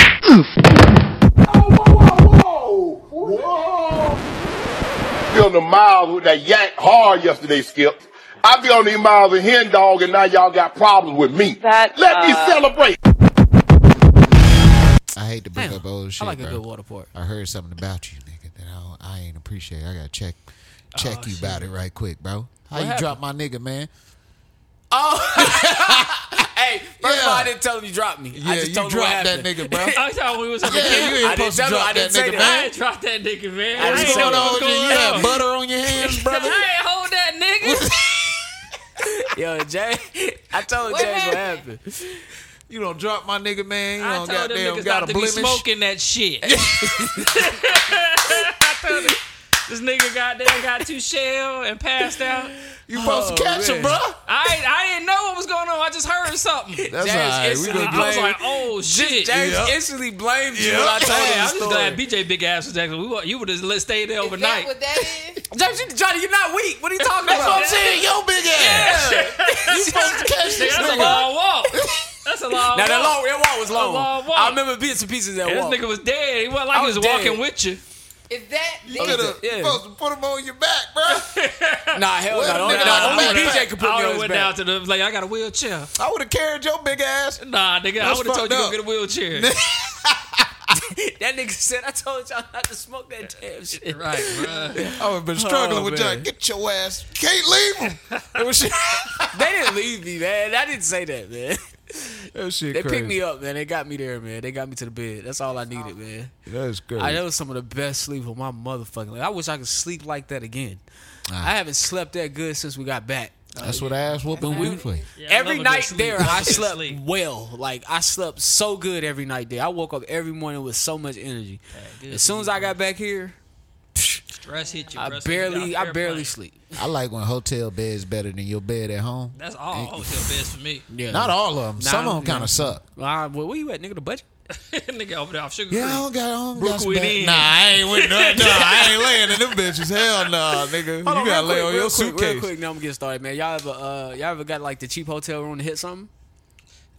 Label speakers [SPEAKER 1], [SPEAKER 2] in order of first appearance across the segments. [SPEAKER 1] move!
[SPEAKER 2] Whoa, whoa, whoa! Whoa! Be on the miles with that yank hard yesterday, Skip. I be on these miles of hen dog, and now y'all got problems with me.
[SPEAKER 3] That,
[SPEAKER 2] Let me
[SPEAKER 3] uh,
[SPEAKER 2] celebrate.
[SPEAKER 4] I hate to bring
[SPEAKER 5] Damn,
[SPEAKER 4] up old shit.
[SPEAKER 5] I like a
[SPEAKER 4] bro.
[SPEAKER 5] good water port.
[SPEAKER 4] I heard something about you, nigga, that I, don't, I ain't appreciate. I gotta check check you about it right quick, bro. How you
[SPEAKER 5] happened?
[SPEAKER 4] drop my nigga, man?
[SPEAKER 5] Hey, first of
[SPEAKER 4] Yeah.
[SPEAKER 5] all, I didn't tell him you dropped me.
[SPEAKER 4] Yeah,
[SPEAKER 5] I just
[SPEAKER 4] you
[SPEAKER 5] told
[SPEAKER 4] dropped
[SPEAKER 5] him what
[SPEAKER 4] that
[SPEAKER 5] happened.
[SPEAKER 4] nigga, bro.
[SPEAKER 1] I thought we was up
[SPEAKER 4] Yeah, you ain't
[SPEAKER 5] I didn't
[SPEAKER 4] supposed to
[SPEAKER 5] tell him-
[SPEAKER 4] drop that
[SPEAKER 5] I didn't
[SPEAKER 4] nigga,
[SPEAKER 5] say that.
[SPEAKER 1] I
[SPEAKER 4] man.
[SPEAKER 1] ain't dropped that nigga, man. I,
[SPEAKER 5] I
[SPEAKER 1] ain't
[SPEAKER 4] What's
[SPEAKER 5] didn't
[SPEAKER 1] know
[SPEAKER 4] going
[SPEAKER 5] say
[SPEAKER 4] on
[SPEAKER 1] what's
[SPEAKER 4] with you?
[SPEAKER 1] going
[SPEAKER 4] You got
[SPEAKER 1] on.
[SPEAKER 4] butter on your hands,
[SPEAKER 1] I
[SPEAKER 4] brother?
[SPEAKER 1] ain't hold that nigga.
[SPEAKER 5] Yo, Jay, I told
[SPEAKER 1] What
[SPEAKER 5] Jay what
[SPEAKER 1] happened?
[SPEAKER 5] happened.
[SPEAKER 4] You don't drop my nigga, man. You
[SPEAKER 1] I
[SPEAKER 4] don't
[SPEAKER 1] told
[SPEAKER 4] goddamn
[SPEAKER 1] them niggas
[SPEAKER 4] got
[SPEAKER 1] not
[SPEAKER 4] a
[SPEAKER 1] to be
[SPEAKER 4] blemish.
[SPEAKER 1] smoking that shit. I told them, this nigga goddamn got two shell and passed out.
[SPEAKER 4] You supposed to
[SPEAKER 5] Oh,
[SPEAKER 4] catch him,
[SPEAKER 5] man.
[SPEAKER 4] bro.
[SPEAKER 1] I I didn't know what was going on. I just heard something.
[SPEAKER 4] That's
[SPEAKER 5] James,
[SPEAKER 4] all right.
[SPEAKER 5] it's-
[SPEAKER 4] We
[SPEAKER 1] I,
[SPEAKER 4] gonna
[SPEAKER 1] I was
[SPEAKER 4] blame.
[SPEAKER 1] like, oh shit.
[SPEAKER 5] James
[SPEAKER 4] Yep.
[SPEAKER 5] instantly blamed you
[SPEAKER 4] Yep.
[SPEAKER 5] when I told
[SPEAKER 1] Hey,
[SPEAKER 5] him
[SPEAKER 1] I'm
[SPEAKER 5] the
[SPEAKER 1] just
[SPEAKER 5] story.
[SPEAKER 1] glad BJ Big Ass was actually. We, wa- you would have let stay there
[SPEAKER 6] Is that
[SPEAKER 1] overnight.
[SPEAKER 6] what that is?
[SPEAKER 5] James, you, Johnny, you're not weak. What are you talking
[SPEAKER 1] That's
[SPEAKER 5] about?
[SPEAKER 1] what I'm
[SPEAKER 4] Shit, yo, big ass. You supposed to catch
[SPEAKER 1] Nigga,
[SPEAKER 4] this
[SPEAKER 1] that's a
[SPEAKER 4] nigga.
[SPEAKER 1] long walk. That's a long
[SPEAKER 5] Now
[SPEAKER 1] walk.
[SPEAKER 5] that long, that walk was long.
[SPEAKER 1] long walk.
[SPEAKER 5] I remember bits and pieces of that
[SPEAKER 1] This
[SPEAKER 5] walk.
[SPEAKER 1] nigga was dead. He wasn't like
[SPEAKER 5] I
[SPEAKER 1] he
[SPEAKER 5] was
[SPEAKER 1] was
[SPEAKER 5] dead.
[SPEAKER 1] walking with you.
[SPEAKER 6] Is that
[SPEAKER 4] You
[SPEAKER 6] this?
[SPEAKER 4] could've-
[SPEAKER 5] Yeah.
[SPEAKER 4] you supposed to put him on your back, bro.
[SPEAKER 5] Nah, hell
[SPEAKER 4] Well,
[SPEAKER 5] no. Only,
[SPEAKER 4] nigga,
[SPEAKER 5] nah, only
[SPEAKER 4] I'm back.
[SPEAKER 5] BJ could put
[SPEAKER 1] Uh, I
[SPEAKER 5] me
[SPEAKER 1] would
[SPEAKER 5] on
[SPEAKER 1] have
[SPEAKER 5] his
[SPEAKER 1] went
[SPEAKER 5] back.
[SPEAKER 1] down to the like. I got a wheelchair.
[SPEAKER 4] I would have carried your big ass.
[SPEAKER 1] Nah, nigga, I
[SPEAKER 4] That's
[SPEAKER 1] would have told
[SPEAKER 4] fucked
[SPEAKER 1] you to go
[SPEAKER 4] up.
[SPEAKER 1] get a wheelchair.
[SPEAKER 5] That nigga said, I told y'all not to smoke that damn shit.
[SPEAKER 1] right, bruh.
[SPEAKER 4] I would have been struggling
[SPEAKER 5] Oh,
[SPEAKER 4] with
[SPEAKER 5] man.
[SPEAKER 4] John. Get your ass. Can't leave him. That was shit.
[SPEAKER 5] They didn't leave me, man. I didn't say that, man.
[SPEAKER 4] That shit
[SPEAKER 5] They
[SPEAKER 4] crazy.
[SPEAKER 5] picked me up, man. They got me there, man. They got me to the bed. That's all I needed, man.
[SPEAKER 4] That is crazy.
[SPEAKER 5] I know some of the best sleep of my motherfucking life. I wish I could sleep like that again.
[SPEAKER 4] Ah.
[SPEAKER 5] I haven't slept that good since we got back.
[SPEAKER 4] That's what ass whooping do for you.
[SPEAKER 1] Yeah, I
[SPEAKER 5] every
[SPEAKER 1] love a good
[SPEAKER 5] night
[SPEAKER 1] sleep.
[SPEAKER 5] there,
[SPEAKER 1] Love a
[SPEAKER 5] I
[SPEAKER 1] good
[SPEAKER 5] slept
[SPEAKER 1] sleep.
[SPEAKER 5] well. Like I slept so good every night there. I woke up every morning with so much energy.
[SPEAKER 1] good
[SPEAKER 5] as soon as I got back here,
[SPEAKER 1] Stress hit you.
[SPEAKER 5] I
[SPEAKER 1] bruh. Sleep
[SPEAKER 5] barely,
[SPEAKER 1] without
[SPEAKER 5] I
[SPEAKER 1] airplane.
[SPEAKER 5] barely sleep.
[SPEAKER 4] I like when hotel beds better than your bed at home.
[SPEAKER 1] That's all hotel beds for me.
[SPEAKER 5] Yeah,
[SPEAKER 4] Not all of them. Some
[SPEAKER 5] Nah,
[SPEAKER 4] of them kind
[SPEAKER 5] yeah.
[SPEAKER 4] of suck.
[SPEAKER 5] Uh, where, where you at, nigga? The budget?
[SPEAKER 1] nigga over there off sugar.
[SPEAKER 4] Yeah, I
[SPEAKER 1] Free.
[SPEAKER 4] don't got on.
[SPEAKER 1] Brookwood Inn.
[SPEAKER 4] Nah, I ain't with none. Nah, I ain't laying in them bitches. Hell nah, nigga.
[SPEAKER 5] Hold
[SPEAKER 4] you
[SPEAKER 5] on,
[SPEAKER 4] gotta lay
[SPEAKER 5] real
[SPEAKER 4] on
[SPEAKER 5] quick, real
[SPEAKER 4] your
[SPEAKER 5] quick,
[SPEAKER 4] suitcase.
[SPEAKER 5] Real quick, now I'm gonna get started, man. Y'all ever, uh, y'all ever got like the cheap hotel room to hit something?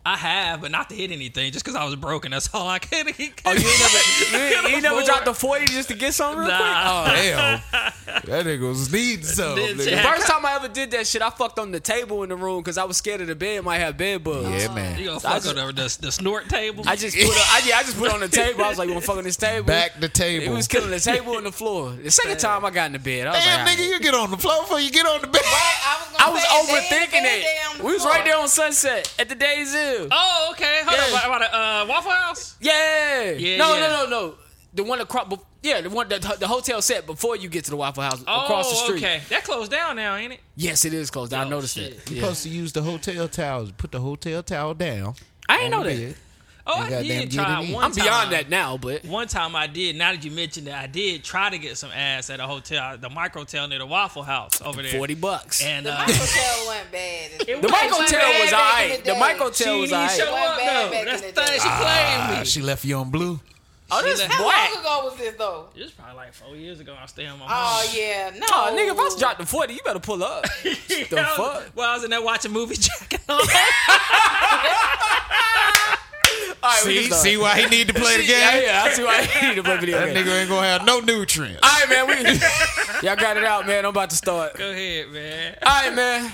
[SPEAKER 1] I have, but not to hit anything, just because I was broken. That's all I could.
[SPEAKER 5] Oh, you ain't never, you ain't, you ain't never dropped the forty just to get something real
[SPEAKER 1] Nah.
[SPEAKER 4] Oh, hell. That nigga was needing something.
[SPEAKER 1] Didn't
[SPEAKER 4] Nigga.
[SPEAKER 1] say-
[SPEAKER 5] quick. First time I ever did that shit, I fucked on the table in the room because I was scared of the bed might have bed bugs.
[SPEAKER 4] Yeah,
[SPEAKER 1] You
[SPEAKER 4] man.
[SPEAKER 1] gonna
[SPEAKER 5] I
[SPEAKER 1] fuck
[SPEAKER 5] just-
[SPEAKER 1] over the, the snort table?
[SPEAKER 5] I just put up, I, yeah, I just put it on the table. I was like, "You want fuck on this table?"
[SPEAKER 4] Back the
[SPEAKER 5] It
[SPEAKER 4] table.
[SPEAKER 5] was killing the table and the floor. The second time I got in the bed, I was
[SPEAKER 4] Damn,
[SPEAKER 5] like,
[SPEAKER 4] nigga, you get on the floor before you get on the bed.
[SPEAKER 6] I was,
[SPEAKER 5] "All right."
[SPEAKER 6] gonna
[SPEAKER 5] I was
[SPEAKER 6] say, they ain't
[SPEAKER 5] overthinking
[SPEAKER 6] been there on
[SPEAKER 5] it.
[SPEAKER 6] the
[SPEAKER 5] We was
[SPEAKER 6] floor.
[SPEAKER 5] right there on Sunset at the Days Inn.
[SPEAKER 1] oh, okay. Hold
[SPEAKER 5] Yeah.
[SPEAKER 1] on. About, about uh, Waffle House?
[SPEAKER 5] Yeah.
[SPEAKER 1] Yeah,
[SPEAKER 5] No,
[SPEAKER 1] yeah.
[SPEAKER 5] no, no, no. The one across. bef- Yeah, the one the, the hotel set before you get to the Waffle House across the
[SPEAKER 1] oh,
[SPEAKER 5] street.
[SPEAKER 1] okay. That closed down now, ain't it?
[SPEAKER 5] Yes, it is closed. I
[SPEAKER 1] Oh,
[SPEAKER 5] noticed
[SPEAKER 1] shit.
[SPEAKER 5] that.
[SPEAKER 4] you
[SPEAKER 5] Yeah.
[SPEAKER 4] supposed to use the hotel towels. Put the hotel towel down.
[SPEAKER 5] I ain't know
[SPEAKER 4] on the
[SPEAKER 5] that.
[SPEAKER 4] bed.
[SPEAKER 1] Oh,
[SPEAKER 4] You
[SPEAKER 1] I
[SPEAKER 4] goddamn
[SPEAKER 1] did
[SPEAKER 4] get it
[SPEAKER 1] try
[SPEAKER 4] in.
[SPEAKER 1] one
[SPEAKER 5] E. I'm
[SPEAKER 1] time.
[SPEAKER 5] beyond that now, but
[SPEAKER 1] One time I did. Now that you mentioned that, I did try to get some ass at a hotel, the microtel near the Waffle House over there.
[SPEAKER 5] forty bucks.
[SPEAKER 1] And
[SPEAKER 6] The
[SPEAKER 1] uh,
[SPEAKER 6] microtel went bad.
[SPEAKER 5] the Mike Hotel was alright. The Mike
[SPEAKER 1] She
[SPEAKER 5] Hotel
[SPEAKER 1] didn't
[SPEAKER 5] was
[SPEAKER 1] show
[SPEAKER 5] alright.
[SPEAKER 6] Wasn't
[SPEAKER 1] up
[SPEAKER 6] bad
[SPEAKER 1] though.
[SPEAKER 6] back
[SPEAKER 1] That's the
[SPEAKER 6] in the
[SPEAKER 1] thing.
[SPEAKER 6] day.
[SPEAKER 1] She played
[SPEAKER 4] Ah,
[SPEAKER 1] me.
[SPEAKER 4] she left you on blue.
[SPEAKER 5] Oh, this
[SPEAKER 1] She
[SPEAKER 5] is
[SPEAKER 1] left-
[SPEAKER 6] How
[SPEAKER 5] black.
[SPEAKER 6] long ago was this though?
[SPEAKER 1] This was probably like four years ago. I stayed on my
[SPEAKER 6] Oh
[SPEAKER 1] mom's.
[SPEAKER 6] yeah, no.
[SPEAKER 5] Oh, nigga, if I dropped the forty, you better pull up. the
[SPEAKER 1] I was-
[SPEAKER 5] fuck?
[SPEAKER 1] Well, I was in there watching movie Jack.
[SPEAKER 5] All right, we
[SPEAKER 4] See,
[SPEAKER 5] can start.
[SPEAKER 4] see why he need to play the game?
[SPEAKER 5] Yeah, yeah, I see why you need to play video
[SPEAKER 4] That
[SPEAKER 5] games.
[SPEAKER 4] nigga ain't gonna have no nutrients.
[SPEAKER 5] All right, man, we y'all got it out, man. I'm about to start. All
[SPEAKER 1] Go ahead, man.
[SPEAKER 5] right, man.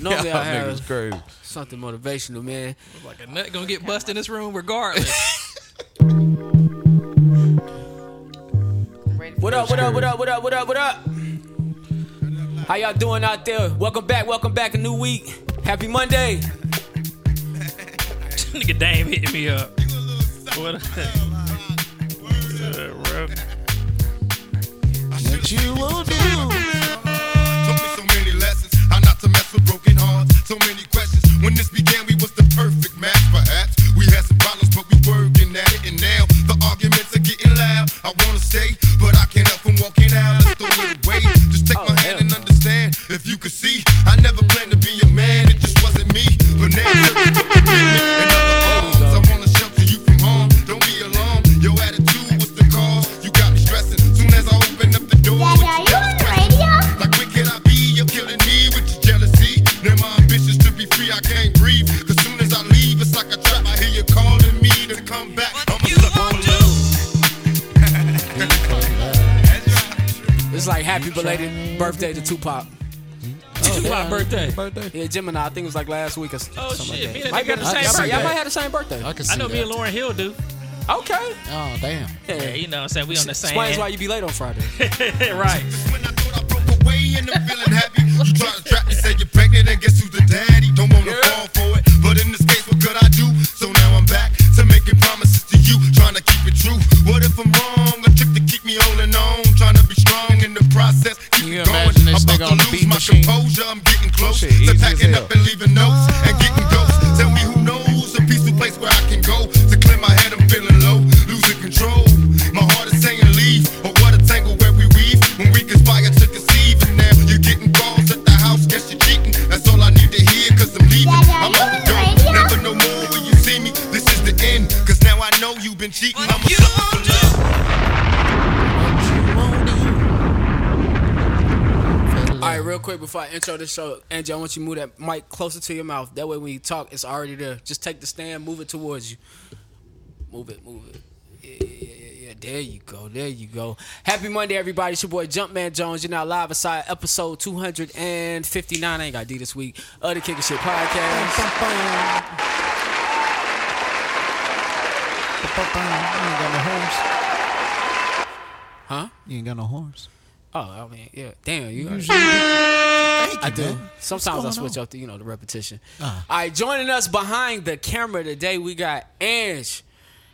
[SPEAKER 5] Normally I
[SPEAKER 4] Y'all niggas
[SPEAKER 5] have
[SPEAKER 4] crazy.
[SPEAKER 5] something motivational, man.
[SPEAKER 1] Like a nut gonna get bust in this room regardless.
[SPEAKER 6] Ready for
[SPEAKER 5] What up, what up, what up, what up, what up, what up? How y'all doing out there? Welcome back, welcome back, a new week. Happy Monday.
[SPEAKER 1] Nigga Dame hitting me up. What? Uh, bro.
[SPEAKER 4] What you will do.
[SPEAKER 7] Taught me so many lessons, how not to mess with broken hearts. So many questions. When this began, we was the perfect match, perhaps. We had some problems, but we working at it. And now the arguments are getting loud. I wanna stay, but I can't help from walking out. Let's throw it away. Just take
[SPEAKER 5] Oh,
[SPEAKER 7] my
[SPEAKER 5] hell
[SPEAKER 7] hand and
[SPEAKER 5] no.
[SPEAKER 7] understand. If you could see, I never planned to be a man. It just wasn't me. But now you're in other arms. I wanna shelter you from harm. Don't be alarmed. Your attitude was the cause. You got me stressing. Soon as I open up the door,
[SPEAKER 8] Daddy, are you on the radio?
[SPEAKER 7] like, where can I be? You're killing me with your jealousy. Now my ambitions to be free, I can't breathe. Cause soon as I leave, it's like a trap. I hear you calling. come back.
[SPEAKER 3] What
[SPEAKER 7] I'm a
[SPEAKER 3] you
[SPEAKER 7] sucker
[SPEAKER 3] gonna
[SPEAKER 7] for
[SPEAKER 3] do?
[SPEAKER 7] love.
[SPEAKER 5] It's like happy belated birthday to Tupac.
[SPEAKER 1] It's my birthday.
[SPEAKER 4] Birthday.
[SPEAKER 5] Yeah, Gemini. I think it was like last week or s-
[SPEAKER 1] Oh
[SPEAKER 5] something
[SPEAKER 1] shit,
[SPEAKER 5] like
[SPEAKER 1] me
[SPEAKER 5] that.
[SPEAKER 1] and
[SPEAKER 5] Might
[SPEAKER 1] that
[SPEAKER 5] be
[SPEAKER 1] nigga
[SPEAKER 5] the
[SPEAKER 1] got
[SPEAKER 5] same
[SPEAKER 1] the same
[SPEAKER 5] birthday. Y'all
[SPEAKER 1] birthday.
[SPEAKER 5] might have the same birthday.
[SPEAKER 4] I can see
[SPEAKER 1] I know me
[SPEAKER 4] that.
[SPEAKER 1] and Lauren Hill do.
[SPEAKER 5] Okay.
[SPEAKER 4] Oh damn.
[SPEAKER 5] Yeah.
[SPEAKER 1] Yeah, you know what I'm saying? We on the same.
[SPEAKER 5] Explains why you be late on Friday.
[SPEAKER 1] right.
[SPEAKER 7] When I thought I broke away and I'm feeling happy, you try to trap me, say you're pregnant, and guess who's the daddy? Don't wanna fall for it, but in this case, what could I do? So now I'm back to making promises to you, trying to keep it true. What if I'm wrong? A trick to keep me on and on, trying to be strong in the process. Keep
[SPEAKER 4] Can you
[SPEAKER 7] it going.
[SPEAKER 4] imagine this
[SPEAKER 7] I'm
[SPEAKER 4] nigga
[SPEAKER 7] about
[SPEAKER 4] on the
[SPEAKER 7] to lose
[SPEAKER 4] beat
[SPEAKER 7] my
[SPEAKER 4] machine?
[SPEAKER 7] composure. I'm getting close
[SPEAKER 4] Oh, Shit, easy
[SPEAKER 7] to
[SPEAKER 4] as
[SPEAKER 7] packing
[SPEAKER 4] hell.
[SPEAKER 7] up and leaving notes and getting ghosts. Tell me who knows a peaceful place where I can go to clear my head. I'm feeling low, losing control. My heart is saying leave, but what a tangle where we weave when we conspire to conceive. And now you're getting calls at the house, guess you're cheating. That's all I need to hear, cause I'm leaving. I'm on the go, never no more will you see me. This is the end, cause now I know you've been cheating.
[SPEAKER 3] What
[SPEAKER 7] I'm a
[SPEAKER 3] you
[SPEAKER 7] sucker
[SPEAKER 3] gonna
[SPEAKER 7] for love.
[SPEAKER 3] do?
[SPEAKER 5] All right, real quick before I intro this show, Angie, I want you to move that mic closer to your mouth. That way, when you talk, it's already there. Just take the stand, move it towards you. Move it, move it. Yeah, yeah, yeah, yeah, yeah. There you go. There you go. Happy Monday, everybody. It's your boy Jumpman Jones. You're now live aside episode 259. I ain't got D this week. Other Kicking Shit Podcast.
[SPEAKER 4] Huh?
[SPEAKER 5] Huh?
[SPEAKER 4] You ain't got no horns.
[SPEAKER 5] Oh, I mean, yeah. Damn, you.
[SPEAKER 4] I
[SPEAKER 5] do. Sometimes I switch up the you know the repetition.
[SPEAKER 1] Uh.
[SPEAKER 5] All right, joining us behind the camera today, we got Ange,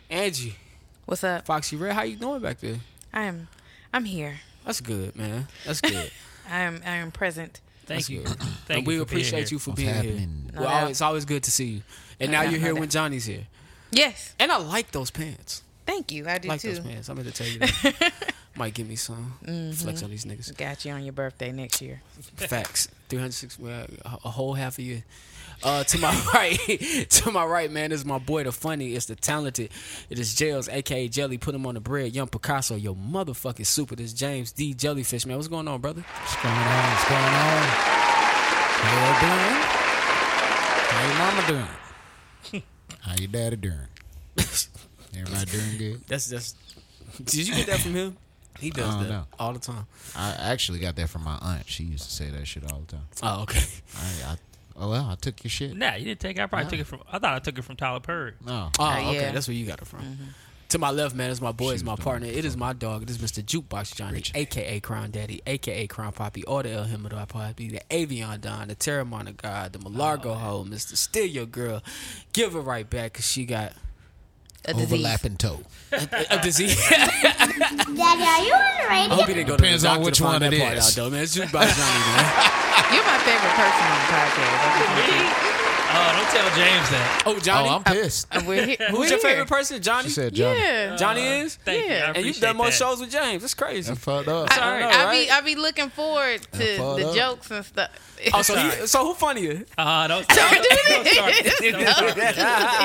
[SPEAKER 5] Angie,
[SPEAKER 6] What's up?
[SPEAKER 5] Foxy Red. How you doing back there?
[SPEAKER 6] I'm, I'm here.
[SPEAKER 5] That's good, man. That's good.
[SPEAKER 6] I am, I am present.
[SPEAKER 5] That's
[SPEAKER 1] Thank you.
[SPEAKER 5] good. and
[SPEAKER 1] Thank you
[SPEAKER 5] we
[SPEAKER 1] for being
[SPEAKER 5] appreciate
[SPEAKER 1] here.
[SPEAKER 5] you for
[SPEAKER 4] What's
[SPEAKER 5] being
[SPEAKER 4] happening?
[SPEAKER 5] here.
[SPEAKER 6] No
[SPEAKER 5] Well,
[SPEAKER 6] doubt.
[SPEAKER 5] it's always good to see you. And
[SPEAKER 6] No
[SPEAKER 5] now
[SPEAKER 6] doubt,
[SPEAKER 5] you're here
[SPEAKER 6] no
[SPEAKER 5] when
[SPEAKER 6] doubt.
[SPEAKER 5] Johnny's here.
[SPEAKER 6] Yes.
[SPEAKER 5] And I like those pants.
[SPEAKER 6] Thank you. I do
[SPEAKER 5] like
[SPEAKER 6] too.
[SPEAKER 5] those pants. I'm going to tell you that. Might give me some. Flex on these niggas.
[SPEAKER 6] Got you on your birthday next year.
[SPEAKER 5] Facts. 360, well, a a whole half a year. Uh, to my right, to my right, man, is my boy, the funny, it's the talented, it is Jails, aka Jelly, put him on the bread, young Picasso, yo motherfucking super, this James D. Jellyfish, man, what's going on, brother?
[SPEAKER 4] What's going on? What's going on? How you doing? How your mama doing? How your daddy doing? Everybody doing good?
[SPEAKER 5] That's that's. Did you get that from him? He does
[SPEAKER 4] I don't
[SPEAKER 5] that
[SPEAKER 4] know.
[SPEAKER 5] all the time.
[SPEAKER 4] I actually got that from my aunt. She used to say that shit all the time.
[SPEAKER 5] Oh, okay.
[SPEAKER 4] I, I, oh well, I took your shit.
[SPEAKER 1] Nah, you didn't take. it. I probably took it from. I thought I took it from Tyler Perry.
[SPEAKER 4] No,
[SPEAKER 5] Oh,
[SPEAKER 6] Uh,
[SPEAKER 5] okay.
[SPEAKER 6] yeah.
[SPEAKER 5] That's where you got it from.
[SPEAKER 1] Mm-hmm.
[SPEAKER 5] To my left, man, is my boy, is
[SPEAKER 4] She
[SPEAKER 5] my
[SPEAKER 4] was doing
[SPEAKER 5] partner. It is my dog. It is Mr. Jukebox Johnny, aka Crown Daddy, aka Crown Poppy, or the El Himador Poppy, the Avion Don, the Terramana God, the
[SPEAKER 1] Oh,
[SPEAKER 5] Malargo Ho, Mr. Steal Your Girl. Give her right back because she got
[SPEAKER 6] A disease.
[SPEAKER 4] overlapping toe.
[SPEAKER 5] a, a disease.
[SPEAKER 8] Daddy, are you on
[SPEAKER 5] I
[SPEAKER 8] the radio?
[SPEAKER 5] hope you didn't go to the
[SPEAKER 4] Depends on
[SPEAKER 5] doctor
[SPEAKER 4] which
[SPEAKER 5] to find
[SPEAKER 4] one
[SPEAKER 5] that
[SPEAKER 4] it
[SPEAKER 5] part
[SPEAKER 4] is.
[SPEAKER 5] out, though, man. It's Jukebox Johnny, man. Oh,
[SPEAKER 6] You're my favorite person on the podcast.
[SPEAKER 1] Oh, don't tell James that.
[SPEAKER 5] Oh, Johnny.
[SPEAKER 4] Oh, I'm pissed.
[SPEAKER 6] I just wanna say- We're here.
[SPEAKER 5] Who's your favorite person? Johnny?
[SPEAKER 4] She said, uh, Johnny,
[SPEAKER 6] Yeah.
[SPEAKER 5] Johnny is?
[SPEAKER 1] Thank you. I
[SPEAKER 6] Yeah.
[SPEAKER 5] and you've
[SPEAKER 1] appreciate
[SPEAKER 5] done more
[SPEAKER 1] that.
[SPEAKER 5] shows with James. That's crazy.
[SPEAKER 4] that fucked up.
[SPEAKER 6] I,
[SPEAKER 5] I know,
[SPEAKER 6] I
[SPEAKER 5] right?
[SPEAKER 6] be I be looking forward to
[SPEAKER 4] Yeah, fuck
[SPEAKER 6] the
[SPEAKER 4] up.
[SPEAKER 6] jokes and stuff.
[SPEAKER 5] Oh, so, he, so who funnier?
[SPEAKER 1] Uh, don't, don't, don't start. Don't start.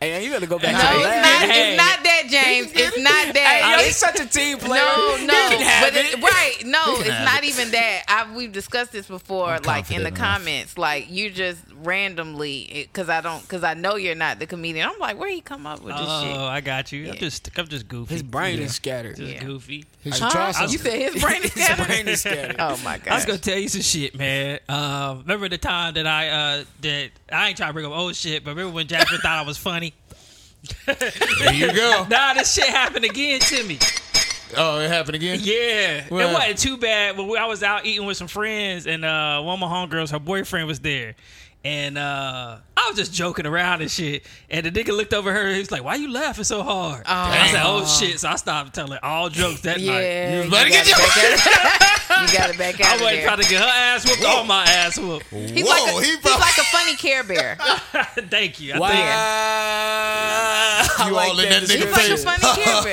[SPEAKER 5] Hey, you better go back
[SPEAKER 6] no, it's not,
[SPEAKER 5] to the lab.
[SPEAKER 1] Hey.
[SPEAKER 6] it's not that, James. It's not that.
[SPEAKER 5] Hey, yo, he's
[SPEAKER 6] It's-
[SPEAKER 5] such a team player.
[SPEAKER 6] no,
[SPEAKER 5] You
[SPEAKER 6] no,
[SPEAKER 5] can have
[SPEAKER 6] but it,
[SPEAKER 5] it.
[SPEAKER 6] right, no, it's
[SPEAKER 4] have
[SPEAKER 6] not even that. I we've discussed this before,
[SPEAKER 4] I'm
[SPEAKER 6] like in the
[SPEAKER 4] confident enough.
[SPEAKER 6] comments, like you just randomly because I don't because I know you're not the comedian. I'm like, where he come up with this shit?
[SPEAKER 1] Oh, I got you. I'm just, I'm just goofy.
[SPEAKER 5] His brain is scattered.
[SPEAKER 1] just
[SPEAKER 6] Yeah.
[SPEAKER 1] goofy.
[SPEAKER 4] He should try
[SPEAKER 6] Huh?
[SPEAKER 4] something.
[SPEAKER 6] You said his brain is
[SPEAKER 5] His brain
[SPEAKER 6] scattered.
[SPEAKER 5] is scattered.
[SPEAKER 6] Oh my god!
[SPEAKER 1] I was gonna tell you some shit, man. Uh, remember the time that I uh, that I ain't trying to bring up old shit, but remember when Jasper thought I was funny?
[SPEAKER 4] There you go.
[SPEAKER 1] Nah, this shit happened again to me.
[SPEAKER 4] Oh, it happened again.
[SPEAKER 1] Yeah,
[SPEAKER 4] Well-
[SPEAKER 1] it wasn't too bad. But we, I was out eating with some friends, and uh, one of my homegirls, her boyfriend was there, and uh, I was just joking around and shit. And the nigga looked over her. He was like, "Why you laughing so hard?" And I said, "Oh shit!" So I stopped telling all jokes that night.
[SPEAKER 6] yeah,
[SPEAKER 4] let it get
[SPEAKER 6] gotta back out- You got it back
[SPEAKER 1] I
[SPEAKER 6] out. of
[SPEAKER 1] wasn't
[SPEAKER 6] there.
[SPEAKER 1] trying to get her ass whooped or my ass whooped.
[SPEAKER 6] He's
[SPEAKER 4] Whoa,
[SPEAKER 6] like a,
[SPEAKER 4] he
[SPEAKER 6] he's
[SPEAKER 4] brought-
[SPEAKER 6] like a funny Care Bear.
[SPEAKER 1] Thank you. I
[SPEAKER 5] Wow.
[SPEAKER 1] think-
[SPEAKER 5] I
[SPEAKER 4] You
[SPEAKER 5] like
[SPEAKER 4] all in that
[SPEAKER 6] He's
[SPEAKER 4] nigga
[SPEAKER 6] like a
[SPEAKER 4] face.
[SPEAKER 6] funny Care Bear. Everybody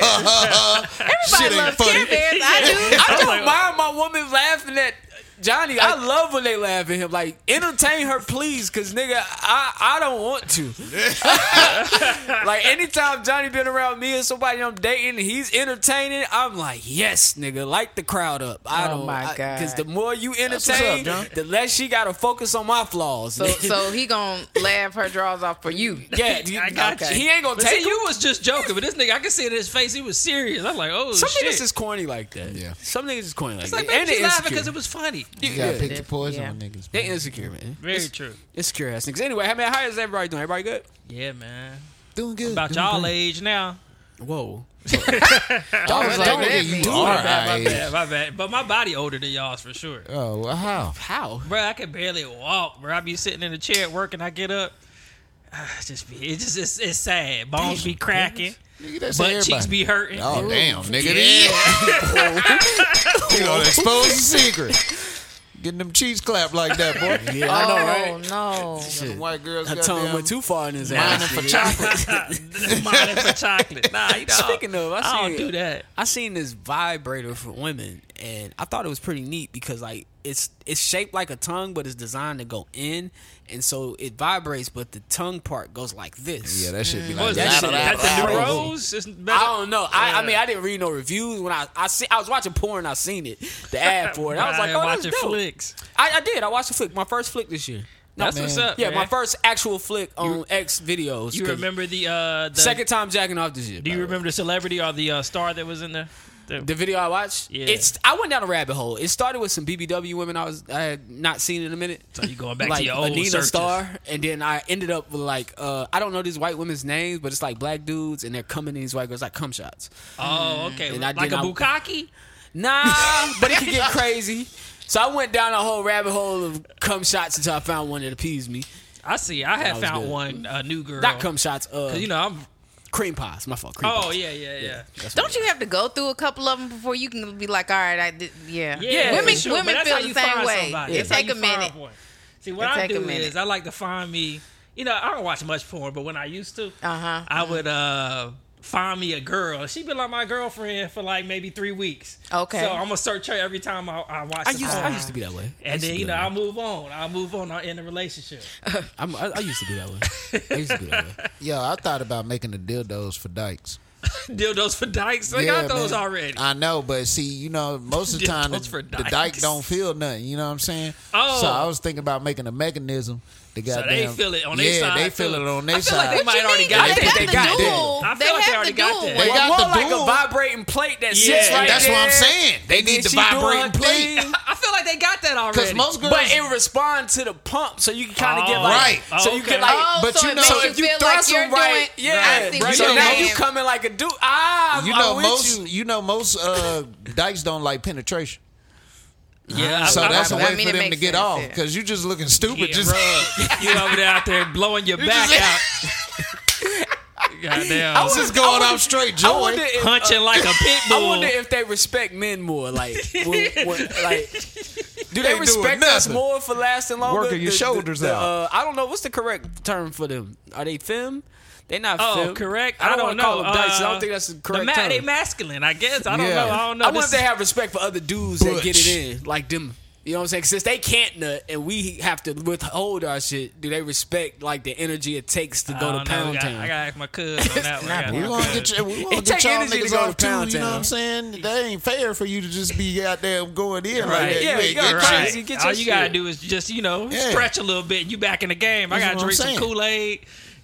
[SPEAKER 4] Shit ain't
[SPEAKER 6] loves
[SPEAKER 4] funny.
[SPEAKER 6] Care Bears. I do.
[SPEAKER 5] I don't
[SPEAKER 1] like-
[SPEAKER 5] mind my woman laughing at Johnny, I love when they laugh at him. Like, entertain her, please, because nigga, I, I don't want to. like, anytime Johnny been around me or somebody I'm dating, and he's entertaining. I'm like, yes, nigga, light the crowd up. I
[SPEAKER 6] Oh
[SPEAKER 5] don't,
[SPEAKER 6] my God.
[SPEAKER 5] because the more you
[SPEAKER 6] what's up,
[SPEAKER 5] entertain,
[SPEAKER 6] John.
[SPEAKER 5] the less she got to focus on my flaws.
[SPEAKER 6] So, so he gonna laugh her draws off for you.
[SPEAKER 5] yeah, you-
[SPEAKER 1] I got you.
[SPEAKER 5] He ain't gonna
[SPEAKER 1] But
[SPEAKER 5] take
[SPEAKER 1] see,
[SPEAKER 5] you.
[SPEAKER 1] you was just joking, but this nigga, I could see it in his face. He was serious. I was like, oh
[SPEAKER 5] Some
[SPEAKER 1] shit.
[SPEAKER 5] niggas is corny like that.
[SPEAKER 4] Yeah.
[SPEAKER 5] Some niggas is corny like
[SPEAKER 1] it's
[SPEAKER 5] that.
[SPEAKER 1] like, man,
[SPEAKER 5] and
[SPEAKER 1] she's
[SPEAKER 5] they
[SPEAKER 1] laughing because
[SPEAKER 5] insecure.
[SPEAKER 1] it was funny.
[SPEAKER 4] You gotta
[SPEAKER 5] Yeah.
[SPEAKER 4] pick your poison
[SPEAKER 6] Yeah.
[SPEAKER 4] on niggas.
[SPEAKER 5] They
[SPEAKER 4] bro.
[SPEAKER 5] insecure, man.
[SPEAKER 1] Very
[SPEAKER 5] It's-
[SPEAKER 1] true.
[SPEAKER 5] Insecure ass niggas. Anyway, how man, how is everybody doing? Everybody good?
[SPEAKER 1] Yeah, man.
[SPEAKER 4] Doing good.
[SPEAKER 1] About
[SPEAKER 4] doing
[SPEAKER 1] y'all
[SPEAKER 4] great.
[SPEAKER 1] age now.
[SPEAKER 5] Whoa.
[SPEAKER 4] Y'all
[SPEAKER 6] was like,
[SPEAKER 4] don't
[SPEAKER 6] that
[SPEAKER 4] get-
[SPEAKER 6] mean-
[SPEAKER 4] you
[SPEAKER 6] Oh,
[SPEAKER 4] are
[SPEAKER 1] my bad,
[SPEAKER 4] our
[SPEAKER 1] my
[SPEAKER 4] age.
[SPEAKER 1] bad, my bad. But my body older than y'all's for sure.
[SPEAKER 4] Oh, well, how?
[SPEAKER 5] How?
[SPEAKER 1] Bro, I can barely walk. Bro, I be sitting in a chair at work and I get up. Ah, It's just, be- it's just, it's, it's sad. Bones be cracking,
[SPEAKER 4] Nigga, that's
[SPEAKER 1] butt
[SPEAKER 4] everybody.
[SPEAKER 1] cheeks be hurting.
[SPEAKER 4] Oh damn, nigga! you gonna expose the secret? Getting them cheeks clapped like that, boy.
[SPEAKER 5] Yeah,
[SPEAKER 6] Oh
[SPEAKER 5] I know, right?
[SPEAKER 6] no!
[SPEAKER 4] Shit. White girls
[SPEAKER 5] Her
[SPEAKER 4] got
[SPEAKER 5] tongue went too far in his ass.
[SPEAKER 4] mining for
[SPEAKER 5] nigga.
[SPEAKER 4] chocolate.
[SPEAKER 1] Mine for chocolate. Nah, you know.
[SPEAKER 5] Speaking of, I,
[SPEAKER 1] I
[SPEAKER 5] seen,
[SPEAKER 1] don't do that.
[SPEAKER 5] I seen this vibrator for women, and I thought it was pretty neat because like it's it's shaped like a tongue, but it's designed to go in, and so it vibrates, but the tongue part goes like this.
[SPEAKER 4] Yeah, that shit be like
[SPEAKER 5] Mm.
[SPEAKER 1] What is
[SPEAKER 5] that
[SPEAKER 1] that?
[SPEAKER 5] shit-
[SPEAKER 1] That
[SPEAKER 5] that-
[SPEAKER 1] the new
[SPEAKER 5] that-
[SPEAKER 1] rose? It's better.
[SPEAKER 5] I don't know. I, I mean, I didn't read no reviews when I I see I was watching porn. I seen it, the ad for it. I was like,
[SPEAKER 1] Brian
[SPEAKER 5] oh, that's
[SPEAKER 1] watching
[SPEAKER 5] dope.
[SPEAKER 1] flicks.
[SPEAKER 5] I, I did. I watched a flick. My first flick this year.
[SPEAKER 1] That's
[SPEAKER 4] man.
[SPEAKER 1] what's up.
[SPEAKER 5] Yeah,
[SPEAKER 1] man.
[SPEAKER 5] my first actual flick on X videos.
[SPEAKER 1] You
[SPEAKER 5] 'cause
[SPEAKER 1] remember the uh the
[SPEAKER 5] second time jacking off this year.
[SPEAKER 1] Do
[SPEAKER 5] by
[SPEAKER 1] you
[SPEAKER 5] the way.
[SPEAKER 1] remember the celebrity or the uh, star that was in there? The,
[SPEAKER 5] the video I watched?
[SPEAKER 1] Yeah.
[SPEAKER 5] It's I went down a rabbit hole. It started with some BBW women I was I had not seen in a minute.
[SPEAKER 1] so you going back
[SPEAKER 5] like
[SPEAKER 1] to your old
[SPEAKER 5] Anina
[SPEAKER 1] searches.
[SPEAKER 5] Star, and then I ended up with like uh, I don't know these white women's names, but it's like black dudes and they're coming in these white girls like cum shots.
[SPEAKER 1] Oh, okay.
[SPEAKER 5] And I
[SPEAKER 1] like a
[SPEAKER 5] did- I-
[SPEAKER 1] bukkake.
[SPEAKER 5] Nah, but it could get crazy. So I went down a whole rabbit hole of cum shots until I found one that appeased me.
[SPEAKER 1] I see. I
[SPEAKER 5] That
[SPEAKER 1] had
[SPEAKER 5] was
[SPEAKER 1] found
[SPEAKER 5] good.
[SPEAKER 1] one a new girl.
[SPEAKER 5] Not cum shots, uh,
[SPEAKER 1] 'Cause, you know I'm.
[SPEAKER 5] cream pies. My fault. Cream
[SPEAKER 1] Oh
[SPEAKER 5] pies.
[SPEAKER 1] yeah, yeah, yeah.
[SPEAKER 6] Don't you have to go through a couple of them before you can be like, all right, I did, yeah.
[SPEAKER 1] Yeah,
[SPEAKER 6] women
[SPEAKER 1] for sure,
[SPEAKER 6] women
[SPEAKER 1] but that's how
[SPEAKER 6] feel
[SPEAKER 1] you
[SPEAKER 6] the same
[SPEAKER 1] find
[SPEAKER 6] way.
[SPEAKER 1] somebody.
[SPEAKER 6] It
[SPEAKER 1] That's how
[SPEAKER 6] take
[SPEAKER 1] you
[SPEAKER 6] a
[SPEAKER 1] find
[SPEAKER 6] minute.
[SPEAKER 1] one. See, what
[SPEAKER 6] It
[SPEAKER 1] I
[SPEAKER 6] take a
[SPEAKER 1] do
[SPEAKER 6] minute.
[SPEAKER 1] is I like to find me. You know, I don't watch much porn, but when I used to,
[SPEAKER 6] Uh-huh.
[SPEAKER 1] I would uh find me a girl. She been like my girlfriend for like maybe three weeks.
[SPEAKER 6] Okay.
[SPEAKER 1] So I'm gonna search her every time I, I watch.
[SPEAKER 5] I
[SPEAKER 1] the
[SPEAKER 5] used
[SPEAKER 1] porn.
[SPEAKER 5] I used to be that way. I
[SPEAKER 1] And
[SPEAKER 5] used to
[SPEAKER 1] then
[SPEAKER 5] be
[SPEAKER 1] you know
[SPEAKER 5] that
[SPEAKER 1] I
[SPEAKER 5] way.
[SPEAKER 1] move on. I move on. I end the relationship.
[SPEAKER 5] I'm, I, I used to be that way. I used to be that way.
[SPEAKER 4] Yo, I thought about making the dildos for dykes.
[SPEAKER 1] Dildos for dykes. They got those
[SPEAKER 4] man.
[SPEAKER 1] already.
[SPEAKER 4] I know, but see, you know, most of the time the,
[SPEAKER 1] Dildos for
[SPEAKER 4] the dyke
[SPEAKER 1] dykes.
[SPEAKER 4] don't feel nothing. You know what I'm saying?
[SPEAKER 1] Oh.
[SPEAKER 4] so I was thinking about making a mechanism. The
[SPEAKER 1] so
[SPEAKER 4] goddamn,
[SPEAKER 1] they feel it on
[SPEAKER 4] yeah,
[SPEAKER 1] their side.
[SPEAKER 4] they feel
[SPEAKER 1] too.
[SPEAKER 4] it on their
[SPEAKER 1] I feel
[SPEAKER 4] side.
[SPEAKER 1] Like they might already got
[SPEAKER 6] I
[SPEAKER 1] that.
[SPEAKER 6] think
[SPEAKER 4] They
[SPEAKER 6] they
[SPEAKER 4] got
[SPEAKER 6] got the
[SPEAKER 4] that.
[SPEAKER 6] duel.
[SPEAKER 1] I feel
[SPEAKER 6] they
[SPEAKER 1] like they
[SPEAKER 6] have
[SPEAKER 1] already
[SPEAKER 6] the
[SPEAKER 1] got
[SPEAKER 6] duel.
[SPEAKER 1] that.
[SPEAKER 4] They
[SPEAKER 5] Well,
[SPEAKER 4] got
[SPEAKER 5] more
[SPEAKER 4] the
[SPEAKER 5] like
[SPEAKER 4] dual.
[SPEAKER 5] a vibrating plate that sits
[SPEAKER 1] Yeah,
[SPEAKER 5] right
[SPEAKER 4] that's
[SPEAKER 5] there.
[SPEAKER 4] what I'm saying. They
[SPEAKER 5] And
[SPEAKER 4] need
[SPEAKER 5] then
[SPEAKER 4] the
[SPEAKER 5] she doing her
[SPEAKER 4] vibrating plate.
[SPEAKER 5] thing,
[SPEAKER 1] I feel like they got that already.
[SPEAKER 4] Because most girls,
[SPEAKER 5] But it responds to the pump, so you can kind of get
[SPEAKER 1] Oh,
[SPEAKER 5] like,
[SPEAKER 4] Right.
[SPEAKER 5] so you
[SPEAKER 1] okay.
[SPEAKER 5] can like,
[SPEAKER 6] Oh,
[SPEAKER 4] But
[SPEAKER 6] so
[SPEAKER 4] you
[SPEAKER 6] it
[SPEAKER 4] know-
[SPEAKER 6] makes
[SPEAKER 4] So
[SPEAKER 6] you
[SPEAKER 4] if
[SPEAKER 5] you
[SPEAKER 6] feel
[SPEAKER 5] thrust
[SPEAKER 6] like you're
[SPEAKER 5] them right,
[SPEAKER 6] doing.
[SPEAKER 5] yeah,
[SPEAKER 6] I see
[SPEAKER 1] right.
[SPEAKER 6] what
[SPEAKER 5] so
[SPEAKER 6] you're
[SPEAKER 4] know,
[SPEAKER 5] now you
[SPEAKER 6] saying.
[SPEAKER 5] coming like a dude. Ah,
[SPEAKER 4] you
[SPEAKER 5] I'm
[SPEAKER 4] know
[SPEAKER 5] with
[SPEAKER 4] most,
[SPEAKER 5] you.
[SPEAKER 4] you. know most uh, dykes don't like penetration.
[SPEAKER 1] yeah,
[SPEAKER 4] So
[SPEAKER 1] I,
[SPEAKER 4] that's a
[SPEAKER 1] I,
[SPEAKER 4] way
[SPEAKER 6] mean,
[SPEAKER 4] for
[SPEAKER 6] it
[SPEAKER 4] them to
[SPEAKER 6] makes
[SPEAKER 4] get
[SPEAKER 6] sense,
[SPEAKER 4] off
[SPEAKER 6] yeah.
[SPEAKER 4] because you're just looking stupid.
[SPEAKER 1] Yeah,
[SPEAKER 4] just
[SPEAKER 1] bruh. you over there out there blowing your back out.
[SPEAKER 5] I
[SPEAKER 1] Goddamn,
[SPEAKER 5] was-
[SPEAKER 4] just going
[SPEAKER 5] I
[SPEAKER 4] off
[SPEAKER 5] wonder-
[SPEAKER 4] straight
[SPEAKER 5] I
[SPEAKER 4] joy.
[SPEAKER 5] wonder if, uh,
[SPEAKER 1] punching like a pit
[SPEAKER 5] I
[SPEAKER 1] bull.
[SPEAKER 5] wonder if they respect men more. Like, when, when, like,
[SPEAKER 4] They
[SPEAKER 5] do they
[SPEAKER 4] doing
[SPEAKER 5] respect us
[SPEAKER 4] nothing.
[SPEAKER 5] more for lasting longer?
[SPEAKER 4] Working your
[SPEAKER 5] The- the-
[SPEAKER 4] shoulders
[SPEAKER 5] the,
[SPEAKER 4] out.
[SPEAKER 5] Uh, I don't know what's the correct term for them. Are they fem? They not
[SPEAKER 1] Oh,
[SPEAKER 5] fem.
[SPEAKER 1] correct.
[SPEAKER 5] I don't,
[SPEAKER 1] know.
[SPEAKER 5] wanna Call them dykes. I
[SPEAKER 1] Uh,
[SPEAKER 5] don't think that's the
[SPEAKER 1] the
[SPEAKER 5] correct
[SPEAKER 1] ma-
[SPEAKER 5] term.
[SPEAKER 1] They masculine, I guess. I don't
[SPEAKER 4] Yeah.
[SPEAKER 1] know. I don't know.
[SPEAKER 5] I wonder
[SPEAKER 1] This-
[SPEAKER 5] if they have respect for other dudes that get
[SPEAKER 4] Butch.
[SPEAKER 5] it in, like them. You know what I'm saying? Since they can't nut and we have to withhold our shit, do they respect like the energy it takes to
[SPEAKER 1] I
[SPEAKER 5] go
[SPEAKER 1] don't
[SPEAKER 5] to
[SPEAKER 1] know. We
[SPEAKER 5] Pound
[SPEAKER 1] got-
[SPEAKER 5] Town?
[SPEAKER 1] I gotta ask my cuz on that one. I gotta
[SPEAKER 4] We
[SPEAKER 1] ask
[SPEAKER 4] gonna
[SPEAKER 1] my
[SPEAKER 4] get
[SPEAKER 1] cuz.
[SPEAKER 4] you. We gonna
[SPEAKER 5] It
[SPEAKER 4] get
[SPEAKER 5] take
[SPEAKER 4] y'all
[SPEAKER 5] energy to
[SPEAKER 4] niggas
[SPEAKER 5] go
[SPEAKER 4] off
[SPEAKER 5] to
[SPEAKER 4] too.
[SPEAKER 5] Pound
[SPEAKER 4] You know what
[SPEAKER 5] Town.
[SPEAKER 4] I'm saying? That ain't fair for you to just be out there going in like
[SPEAKER 1] Right.
[SPEAKER 4] that.
[SPEAKER 5] Yeah,
[SPEAKER 4] ain't
[SPEAKER 5] you
[SPEAKER 4] get
[SPEAKER 5] gotta
[SPEAKER 4] your
[SPEAKER 5] try
[SPEAKER 1] Right.
[SPEAKER 5] Jeez, you get
[SPEAKER 1] All
[SPEAKER 5] your
[SPEAKER 1] you gotta
[SPEAKER 5] shit.
[SPEAKER 1] do is just you know
[SPEAKER 4] Yeah.
[SPEAKER 1] stretch a little bit. You back in the game. I
[SPEAKER 4] That's
[SPEAKER 1] gotta
[SPEAKER 4] what I'm
[SPEAKER 1] drink some
[SPEAKER 4] saying.
[SPEAKER 1] Kool Aid,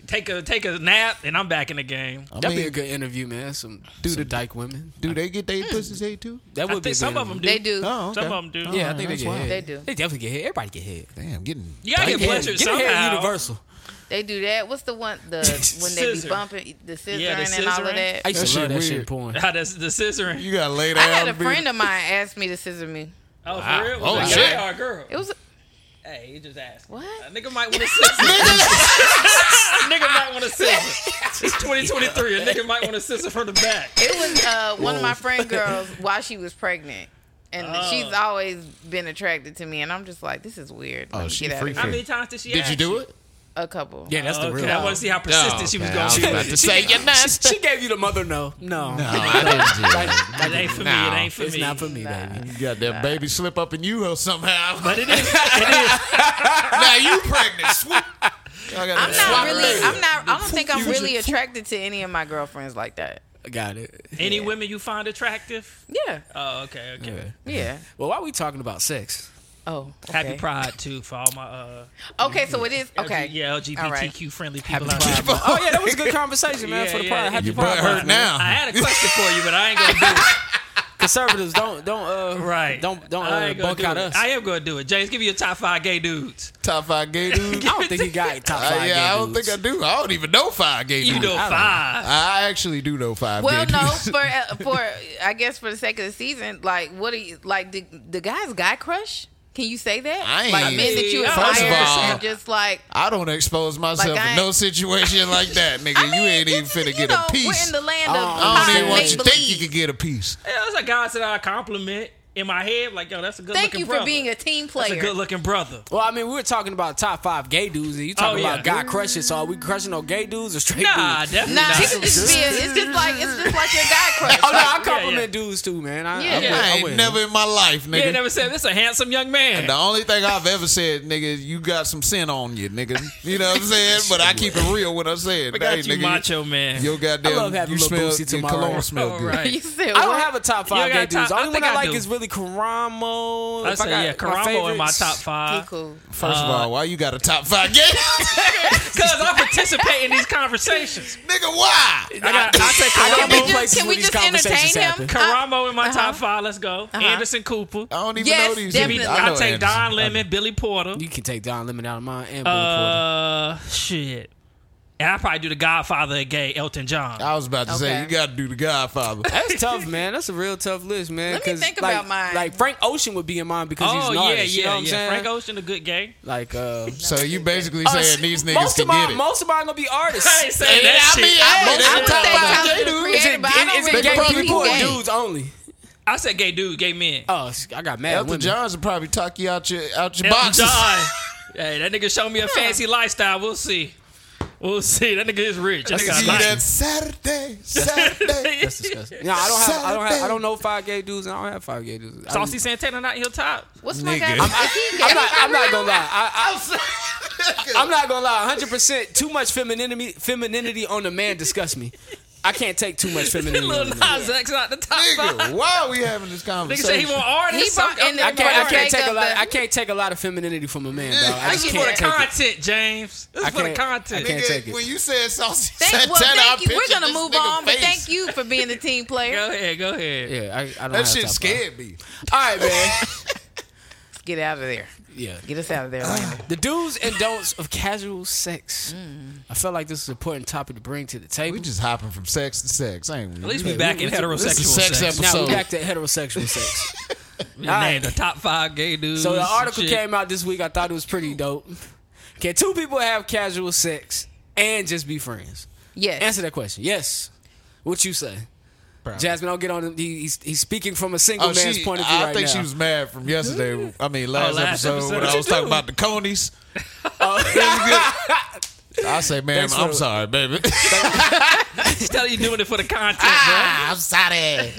[SPEAKER 1] take a take a nap, and I'm back in the game.
[SPEAKER 4] I
[SPEAKER 5] That'd be
[SPEAKER 4] mean,
[SPEAKER 5] a good interview, man. Some do the dyke women.
[SPEAKER 4] do they get their pussies ate too?
[SPEAKER 5] That
[SPEAKER 1] I
[SPEAKER 5] would be
[SPEAKER 1] think
[SPEAKER 5] a
[SPEAKER 1] some
[SPEAKER 5] good
[SPEAKER 1] of them
[SPEAKER 5] interview.
[SPEAKER 1] do.
[SPEAKER 6] They do.
[SPEAKER 4] Oh, okay.
[SPEAKER 1] Some of them do.
[SPEAKER 5] Yeah, I
[SPEAKER 4] Alright,
[SPEAKER 5] think they
[SPEAKER 4] that's
[SPEAKER 5] get
[SPEAKER 4] wild.
[SPEAKER 5] hit.
[SPEAKER 6] They do.
[SPEAKER 5] They definitely get hit. Everybody get hit.
[SPEAKER 4] Damn, getting.
[SPEAKER 1] You gotta
[SPEAKER 4] dyke
[SPEAKER 1] get
[SPEAKER 4] head.
[SPEAKER 1] pleasure
[SPEAKER 5] Get hit
[SPEAKER 1] somehow.
[SPEAKER 5] universal.
[SPEAKER 6] They do that. What's the one the when they
[SPEAKER 1] Scissor.
[SPEAKER 6] be bumping the scissoring
[SPEAKER 1] Yeah, the
[SPEAKER 6] and all
[SPEAKER 1] scissoring.
[SPEAKER 6] of that?
[SPEAKER 5] I used
[SPEAKER 4] That
[SPEAKER 5] to
[SPEAKER 4] shit
[SPEAKER 5] love that shit
[SPEAKER 4] weird.
[SPEAKER 5] porn.
[SPEAKER 1] How does the scissoring?
[SPEAKER 4] You gotta lay
[SPEAKER 6] I
[SPEAKER 4] down.
[SPEAKER 6] had a
[SPEAKER 4] and be-
[SPEAKER 6] friend of mine ask me to scissor me.
[SPEAKER 1] Oh,
[SPEAKER 5] Wow.
[SPEAKER 1] for real?
[SPEAKER 4] Oh,
[SPEAKER 1] Was it
[SPEAKER 4] shit.
[SPEAKER 1] a guy or a girl?
[SPEAKER 6] It was
[SPEAKER 1] Hey, you just asked.
[SPEAKER 6] What?
[SPEAKER 1] A nigga might want to scissor. a nigga might want to scissor. It's 2023. A nigga might want to scissor from the back.
[SPEAKER 6] It was uh, one of my friend girls while she was pregnant, and
[SPEAKER 1] Oh.
[SPEAKER 6] she's always been attracted to me, and I'm just like, this is weird. Let
[SPEAKER 4] Oh,
[SPEAKER 6] me
[SPEAKER 4] she
[SPEAKER 6] get out
[SPEAKER 4] free
[SPEAKER 6] of
[SPEAKER 4] for-
[SPEAKER 6] here.
[SPEAKER 1] How many times did she
[SPEAKER 4] Did you do it?
[SPEAKER 6] a couple.
[SPEAKER 9] Yeah, that's the
[SPEAKER 1] Okay,
[SPEAKER 9] real.
[SPEAKER 1] I want to see how persistent she was
[SPEAKER 4] okay,
[SPEAKER 1] going.
[SPEAKER 4] I was
[SPEAKER 1] with
[SPEAKER 4] about
[SPEAKER 1] it.
[SPEAKER 4] to say you're
[SPEAKER 5] She,
[SPEAKER 4] not.
[SPEAKER 5] she gave you the mother no. No.
[SPEAKER 4] Oh,
[SPEAKER 9] No,
[SPEAKER 5] Like,
[SPEAKER 1] It ain't for
[SPEAKER 4] No,
[SPEAKER 1] me. It ain't for
[SPEAKER 5] it's
[SPEAKER 1] me.
[SPEAKER 5] not for me, baby.
[SPEAKER 9] you got that baby slip up in you or somehow.
[SPEAKER 1] But it is. It is.
[SPEAKER 4] now you pregnant. Swoop.
[SPEAKER 6] I'm not really. I'm not. I don't think I'm really attracted to any of my girlfriends like that.
[SPEAKER 5] I got it.
[SPEAKER 1] Any women you find attractive?
[SPEAKER 6] Yeah.
[SPEAKER 1] Oh, okay, okay.
[SPEAKER 6] Yeah.
[SPEAKER 5] Well, why are we talking about sex?
[SPEAKER 6] Oh. Okay.
[SPEAKER 1] Happy Pride too for all my uh,
[SPEAKER 6] Okay, so it is
[SPEAKER 1] LG
[SPEAKER 6] okay.
[SPEAKER 1] yeah
[SPEAKER 6] All right.
[SPEAKER 1] LGBTQ friendly people. out there.
[SPEAKER 5] Oh yeah, that was a good conversation, man.
[SPEAKER 1] Yeah,
[SPEAKER 5] for the
[SPEAKER 1] yeah,
[SPEAKER 5] pride. Happy
[SPEAKER 9] You butt
[SPEAKER 5] pride month,
[SPEAKER 9] hurt
[SPEAKER 5] man.
[SPEAKER 9] now.
[SPEAKER 1] I had a question for you, but I ain't gonna do it.
[SPEAKER 5] Conservatives don't don't uh
[SPEAKER 1] Right?
[SPEAKER 5] don't don't
[SPEAKER 1] I
[SPEAKER 5] uh,
[SPEAKER 1] ain't gonna
[SPEAKER 5] bunk
[SPEAKER 1] do
[SPEAKER 5] out
[SPEAKER 1] it.
[SPEAKER 5] us.
[SPEAKER 1] I am gonna do it. James, give me your top five gay dudes.
[SPEAKER 4] Top five gay dudes.
[SPEAKER 5] I don't think he got top
[SPEAKER 4] Uh,
[SPEAKER 5] five.
[SPEAKER 4] yeah, I don't think I do. I don't even know five gay
[SPEAKER 1] You
[SPEAKER 4] dudes.
[SPEAKER 1] know five.
[SPEAKER 4] I actually do know five
[SPEAKER 6] Well,
[SPEAKER 4] gay
[SPEAKER 6] no,
[SPEAKER 4] dudes.
[SPEAKER 6] for uh, for I guess for the sake of the season, like what do you like the the guys guy crush? Can you say that?
[SPEAKER 4] I ain't-
[SPEAKER 6] like men that you
[SPEAKER 1] First
[SPEAKER 6] admire
[SPEAKER 1] of
[SPEAKER 4] all-
[SPEAKER 6] and just like
[SPEAKER 4] I don't expose myself
[SPEAKER 6] Like, I
[SPEAKER 4] in no situation like that, nigga.
[SPEAKER 6] I mean,
[SPEAKER 4] you ain't even
[SPEAKER 6] this is,
[SPEAKER 4] finna
[SPEAKER 6] you
[SPEAKER 4] get
[SPEAKER 6] know,
[SPEAKER 4] a
[SPEAKER 6] We're
[SPEAKER 4] piece.
[SPEAKER 6] in the land of
[SPEAKER 4] I don't even
[SPEAKER 6] high
[SPEAKER 4] want you to think you
[SPEAKER 6] make-believe.
[SPEAKER 4] could get a piece.
[SPEAKER 1] Yeah, Those are guys that I compliment in my head. Like, yo, that's a good
[SPEAKER 6] Thank
[SPEAKER 1] looking
[SPEAKER 6] you for
[SPEAKER 1] brother.
[SPEAKER 6] being a team
[SPEAKER 1] that's a
[SPEAKER 6] player.
[SPEAKER 1] good looking brother.
[SPEAKER 5] Well, I mean, we were talking about top five gay dudes, and you talking
[SPEAKER 1] Oh, yeah.
[SPEAKER 5] about guy crushes. So are we crushing on gay dudes or straight
[SPEAKER 1] Nah,
[SPEAKER 5] dudes?
[SPEAKER 1] definitely
[SPEAKER 6] Nah,
[SPEAKER 1] not.
[SPEAKER 6] it's just, being, it's just like it's just like your guy crush.
[SPEAKER 5] Oh no, I
[SPEAKER 1] Yeah,
[SPEAKER 5] compliment
[SPEAKER 1] yeah.
[SPEAKER 5] dudes too, man. I,
[SPEAKER 6] Yeah.
[SPEAKER 5] I'm with-
[SPEAKER 4] I
[SPEAKER 5] I'm
[SPEAKER 4] ain't
[SPEAKER 5] with
[SPEAKER 4] never in my life,
[SPEAKER 1] Yeah,
[SPEAKER 4] nigga.
[SPEAKER 1] never said this. A handsome young man.
[SPEAKER 4] the only thing I've ever said, nigga, you got some sin on you, nigga. You know what I'm saying? But I keep it real when I say it.
[SPEAKER 1] I got
[SPEAKER 4] Hey,
[SPEAKER 1] you,
[SPEAKER 4] nigga,
[SPEAKER 1] macho man.
[SPEAKER 4] Your goddamn,
[SPEAKER 5] I love having
[SPEAKER 4] you
[SPEAKER 5] Lil
[SPEAKER 4] smell,
[SPEAKER 5] Boosie to
[SPEAKER 4] your
[SPEAKER 5] my
[SPEAKER 4] cologne
[SPEAKER 5] right.
[SPEAKER 4] smell
[SPEAKER 1] All
[SPEAKER 4] good.
[SPEAKER 1] right.
[SPEAKER 6] You said
[SPEAKER 5] I don't
[SPEAKER 6] what?
[SPEAKER 5] have a top
[SPEAKER 1] You
[SPEAKER 5] five
[SPEAKER 1] got
[SPEAKER 5] gay
[SPEAKER 1] a
[SPEAKER 5] dudes.
[SPEAKER 1] top-
[SPEAKER 5] The
[SPEAKER 1] I
[SPEAKER 5] only one
[SPEAKER 1] think
[SPEAKER 5] I,
[SPEAKER 1] I
[SPEAKER 5] like
[SPEAKER 1] do.
[SPEAKER 5] is really Karamo.
[SPEAKER 1] I
[SPEAKER 5] If I
[SPEAKER 1] say,
[SPEAKER 5] got
[SPEAKER 1] yeah,
[SPEAKER 5] my
[SPEAKER 1] Karamo in my
[SPEAKER 5] favorites-
[SPEAKER 1] top
[SPEAKER 6] He
[SPEAKER 1] five.
[SPEAKER 6] cool.
[SPEAKER 4] First
[SPEAKER 1] Uh,
[SPEAKER 4] of all, why you got a top five gay?
[SPEAKER 1] Because I participate in these conversations.
[SPEAKER 6] Uh-huh.
[SPEAKER 4] nigga, why?
[SPEAKER 1] I got, I say
[SPEAKER 5] I
[SPEAKER 6] Can
[SPEAKER 5] got
[SPEAKER 1] Karamo.
[SPEAKER 6] we
[SPEAKER 5] more
[SPEAKER 6] just-
[SPEAKER 5] places
[SPEAKER 6] can we
[SPEAKER 5] where these
[SPEAKER 6] just entertain
[SPEAKER 5] conversations
[SPEAKER 6] him?
[SPEAKER 5] happen.
[SPEAKER 1] Karamo in my
[SPEAKER 6] Uh-huh.
[SPEAKER 1] top five. Let's go. Anderson Cooper.
[SPEAKER 4] I don't even
[SPEAKER 6] Yes,
[SPEAKER 4] know these.
[SPEAKER 6] definitely.
[SPEAKER 4] niggas. I
[SPEAKER 1] I'll
[SPEAKER 4] know
[SPEAKER 1] take
[SPEAKER 4] Anderson.
[SPEAKER 1] Don Lemon, Billy Porter.
[SPEAKER 5] You can take Don Lemon out of mine and Boone
[SPEAKER 1] Uh, shit. And I probably do the Godfather of gay, Elton John.
[SPEAKER 4] I was about to
[SPEAKER 6] Okay.
[SPEAKER 4] say you got to do the Godfather.
[SPEAKER 5] Porter. That's tough, man. That's a real tough list, man.
[SPEAKER 6] Let me
[SPEAKER 5] 'cause,
[SPEAKER 6] think
[SPEAKER 5] like,
[SPEAKER 6] about mine.
[SPEAKER 5] Like Frank Ocean would be in mine because he's
[SPEAKER 1] oh
[SPEAKER 5] an
[SPEAKER 1] yeah,
[SPEAKER 5] artist.
[SPEAKER 1] yeah,
[SPEAKER 5] you know what I'm
[SPEAKER 1] yeah.
[SPEAKER 5] saying?
[SPEAKER 1] Frank Ocean, a good gay.
[SPEAKER 5] like, uh,
[SPEAKER 4] so you basically
[SPEAKER 5] uh,
[SPEAKER 4] saying these niggas
[SPEAKER 5] most
[SPEAKER 4] can
[SPEAKER 5] of mine,
[SPEAKER 4] get it?
[SPEAKER 5] most of mine gonna be
[SPEAKER 1] I
[SPEAKER 5] artists.
[SPEAKER 1] ain't
[SPEAKER 5] Is
[SPEAKER 1] saying
[SPEAKER 4] Yeah,
[SPEAKER 1] that
[SPEAKER 4] I
[SPEAKER 1] shit.
[SPEAKER 4] mean, I ain't
[SPEAKER 6] I would
[SPEAKER 4] top
[SPEAKER 6] say
[SPEAKER 4] five
[SPEAKER 6] Tyler,
[SPEAKER 4] gay
[SPEAKER 6] the
[SPEAKER 4] dudes.
[SPEAKER 6] Creator,
[SPEAKER 5] it,
[SPEAKER 6] but I don't
[SPEAKER 5] is it
[SPEAKER 6] really
[SPEAKER 5] gay
[SPEAKER 6] think
[SPEAKER 5] people or
[SPEAKER 6] he's gay.
[SPEAKER 5] dudes only?
[SPEAKER 1] I said gay dude, gay men.
[SPEAKER 5] Oh, I got mad.
[SPEAKER 4] Elton
[SPEAKER 5] women.
[SPEAKER 4] John's will probably talk you out your out your
[SPEAKER 1] Elton
[SPEAKER 4] box.
[SPEAKER 1] John. hey, that nigga showed me a fancy lifestyle. We'll see. We'll see. That nigga is rich. That
[SPEAKER 4] See
[SPEAKER 1] nigga like
[SPEAKER 4] that Saturday, Saturday.
[SPEAKER 5] That's disgusting. No, I don't have. I don't have. I don't know five gay dudes. and I don't have five gay dudes. I'm,
[SPEAKER 1] Saucy Santana not heel top.
[SPEAKER 6] What's my
[SPEAKER 4] Nigga.
[SPEAKER 6] guy?
[SPEAKER 4] I'm-
[SPEAKER 6] Is he gay?
[SPEAKER 5] I'm not. I'm not gonna lie. I, I, I'm not gonna lie. 100 percent too much femininity. Femininity on the man disgusts me. I can't take too much femininity.
[SPEAKER 1] Little
[SPEAKER 5] on the
[SPEAKER 1] Nas
[SPEAKER 5] man.
[SPEAKER 1] X not the top five.
[SPEAKER 4] Nigga, why are we having this
[SPEAKER 1] Nigga said he
[SPEAKER 4] conversation?
[SPEAKER 1] want artists.
[SPEAKER 6] He brought
[SPEAKER 1] I'm-
[SPEAKER 6] in
[SPEAKER 5] I
[SPEAKER 1] I'm-
[SPEAKER 6] the-
[SPEAKER 5] can't. I
[SPEAKER 6] Right.
[SPEAKER 5] can't take a lot.
[SPEAKER 6] Right.
[SPEAKER 5] I can't take a lot of femininity from a man, dog. I
[SPEAKER 1] Thank
[SPEAKER 5] just
[SPEAKER 1] you for the
[SPEAKER 5] can't take it.
[SPEAKER 1] content, James. This
[SPEAKER 5] I
[SPEAKER 1] is for the
[SPEAKER 5] can't-
[SPEAKER 1] content.
[SPEAKER 5] I can't take it.
[SPEAKER 4] When you said saucy
[SPEAKER 6] Thank,
[SPEAKER 4] Santana,
[SPEAKER 6] well,
[SPEAKER 4] I
[SPEAKER 6] thank you. We're
[SPEAKER 4] pictured
[SPEAKER 6] gonna
[SPEAKER 4] this
[SPEAKER 6] move
[SPEAKER 4] nigga
[SPEAKER 6] on, but
[SPEAKER 4] face.
[SPEAKER 6] thank you for being the team
[SPEAKER 1] Go
[SPEAKER 6] player.
[SPEAKER 1] ahead, go ahead.
[SPEAKER 5] Yeah, I, I
[SPEAKER 4] That
[SPEAKER 5] don't. have
[SPEAKER 4] shit
[SPEAKER 5] top five.
[SPEAKER 4] scared me.
[SPEAKER 5] All right, man.
[SPEAKER 6] Get out of there.
[SPEAKER 5] yeah.
[SPEAKER 6] Get us out of there. Landon.
[SPEAKER 5] The do's and don'ts of casual sex. I felt like this is an important topic to bring to the table.
[SPEAKER 4] We just hopping from sex to sex, ain't we?
[SPEAKER 1] At least we back in heterosexual
[SPEAKER 4] this is
[SPEAKER 1] sex.
[SPEAKER 4] sex
[SPEAKER 5] now
[SPEAKER 4] episode.
[SPEAKER 5] we're back to heterosexual sex.
[SPEAKER 1] We done named the top five gay dudes.
[SPEAKER 5] So the
[SPEAKER 1] and
[SPEAKER 5] article
[SPEAKER 1] shit.
[SPEAKER 5] came out this week. I thought it was pretty dope. Can two people have casual sex and just be friends?
[SPEAKER 6] Yes.
[SPEAKER 5] Answer that question. Yes. What you say? Jasmine, I'll get on him. He, he's, he's speaking from a single
[SPEAKER 4] Oh,
[SPEAKER 5] man's
[SPEAKER 4] she,
[SPEAKER 5] point of view
[SPEAKER 4] I
[SPEAKER 5] right
[SPEAKER 4] think
[SPEAKER 5] now.
[SPEAKER 4] she was mad from yesterday. I mean, last,
[SPEAKER 1] last
[SPEAKER 4] episode,
[SPEAKER 1] episode.
[SPEAKER 4] when
[SPEAKER 1] What
[SPEAKER 4] I was
[SPEAKER 1] you
[SPEAKER 4] talking
[SPEAKER 1] do?
[SPEAKER 4] about the conies. I say, ma'am,
[SPEAKER 5] Thanks for-
[SPEAKER 4] I'm sorry, baby.
[SPEAKER 1] Just tell her you doing it for the content,
[SPEAKER 4] ah, I'm sorry.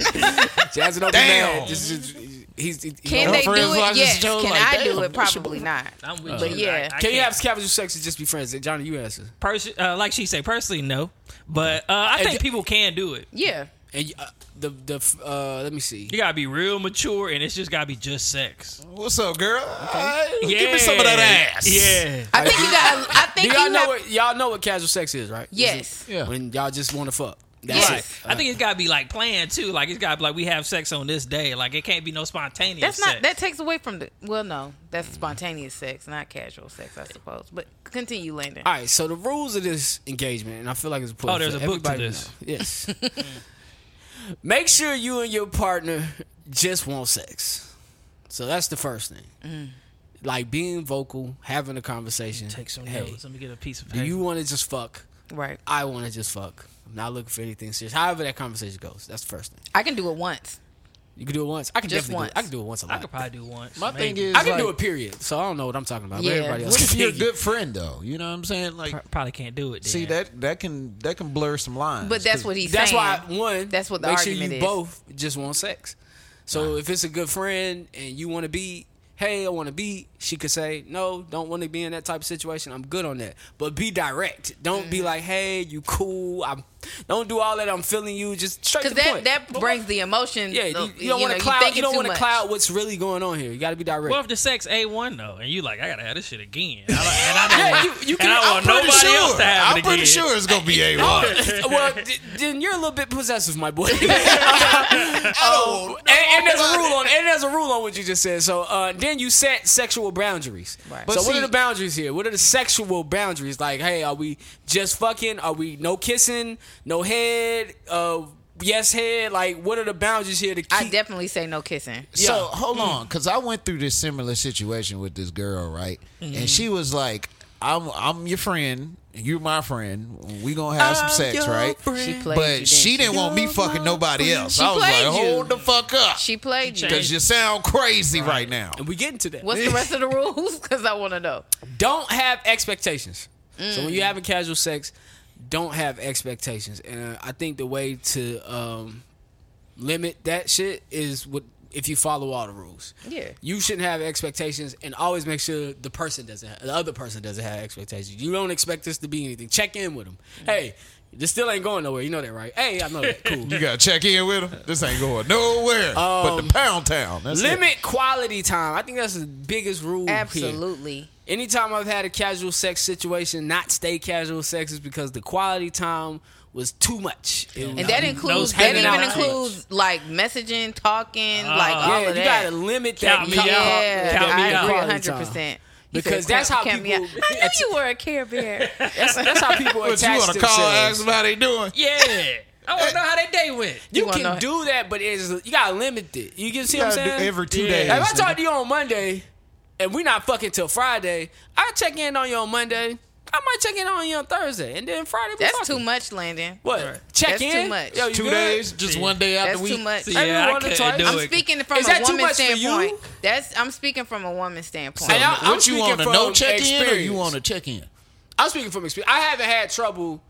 [SPEAKER 5] Jasmine, don't be
[SPEAKER 4] Damn.
[SPEAKER 5] mad. Just- just- he's, he- he-
[SPEAKER 6] Can
[SPEAKER 4] Her
[SPEAKER 6] they do
[SPEAKER 4] friends watch
[SPEAKER 6] it?
[SPEAKER 4] this
[SPEAKER 6] Yes.
[SPEAKER 4] show
[SPEAKER 6] Can
[SPEAKER 4] like,
[SPEAKER 6] I
[SPEAKER 4] damn,
[SPEAKER 6] do it?
[SPEAKER 4] that's your
[SPEAKER 6] Probably
[SPEAKER 4] boy.
[SPEAKER 6] not.
[SPEAKER 1] bro. I'm with
[SPEAKER 6] But
[SPEAKER 1] you.
[SPEAKER 6] yeah.
[SPEAKER 1] I- I
[SPEAKER 5] can you
[SPEAKER 1] can't.
[SPEAKER 5] have casual sex and just be friends? Johnny, you answer.
[SPEAKER 1] Pers- uh, like she said, personally, no. But uh, I think
[SPEAKER 5] j-
[SPEAKER 1] people can do it.
[SPEAKER 6] Yeah.
[SPEAKER 5] And you- uh, the the uh, let me see.
[SPEAKER 1] You gotta be real mature, and it's just gotta be just sex.
[SPEAKER 4] What's up, girl? Alright, Uh, Give me some of that ass.
[SPEAKER 1] Yeah.
[SPEAKER 6] I think you got. I
[SPEAKER 5] Do
[SPEAKER 6] think
[SPEAKER 5] y'all
[SPEAKER 6] you
[SPEAKER 5] know
[SPEAKER 6] have.
[SPEAKER 5] what y'all know what casual sex is, right?
[SPEAKER 6] Yes.
[SPEAKER 4] Yeah.
[SPEAKER 5] When y'all just want to fuck. That's
[SPEAKER 6] Yes.
[SPEAKER 5] it.
[SPEAKER 1] Right. I think it's gotta be like planned too. Like it's gotta be like we have sex on this day. Like it can't be no spontaneous.
[SPEAKER 6] That's not.
[SPEAKER 1] sex.
[SPEAKER 6] That takes away from the. Well, no. That's spontaneous sex, not casual sex, I suppose. But continue, Landon.
[SPEAKER 5] All right, so the rules of this engagement, and I feel like it's important.
[SPEAKER 1] Oh, there's
[SPEAKER 5] for
[SPEAKER 1] a book to
[SPEAKER 5] everybody
[SPEAKER 1] this.
[SPEAKER 5] know. Yes. Make sure you and your partner just want sex. So that's the first thing.
[SPEAKER 1] Mm.
[SPEAKER 5] Like being vocal, having a conversation.
[SPEAKER 1] Take some
[SPEAKER 5] hey,
[SPEAKER 1] notes. Let me get a piece of
[SPEAKER 5] Do
[SPEAKER 1] paper.
[SPEAKER 5] you want to just fuck?
[SPEAKER 6] Right.
[SPEAKER 5] I want to just fuck. I'm not looking for anything serious. However that conversation goes, that's the first thing.
[SPEAKER 6] I can do it once.
[SPEAKER 5] You can do it once. I can
[SPEAKER 6] Just
[SPEAKER 5] definitely do
[SPEAKER 6] once.
[SPEAKER 5] it. I can do it once a
[SPEAKER 1] I
[SPEAKER 5] lot.
[SPEAKER 1] could probably do once.
[SPEAKER 3] My thing
[SPEAKER 1] maybe.
[SPEAKER 3] is,
[SPEAKER 5] I can
[SPEAKER 3] like,
[SPEAKER 5] do a period, so I don't know what I'm talking about. But
[SPEAKER 6] Yeah.
[SPEAKER 5] everybody else
[SPEAKER 3] What if
[SPEAKER 5] can
[SPEAKER 3] you're a
[SPEAKER 5] dig it.
[SPEAKER 3] good friend though? You know what I'm saying? Like,
[SPEAKER 1] Pro- probably can't do it. Then.
[SPEAKER 3] see that that can that can blur some lines.
[SPEAKER 6] But that's
[SPEAKER 3] 'cause-
[SPEAKER 6] what he's
[SPEAKER 5] That's
[SPEAKER 6] saying.
[SPEAKER 5] why one.
[SPEAKER 6] That's what the
[SPEAKER 5] make
[SPEAKER 6] argument
[SPEAKER 5] sure you
[SPEAKER 6] is.
[SPEAKER 5] both just want sex. So if it's a good friend and you want to be, hey, I want to be. She could say, no, don't want to be in that type of situation. I'm good on that. But be direct. Don't be
[SPEAKER 6] Mm-hmm.
[SPEAKER 5] like, hey, you cool. I'm. Don't do all that. I'm feeling you. Just straight to
[SPEAKER 6] Because
[SPEAKER 5] the
[SPEAKER 6] that,
[SPEAKER 5] point.
[SPEAKER 6] that brings the emotion.
[SPEAKER 5] yeah,
[SPEAKER 6] the-
[SPEAKER 5] you, you don't want
[SPEAKER 6] know,
[SPEAKER 5] to cloud. You
[SPEAKER 6] thinking
[SPEAKER 5] don't
[SPEAKER 6] too
[SPEAKER 5] want to
[SPEAKER 6] much.
[SPEAKER 5] cloud what's really going on here. You got to be direct.
[SPEAKER 1] Well, if the sex a one though, and you like, I gotta have this shit again. I don't, and I don't
[SPEAKER 5] Yeah,
[SPEAKER 1] want,
[SPEAKER 5] you- you
[SPEAKER 1] and
[SPEAKER 5] can-
[SPEAKER 1] I
[SPEAKER 5] I'm
[SPEAKER 1] want
[SPEAKER 5] pretty
[SPEAKER 1] nobody
[SPEAKER 5] sure.
[SPEAKER 1] else to have
[SPEAKER 3] I'm
[SPEAKER 1] it again.
[SPEAKER 3] pretty sure it's gonna be a one.
[SPEAKER 5] well, d- then you're a little bit possessive, my boy. oh, and, and there's a rule on and there's a rule on what you just said. So uh, then you set sexual boundaries.
[SPEAKER 6] Right.
[SPEAKER 5] so
[SPEAKER 3] But
[SPEAKER 5] what are
[SPEAKER 3] see-
[SPEAKER 5] the boundaries here? What are the sexual boundaries? Like, hey, are we just fucking? Are we no kissing? No head? Uh, yes head? Like, what are the boundaries here to keep?
[SPEAKER 6] I definitely say no kissing.
[SPEAKER 5] Yeah.
[SPEAKER 4] So hold on, because I went through this similar situation with this girl, right?
[SPEAKER 6] Mm-hmm.
[SPEAKER 4] And she was like, "I'm I'm your friend, you my friend. We gonna have some
[SPEAKER 5] I'm
[SPEAKER 4] sex,
[SPEAKER 5] your
[SPEAKER 4] right?"
[SPEAKER 5] friend.
[SPEAKER 6] She played you,
[SPEAKER 4] But she
[SPEAKER 6] she?
[SPEAKER 4] didn't want me
[SPEAKER 5] You're
[SPEAKER 4] fucking
[SPEAKER 5] my
[SPEAKER 4] nobody
[SPEAKER 5] friend.
[SPEAKER 4] else.
[SPEAKER 6] She
[SPEAKER 4] I was like,
[SPEAKER 6] played you.
[SPEAKER 4] "Hold the fuck up,"
[SPEAKER 6] She played you.
[SPEAKER 4] because you sound crazy right now.
[SPEAKER 5] and we get into that.
[SPEAKER 6] What's the rest of the rules? Because I want to know.
[SPEAKER 5] don't have expectations. So when
[SPEAKER 6] Mm.
[SPEAKER 5] you're having casual sex, don't have expectations. And uh, I think the way to um, limit that shit is with if you follow all the rules.
[SPEAKER 6] Yeah.
[SPEAKER 5] You shouldn't have expectations, and always make sure the person doesn't, have, the other person doesn't have expectations. You don't expect this to be anything. Check in with them.
[SPEAKER 6] Mm.
[SPEAKER 5] Hey, this still ain't going nowhere. You know that, right? Hey, I know that. Cool.
[SPEAKER 3] You gotta check in with him. This ain't going nowhere. but
[SPEAKER 6] Um,
[SPEAKER 3] the pound town. That's it.
[SPEAKER 5] Limit quality time. I think that's the biggest rule. here.
[SPEAKER 6] Absolutely.
[SPEAKER 5] Anytime I've had a casual sex situation, not stay casual sex, is because the quality time was too much. It was-
[SPEAKER 6] And that includes that
[SPEAKER 1] hanging
[SPEAKER 6] even
[SPEAKER 1] out too
[SPEAKER 6] includes like messaging, talking, like all
[SPEAKER 5] Ah. yeah,
[SPEAKER 6] of
[SPEAKER 5] you
[SPEAKER 6] that.
[SPEAKER 5] gotta limit
[SPEAKER 1] Count
[SPEAKER 5] that.
[SPEAKER 1] me
[SPEAKER 5] quality-
[SPEAKER 1] out.
[SPEAKER 6] yeah,
[SPEAKER 1] Count me
[SPEAKER 6] I
[SPEAKER 1] out.
[SPEAKER 6] agree
[SPEAKER 5] quality
[SPEAKER 6] hundred
[SPEAKER 5] time.
[SPEAKER 6] percent.
[SPEAKER 5] Because that's how people-
[SPEAKER 6] I knew you were a care bear.
[SPEAKER 5] That's, that's how people
[SPEAKER 3] But you
[SPEAKER 5] attach
[SPEAKER 3] wanna
[SPEAKER 5] themselves.
[SPEAKER 3] call, ask them how they doing.
[SPEAKER 1] Yeah, I want to know how that day went.
[SPEAKER 5] you
[SPEAKER 6] You wanna
[SPEAKER 5] can
[SPEAKER 6] know-
[SPEAKER 5] do that, but it's you gotta limit it. You can see what I'm
[SPEAKER 3] Gotta do
[SPEAKER 5] saying?
[SPEAKER 3] every two
[SPEAKER 1] Yeah.
[SPEAKER 3] days.
[SPEAKER 5] if I talk to you on Monday, and we not fucking till Friday, I check in on you on Monday. I might check in on you on Thursday, and then Friday. We
[SPEAKER 6] That's
[SPEAKER 5] fucking.
[SPEAKER 6] too much, Landon.
[SPEAKER 5] What?
[SPEAKER 1] Right.
[SPEAKER 5] Check
[SPEAKER 6] That's
[SPEAKER 5] in.
[SPEAKER 6] too much.
[SPEAKER 5] Yo, you
[SPEAKER 3] two
[SPEAKER 5] good?
[SPEAKER 3] days, just one day out
[SPEAKER 6] That's
[SPEAKER 3] the week.
[SPEAKER 6] too much.
[SPEAKER 1] See, yeah, I
[SPEAKER 5] Everyone to
[SPEAKER 1] can't
[SPEAKER 5] try-
[SPEAKER 1] do
[SPEAKER 6] I'm
[SPEAKER 1] it.
[SPEAKER 6] speaking from
[SPEAKER 5] Is
[SPEAKER 6] a
[SPEAKER 5] that too
[SPEAKER 6] woman's
[SPEAKER 5] much for you?
[SPEAKER 6] standpoint. That's I'm speaking from a woman's standpoint.
[SPEAKER 5] And I- I'm
[SPEAKER 4] what you
[SPEAKER 5] speaking
[SPEAKER 4] want a
[SPEAKER 5] from
[SPEAKER 4] no check in or you
[SPEAKER 5] experience.
[SPEAKER 4] want a check in?
[SPEAKER 5] I'm speaking from experience. I haven't had trouble,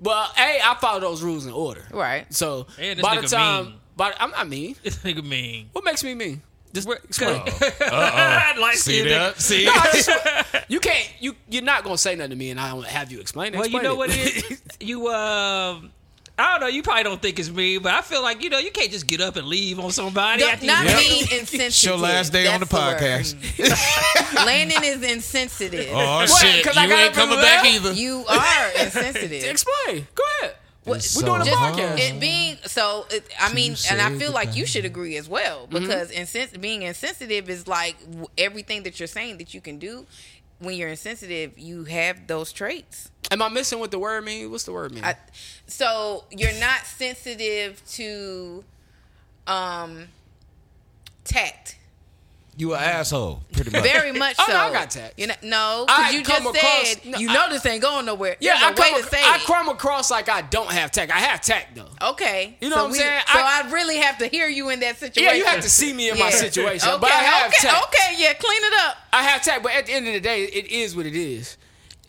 [SPEAKER 5] but hey, I follow those rules in order.
[SPEAKER 6] Right.
[SPEAKER 5] So
[SPEAKER 1] Man, this
[SPEAKER 5] by the
[SPEAKER 1] nigga
[SPEAKER 5] time,
[SPEAKER 1] mean.
[SPEAKER 5] by the- I'm not mean.
[SPEAKER 1] This nigga mean.
[SPEAKER 5] What makes me mean? Just explain.
[SPEAKER 1] Uh-oh. like
[SPEAKER 3] See that? See?
[SPEAKER 5] I just- you can't. You you're not gonna say nothing to me, and I don't have you explain it.
[SPEAKER 1] Well, you
[SPEAKER 5] Explain
[SPEAKER 1] know what
[SPEAKER 5] it.
[SPEAKER 1] it is? You um I don't know, you probably don't think it's me, but I feel like, you know, you can't just get up and leave on somebody.
[SPEAKER 6] Don't-
[SPEAKER 1] after you-
[SPEAKER 6] not
[SPEAKER 3] Yep.
[SPEAKER 6] being insensitive.
[SPEAKER 3] It's your last day on the
[SPEAKER 6] That's word.
[SPEAKER 3] podcast.
[SPEAKER 6] Landon is insensitive.
[SPEAKER 3] Oh
[SPEAKER 5] What?
[SPEAKER 3] shit!
[SPEAKER 5] 'Cause
[SPEAKER 3] You
[SPEAKER 5] I got
[SPEAKER 3] ain't
[SPEAKER 5] up and
[SPEAKER 3] coming back
[SPEAKER 5] left?
[SPEAKER 3] either.
[SPEAKER 6] You are insensitive.
[SPEAKER 5] Explain. Go ahead.
[SPEAKER 6] What-
[SPEAKER 4] It's
[SPEAKER 5] We're doing a
[SPEAKER 4] so
[SPEAKER 5] podcast.
[SPEAKER 4] hard.
[SPEAKER 6] It being so, it, I mean, and I
[SPEAKER 4] say
[SPEAKER 6] feel
[SPEAKER 4] the
[SPEAKER 6] like you should agree as well
[SPEAKER 5] Mm-hmm.
[SPEAKER 6] because insens- being insensitive is like w- everything that you're saying that you can do. When you're insensitive, you have those traits.
[SPEAKER 5] Am I missing what the word mean? What's the word mean?
[SPEAKER 6] I, so you're not sensitive to um tact.
[SPEAKER 4] You an asshole, pretty much.
[SPEAKER 6] Very much
[SPEAKER 5] Oh,
[SPEAKER 6] so.
[SPEAKER 5] no, I got tact.
[SPEAKER 6] You know, no,
[SPEAKER 5] I
[SPEAKER 6] because you
[SPEAKER 5] come
[SPEAKER 6] just
[SPEAKER 5] across-
[SPEAKER 6] said
[SPEAKER 5] no,
[SPEAKER 6] you
[SPEAKER 5] I-
[SPEAKER 6] know this ain't going nowhere.
[SPEAKER 5] yeah, I
[SPEAKER 6] There's a
[SPEAKER 5] come,
[SPEAKER 6] way
[SPEAKER 5] ac-
[SPEAKER 6] to say
[SPEAKER 5] I
[SPEAKER 6] it. Oh,
[SPEAKER 5] come across like I don't have tact. I have tact though.
[SPEAKER 6] Okay.
[SPEAKER 5] You know
[SPEAKER 6] so
[SPEAKER 5] what I'm saying?
[SPEAKER 6] So
[SPEAKER 5] I-
[SPEAKER 6] I, really have to hear you in that situation.
[SPEAKER 5] Yeah, you have to see me in my
[SPEAKER 6] Yeah.
[SPEAKER 5] situation,
[SPEAKER 6] Okay,
[SPEAKER 5] but I have
[SPEAKER 6] okay, oh.
[SPEAKER 5] tact.
[SPEAKER 6] okay, yeah, clean it up.
[SPEAKER 5] I have tact, but at the end of the day, it is what it is.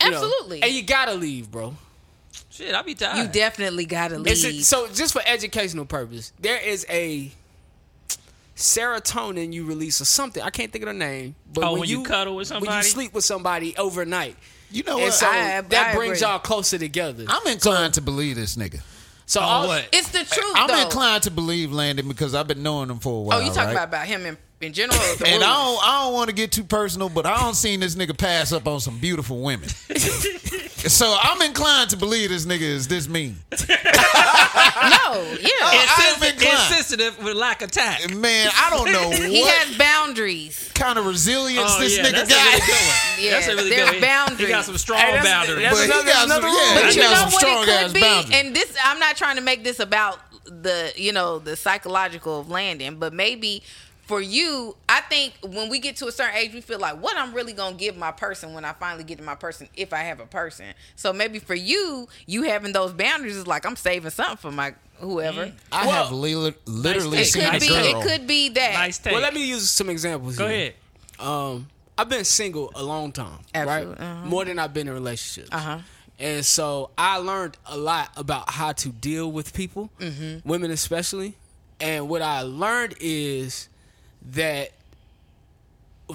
[SPEAKER 5] You know?
[SPEAKER 6] Absolutely.
[SPEAKER 5] And you gotta leave, bro.
[SPEAKER 1] Shit, I'll be tired.
[SPEAKER 6] You definitely gotta
[SPEAKER 5] It's
[SPEAKER 6] leave.
[SPEAKER 5] a, so just for educational purpose, there is a serotonin you release or something. I can't think of the name. But
[SPEAKER 1] Oh, when you cuddle with
[SPEAKER 5] when you
[SPEAKER 1] somebody?
[SPEAKER 5] sleep with somebody overnight,
[SPEAKER 4] You know
[SPEAKER 5] and
[SPEAKER 4] what?
[SPEAKER 5] so
[SPEAKER 6] I-
[SPEAKER 5] that
[SPEAKER 6] I
[SPEAKER 5] brings
[SPEAKER 6] agree.
[SPEAKER 5] y'all closer together.
[SPEAKER 4] I'm inclined to believe this nigga.
[SPEAKER 5] so
[SPEAKER 1] on
[SPEAKER 5] all-
[SPEAKER 1] what?
[SPEAKER 6] It's the truth.
[SPEAKER 4] I'm
[SPEAKER 6] though.
[SPEAKER 4] inclined to believe Landon because I've been knowing him for a while.
[SPEAKER 6] Oh, you talking
[SPEAKER 4] right?
[SPEAKER 6] about, about him in, in general? or the
[SPEAKER 4] And I
[SPEAKER 6] rules?
[SPEAKER 4] don't, I don't want to get too personal, but I don't seen this nigga pass up on some beautiful women. so I'm inclined to believe this nigga is this mean.
[SPEAKER 6] No, yeah.
[SPEAKER 4] I'm
[SPEAKER 1] Insensitive,
[SPEAKER 4] inclined.
[SPEAKER 1] insensitive with lack of tact.
[SPEAKER 4] Man, I don't know
[SPEAKER 6] He
[SPEAKER 4] what
[SPEAKER 6] has boundaries.
[SPEAKER 4] kind of resilience
[SPEAKER 1] Oh,
[SPEAKER 4] this
[SPEAKER 1] yeah,
[SPEAKER 4] nigga
[SPEAKER 1] that's a really
[SPEAKER 4] got.
[SPEAKER 1] good one.
[SPEAKER 6] Yeah,
[SPEAKER 1] that's a really
[SPEAKER 6] there's
[SPEAKER 1] good one.
[SPEAKER 6] boundaries.
[SPEAKER 1] He got some strong
[SPEAKER 5] Hey, that's-
[SPEAKER 1] boundaries.
[SPEAKER 5] that's
[SPEAKER 4] But he
[SPEAKER 5] another-
[SPEAKER 4] got
[SPEAKER 5] another
[SPEAKER 4] some-
[SPEAKER 5] rule.
[SPEAKER 4] yeah,
[SPEAKER 6] But
[SPEAKER 4] he
[SPEAKER 6] you
[SPEAKER 4] got
[SPEAKER 6] know
[SPEAKER 4] some
[SPEAKER 6] what
[SPEAKER 4] strong
[SPEAKER 6] it could
[SPEAKER 4] ass
[SPEAKER 6] be,
[SPEAKER 4] boundaries.
[SPEAKER 6] and this I'm not trying to make this about the you know the psychological of landing, but maybe for you, I think when we get to a certain age, we feel like, what I'm really gonna give my person when I finally get to my person, if I have a person. So maybe for you, you having those boundaries is like I'm saving something for my whoever.
[SPEAKER 4] I
[SPEAKER 5] Well,
[SPEAKER 4] have li- literally
[SPEAKER 1] nice
[SPEAKER 6] It
[SPEAKER 4] seen
[SPEAKER 6] could
[SPEAKER 1] take.
[SPEAKER 4] a
[SPEAKER 6] be.
[SPEAKER 4] girl.
[SPEAKER 6] It could be that.
[SPEAKER 1] Nice take.
[SPEAKER 5] Well, let me use some examples.
[SPEAKER 1] go
[SPEAKER 5] here.
[SPEAKER 1] ahead.
[SPEAKER 5] um, I've been single a long time, right?
[SPEAKER 6] Absolutely, uh-huh.
[SPEAKER 5] More than I've been in relationships.
[SPEAKER 6] Uh-huh.
[SPEAKER 5] And so I learned a lot about how to deal with people,
[SPEAKER 6] Mm-hmm.
[SPEAKER 5] women especially. And what I learned is that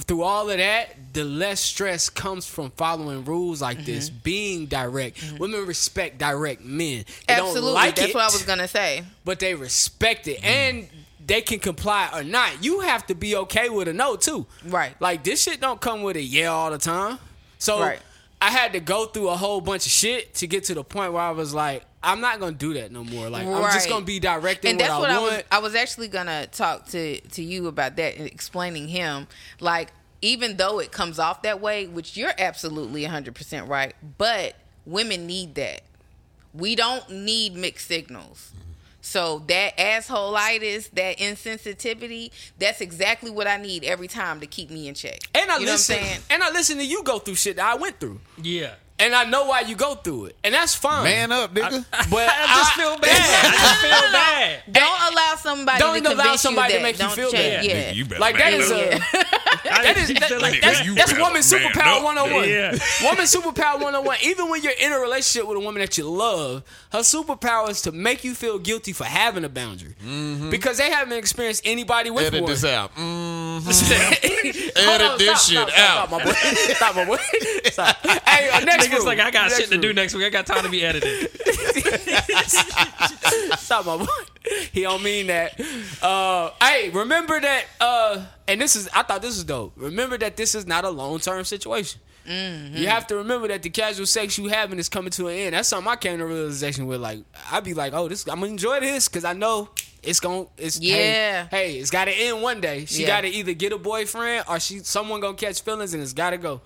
[SPEAKER 5] through all of that, the less stress comes from following rules like this,
[SPEAKER 6] Mm-hmm.
[SPEAKER 5] being direct. Women respect direct men. They
[SPEAKER 6] Absolutely,
[SPEAKER 5] don't like
[SPEAKER 6] that's
[SPEAKER 5] it
[SPEAKER 6] what I was gonna say.
[SPEAKER 5] but they respect
[SPEAKER 6] Mm.
[SPEAKER 5] it and they can comply or not. You have to be okay with a no too.
[SPEAKER 6] Right.
[SPEAKER 5] Like this shit don't come with a yeah all the time. So
[SPEAKER 6] Right.
[SPEAKER 5] I had to go through a whole bunch of shit to get to the point where I was like, I'm not gonna do that no more. Like I'm just
[SPEAKER 6] Right.
[SPEAKER 5] gonna be direct in
[SPEAKER 6] and
[SPEAKER 5] what,
[SPEAKER 6] that's
[SPEAKER 5] I
[SPEAKER 6] what I,
[SPEAKER 5] want.
[SPEAKER 6] was. I was actually gonna talk to to you about that, and explaining him like even though it comes off that way, which you're absolutely 100 percent right, but women need that. We don't need mixed signals. So that assholeitis, that insensitivity, that's exactly what I need every time to keep me in check.
[SPEAKER 5] and I
[SPEAKER 6] you know
[SPEAKER 5] listen
[SPEAKER 6] what I'm saying?
[SPEAKER 5] and I listen to you go through shit that I went through.
[SPEAKER 1] Yeah.
[SPEAKER 5] And I know why you go through it. And that's fine.
[SPEAKER 4] Man up, nigga.
[SPEAKER 5] But
[SPEAKER 1] I just
[SPEAKER 5] I-
[SPEAKER 1] feel bad. I just feel bad.
[SPEAKER 6] Don't allow somebody
[SPEAKER 5] Don't
[SPEAKER 6] to
[SPEAKER 5] allow
[SPEAKER 6] convince
[SPEAKER 5] somebody
[SPEAKER 6] you
[SPEAKER 5] to
[SPEAKER 6] that.
[SPEAKER 5] make you
[SPEAKER 6] Don't
[SPEAKER 5] feel
[SPEAKER 6] change-
[SPEAKER 5] bad.
[SPEAKER 6] Yeah.
[SPEAKER 7] You better
[SPEAKER 5] Like that
[SPEAKER 7] man
[SPEAKER 5] is
[SPEAKER 7] up.
[SPEAKER 5] a
[SPEAKER 1] I
[SPEAKER 5] that
[SPEAKER 1] just
[SPEAKER 5] is that,
[SPEAKER 1] feel
[SPEAKER 5] like,
[SPEAKER 1] like
[SPEAKER 5] that's,
[SPEAKER 1] that.
[SPEAKER 7] you
[SPEAKER 5] that's
[SPEAKER 7] better
[SPEAKER 5] woman
[SPEAKER 7] man
[SPEAKER 5] superpower
[SPEAKER 7] up,
[SPEAKER 5] 101
[SPEAKER 1] Yeah.
[SPEAKER 5] woman superpower 101 even when you're in a relationship with a woman that you love her superpower is to make you feel guilty for having a boundary
[SPEAKER 1] Mm-hmm.
[SPEAKER 5] because they haven't experienced anybody with
[SPEAKER 3] Edit
[SPEAKER 5] one
[SPEAKER 3] this out. Mm,
[SPEAKER 5] Hold on,
[SPEAKER 3] Edit this
[SPEAKER 5] stop,
[SPEAKER 3] shit
[SPEAKER 5] stop, stop, stop, my boy. Stop, my boy. Stop. Hey, uh, next
[SPEAKER 1] Niggas
[SPEAKER 5] rule.
[SPEAKER 1] like I got
[SPEAKER 5] Next
[SPEAKER 1] shit to
[SPEAKER 5] rule.
[SPEAKER 1] do next week. I got time to be edited.
[SPEAKER 5] Stop my boy. He don't mean that. Uh, hey, remember that. Uh, and this is I thought this was dope. Remember that this is not a long term situation.
[SPEAKER 6] Mm-hmm.
[SPEAKER 5] You have to remember that the casual sex you having is coming to an end. That's something I came to realization with. Like I'd be like, oh, this I'm gonna enjoy this because I know it's gonna it's
[SPEAKER 6] Yeah.
[SPEAKER 5] Hey, hey, it's got to end one day. She
[SPEAKER 6] Yeah.
[SPEAKER 5] got to either get a boyfriend or she someone gonna catch feelings and it's got to go.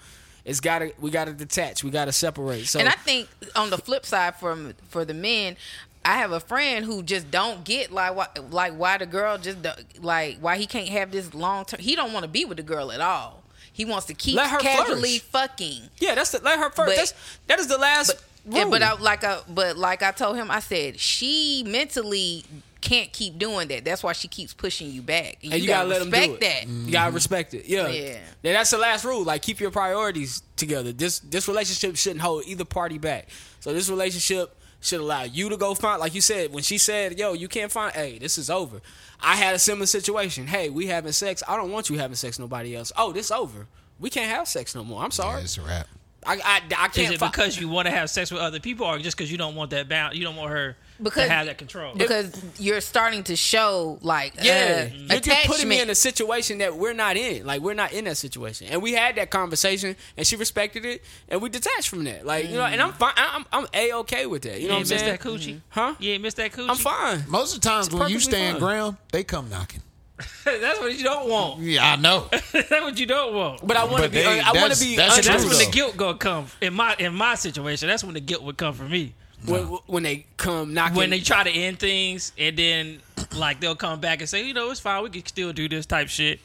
[SPEAKER 5] It's got to we got to detach. We got to separate. So
[SPEAKER 6] And I think on the flip side, from for the men, I have a friend who just don't get like why like why the girl just don't- like why he can't have this long term. He don't want to be with the girl at all. He wants to keep
[SPEAKER 5] Let her
[SPEAKER 6] casually
[SPEAKER 5] flourish.
[SPEAKER 6] fucking.
[SPEAKER 5] yeah, that's the, let her first.
[SPEAKER 6] But-
[SPEAKER 5] that's that is the last.
[SPEAKER 6] But, yeah,
[SPEAKER 5] rule.
[SPEAKER 6] but I like I but like I told him, I said she mentally can't keep doing that. That's why she keeps pushing you back. And,
[SPEAKER 5] and you, gotta, let 'em
[SPEAKER 6] respect
[SPEAKER 5] do it. Mm-hmm.
[SPEAKER 6] that.
[SPEAKER 5] You gotta respect it. Yeah.
[SPEAKER 6] Yeah.
[SPEAKER 5] Now, that's the last rule. Like keep your priorities together. This this relationship shouldn't hold either party back. So this relationship should allow you to go find like you said, when she said, Yo, you can't find hey, this is over. I had a similar situation. Hey, we having sex. I don't want you having sex with nobody else. Oh, this over. We can't have sex no more. I'm sorry.
[SPEAKER 4] That's a wrap.
[SPEAKER 5] I, I, I
[SPEAKER 1] Is
[SPEAKER 5] can't
[SPEAKER 1] it
[SPEAKER 5] fi-
[SPEAKER 1] because you want to have sex with other people, or just because you don't want that bound? You don't want her
[SPEAKER 6] Because-
[SPEAKER 1] to have that control.
[SPEAKER 6] Because you're starting to show like
[SPEAKER 5] Yeah,
[SPEAKER 6] uh,
[SPEAKER 1] Mm-hmm.
[SPEAKER 5] you're, you're putting me
[SPEAKER 6] attachment.
[SPEAKER 5] in a situation that we're not in. Like we're not in that situation, and we had that conversation, and she respected it, and we detached from that. Like you know, and I'm fine. I'm I'm a okay with that. You
[SPEAKER 1] you
[SPEAKER 5] know
[SPEAKER 1] ain't
[SPEAKER 5] what I'm
[SPEAKER 1] miss
[SPEAKER 5] saying?
[SPEAKER 1] Mm. that coochie,
[SPEAKER 5] Huh?
[SPEAKER 1] You ain't miss that coochie.
[SPEAKER 5] I'm fine.
[SPEAKER 4] Most of the times
[SPEAKER 5] It's
[SPEAKER 4] when you
[SPEAKER 5] perfectly
[SPEAKER 4] stand
[SPEAKER 5] fine.
[SPEAKER 4] ground, they come knocking.
[SPEAKER 1] That's what you don't want.
[SPEAKER 4] Yeah, I know.
[SPEAKER 1] That's what you don't want.
[SPEAKER 5] But I want to
[SPEAKER 4] But
[SPEAKER 5] be.
[SPEAKER 4] they-
[SPEAKER 5] I want
[SPEAKER 4] that's-
[SPEAKER 5] to be.
[SPEAKER 4] that's
[SPEAKER 5] un-
[SPEAKER 1] And that's
[SPEAKER 4] true,
[SPEAKER 1] when the
[SPEAKER 4] though.
[SPEAKER 1] guilt gonna come in my in my situation. That's when the guilt would come from me
[SPEAKER 5] when, when they come knocking.
[SPEAKER 1] when they try to end things, and then like they'll come back and say, you know, it's fine. We can still do this type shit.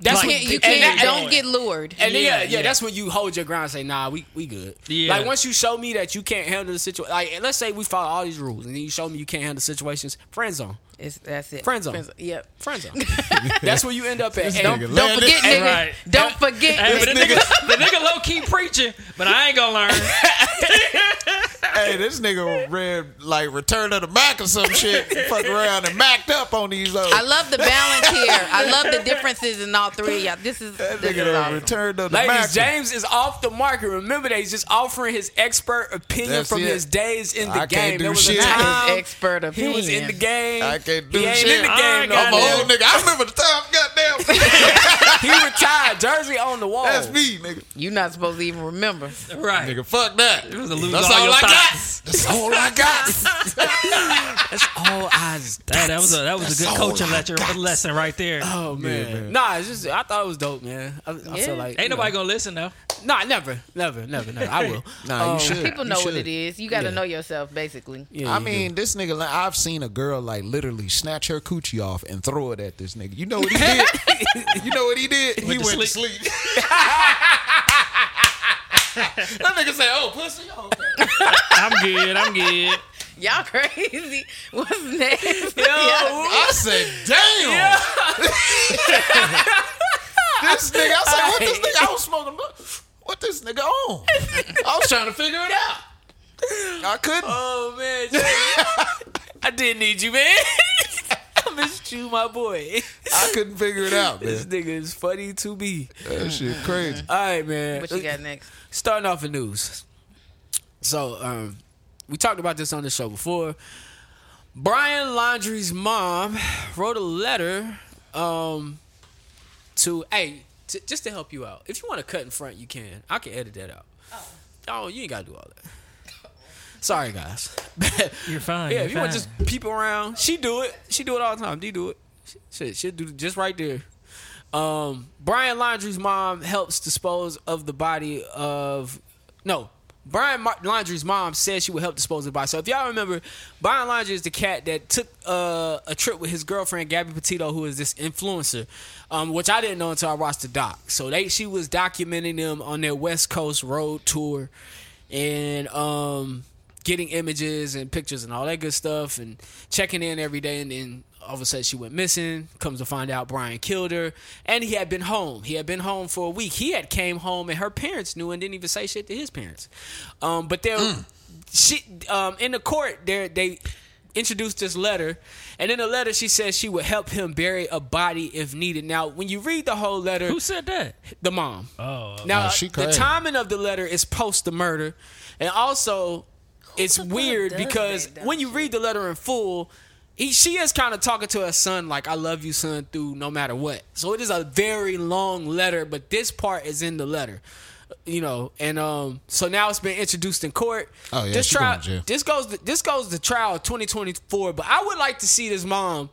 [SPEAKER 5] that's
[SPEAKER 1] like,
[SPEAKER 5] when
[SPEAKER 6] Can't- you
[SPEAKER 1] and
[SPEAKER 6] can't.
[SPEAKER 1] that-
[SPEAKER 6] Don't get lured.
[SPEAKER 5] And then, yeah,
[SPEAKER 1] Yeah,
[SPEAKER 5] yeah,
[SPEAKER 1] yeah.
[SPEAKER 5] that's when you hold your ground and say, nah, we, we good.
[SPEAKER 1] Yeah.
[SPEAKER 5] Like, once you show me that you can't handle the situation, like, and let's say we follow all these rules, and then you show me you can't handle situations, friend zone.
[SPEAKER 6] It's, that's it.
[SPEAKER 5] Friend zone.
[SPEAKER 6] Yep.
[SPEAKER 5] Friend zone. that's where you end up at. And
[SPEAKER 4] nigga
[SPEAKER 5] don't,
[SPEAKER 4] left.
[SPEAKER 6] Don't
[SPEAKER 4] Man,
[SPEAKER 6] forget,
[SPEAKER 4] this-
[SPEAKER 6] nigga.
[SPEAKER 1] Right.
[SPEAKER 6] Don't forget.
[SPEAKER 1] Hey, but the nigga, the nigga low key preaching, but I ain't gonna learn.
[SPEAKER 4] hey, this nigga read like Return of the Mac or some shit. Fuck around and macked up on these old.
[SPEAKER 6] I love the balance here. I love the differences in all three of y'all. This is
[SPEAKER 4] that
[SPEAKER 6] this
[SPEAKER 4] nigga
[SPEAKER 6] is
[SPEAKER 4] done
[SPEAKER 6] awesome.
[SPEAKER 4] returned of the Mac.
[SPEAKER 5] Ladies, James is off the market. Remember that he's just offering his expert opinion
[SPEAKER 4] That's
[SPEAKER 5] from
[SPEAKER 4] it.
[SPEAKER 5] his days in the
[SPEAKER 4] I can't
[SPEAKER 5] game.
[SPEAKER 4] do
[SPEAKER 5] There was
[SPEAKER 4] shit.
[SPEAKER 5] a
[SPEAKER 4] Not his
[SPEAKER 5] time
[SPEAKER 6] expert
[SPEAKER 5] He was in
[SPEAKER 6] opinion.
[SPEAKER 5] the game.
[SPEAKER 4] I can't do
[SPEAKER 5] he ain't
[SPEAKER 4] shit.
[SPEAKER 5] in the
[SPEAKER 1] I
[SPEAKER 5] game
[SPEAKER 1] ain't
[SPEAKER 5] no
[SPEAKER 1] got
[SPEAKER 4] I'm an old
[SPEAKER 5] more.
[SPEAKER 4] nigga. I remember the time. Goddamn,
[SPEAKER 5] He retired. Jersey on the wall.
[SPEAKER 4] that's me, nigga.
[SPEAKER 6] You're not supposed to even remember.
[SPEAKER 1] Right.
[SPEAKER 4] Nigga, fuck that.
[SPEAKER 1] was a lose
[SPEAKER 4] That's
[SPEAKER 1] all
[SPEAKER 4] all
[SPEAKER 1] your
[SPEAKER 4] I
[SPEAKER 1] thoughts.
[SPEAKER 4] got. That's all I got.
[SPEAKER 5] That's all Oh, I.
[SPEAKER 1] Hey, that was a that was a good
[SPEAKER 4] all
[SPEAKER 1] coaching
[SPEAKER 4] I
[SPEAKER 1] lecture,
[SPEAKER 4] got. Oh.
[SPEAKER 1] lesson right there.
[SPEAKER 5] Oh man. Nah, it's just I thought it was dope, man. I, I
[SPEAKER 6] Yeah.
[SPEAKER 5] feel like you
[SPEAKER 1] ain't nobody
[SPEAKER 5] know.
[SPEAKER 1] gonna listen though.
[SPEAKER 5] Nah, never, never, never, never. I will.
[SPEAKER 4] Nah, you should.
[SPEAKER 6] People
[SPEAKER 4] You
[SPEAKER 6] know what
[SPEAKER 4] should.
[SPEAKER 6] it is. You got to
[SPEAKER 5] Yeah.
[SPEAKER 6] know yourself, basically.
[SPEAKER 5] Yeah,
[SPEAKER 4] I
[SPEAKER 5] you do.
[SPEAKER 4] mean, this nigga. Like, I've seen a girl like literally snatch her coochie off and throw it at this nigga. You know what he did? you know what he did? he
[SPEAKER 1] to
[SPEAKER 4] went to
[SPEAKER 1] sleep.
[SPEAKER 4] sleep.
[SPEAKER 5] that nigga say, "Oh, pussy." Oh, okay.
[SPEAKER 1] I'm good. I'm good.
[SPEAKER 6] Y'all crazy. What's next?
[SPEAKER 4] I said, damn. this nigga. I said, what this nigga? I was smoking. what- What this nigga on? I was trying to figure it out. I couldn't.
[SPEAKER 5] Oh man, Jay. I did need you, man. I missed you, my boy.
[SPEAKER 4] I couldn't figure it out,
[SPEAKER 5] This
[SPEAKER 4] man.
[SPEAKER 5] nigga is funny to be.
[SPEAKER 4] That shit crazy.
[SPEAKER 5] All right, man.
[SPEAKER 6] What you got next?
[SPEAKER 5] starting off with news. So, um, we talked about this on the show before. Brian Laundrie's mom wrote a letter um, to, hey, t- just to help you out. If you want to cut in front, you can. I can edit that out. Oh, you ain't got to do all that. Sorry, guys.
[SPEAKER 1] You're fine.
[SPEAKER 5] Yeah,
[SPEAKER 1] you're
[SPEAKER 5] if you want to
[SPEAKER 1] fine.
[SPEAKER 5] just peep around, she do it. She do it all the time. D do it. She- Shit, she do just right there. Um, Brian Laundrie's mom helps dispose of the body of no. Brian Mar- Laundrie's mom said she would help dispose of the body. So if y'all remember, Brian Laundrie is the cat that took uh, a trip with his girlfriend Gabby Petito, who is this influencer, um, which I didn't know until I watched the doc. So they she was documenting them on their West Coast road tour, and um, getting images and pictures and all that good stuff and checking in every day and then all of a sudden she went missing comes to find out brian killed her and he had been home he had been home for a week he had came home and her parents knew and didn't even say shit to his parents um, but there she um, in the court there they introduced this letter and in the letter she says she would help him bury a body if needed now when you read the whole letter
[SPEAKER 1] Who said that?
[SPEAKER 5] the mom
[SPEAKER 1] Oh,
[SPEAKER 5] now
[SPEAKER 4] Oh, she
[SPEAKER 5] the
[SPEAKER 4] crazy.
[SPEAKER 5] timing of the letter is post the murder, and also it's
[SPEAKER 6] the fuck
[SPEAKER 5] weird
[SPEAKER 6] does
[SPEAKER 5] because
[SPEAKER 6] that dumb
[SPEAKER 5] when you read the letter in full, he she is kind of talking to her son like "I love you, son," through no matter what. So it is a very long letter, but this part is in the letter, you know. And um, so now it's been introduced in court.
[SPEAKER 4] Oh, yeah,
[SPEAKER 5] this
[SPEAKER 4] she
[SPEAKER 5] trial,
[SPEAKER 4] going to jail.
[SPEAKER 5] this goes to, this goes to trial twenty twenty four. But I would like to see this mom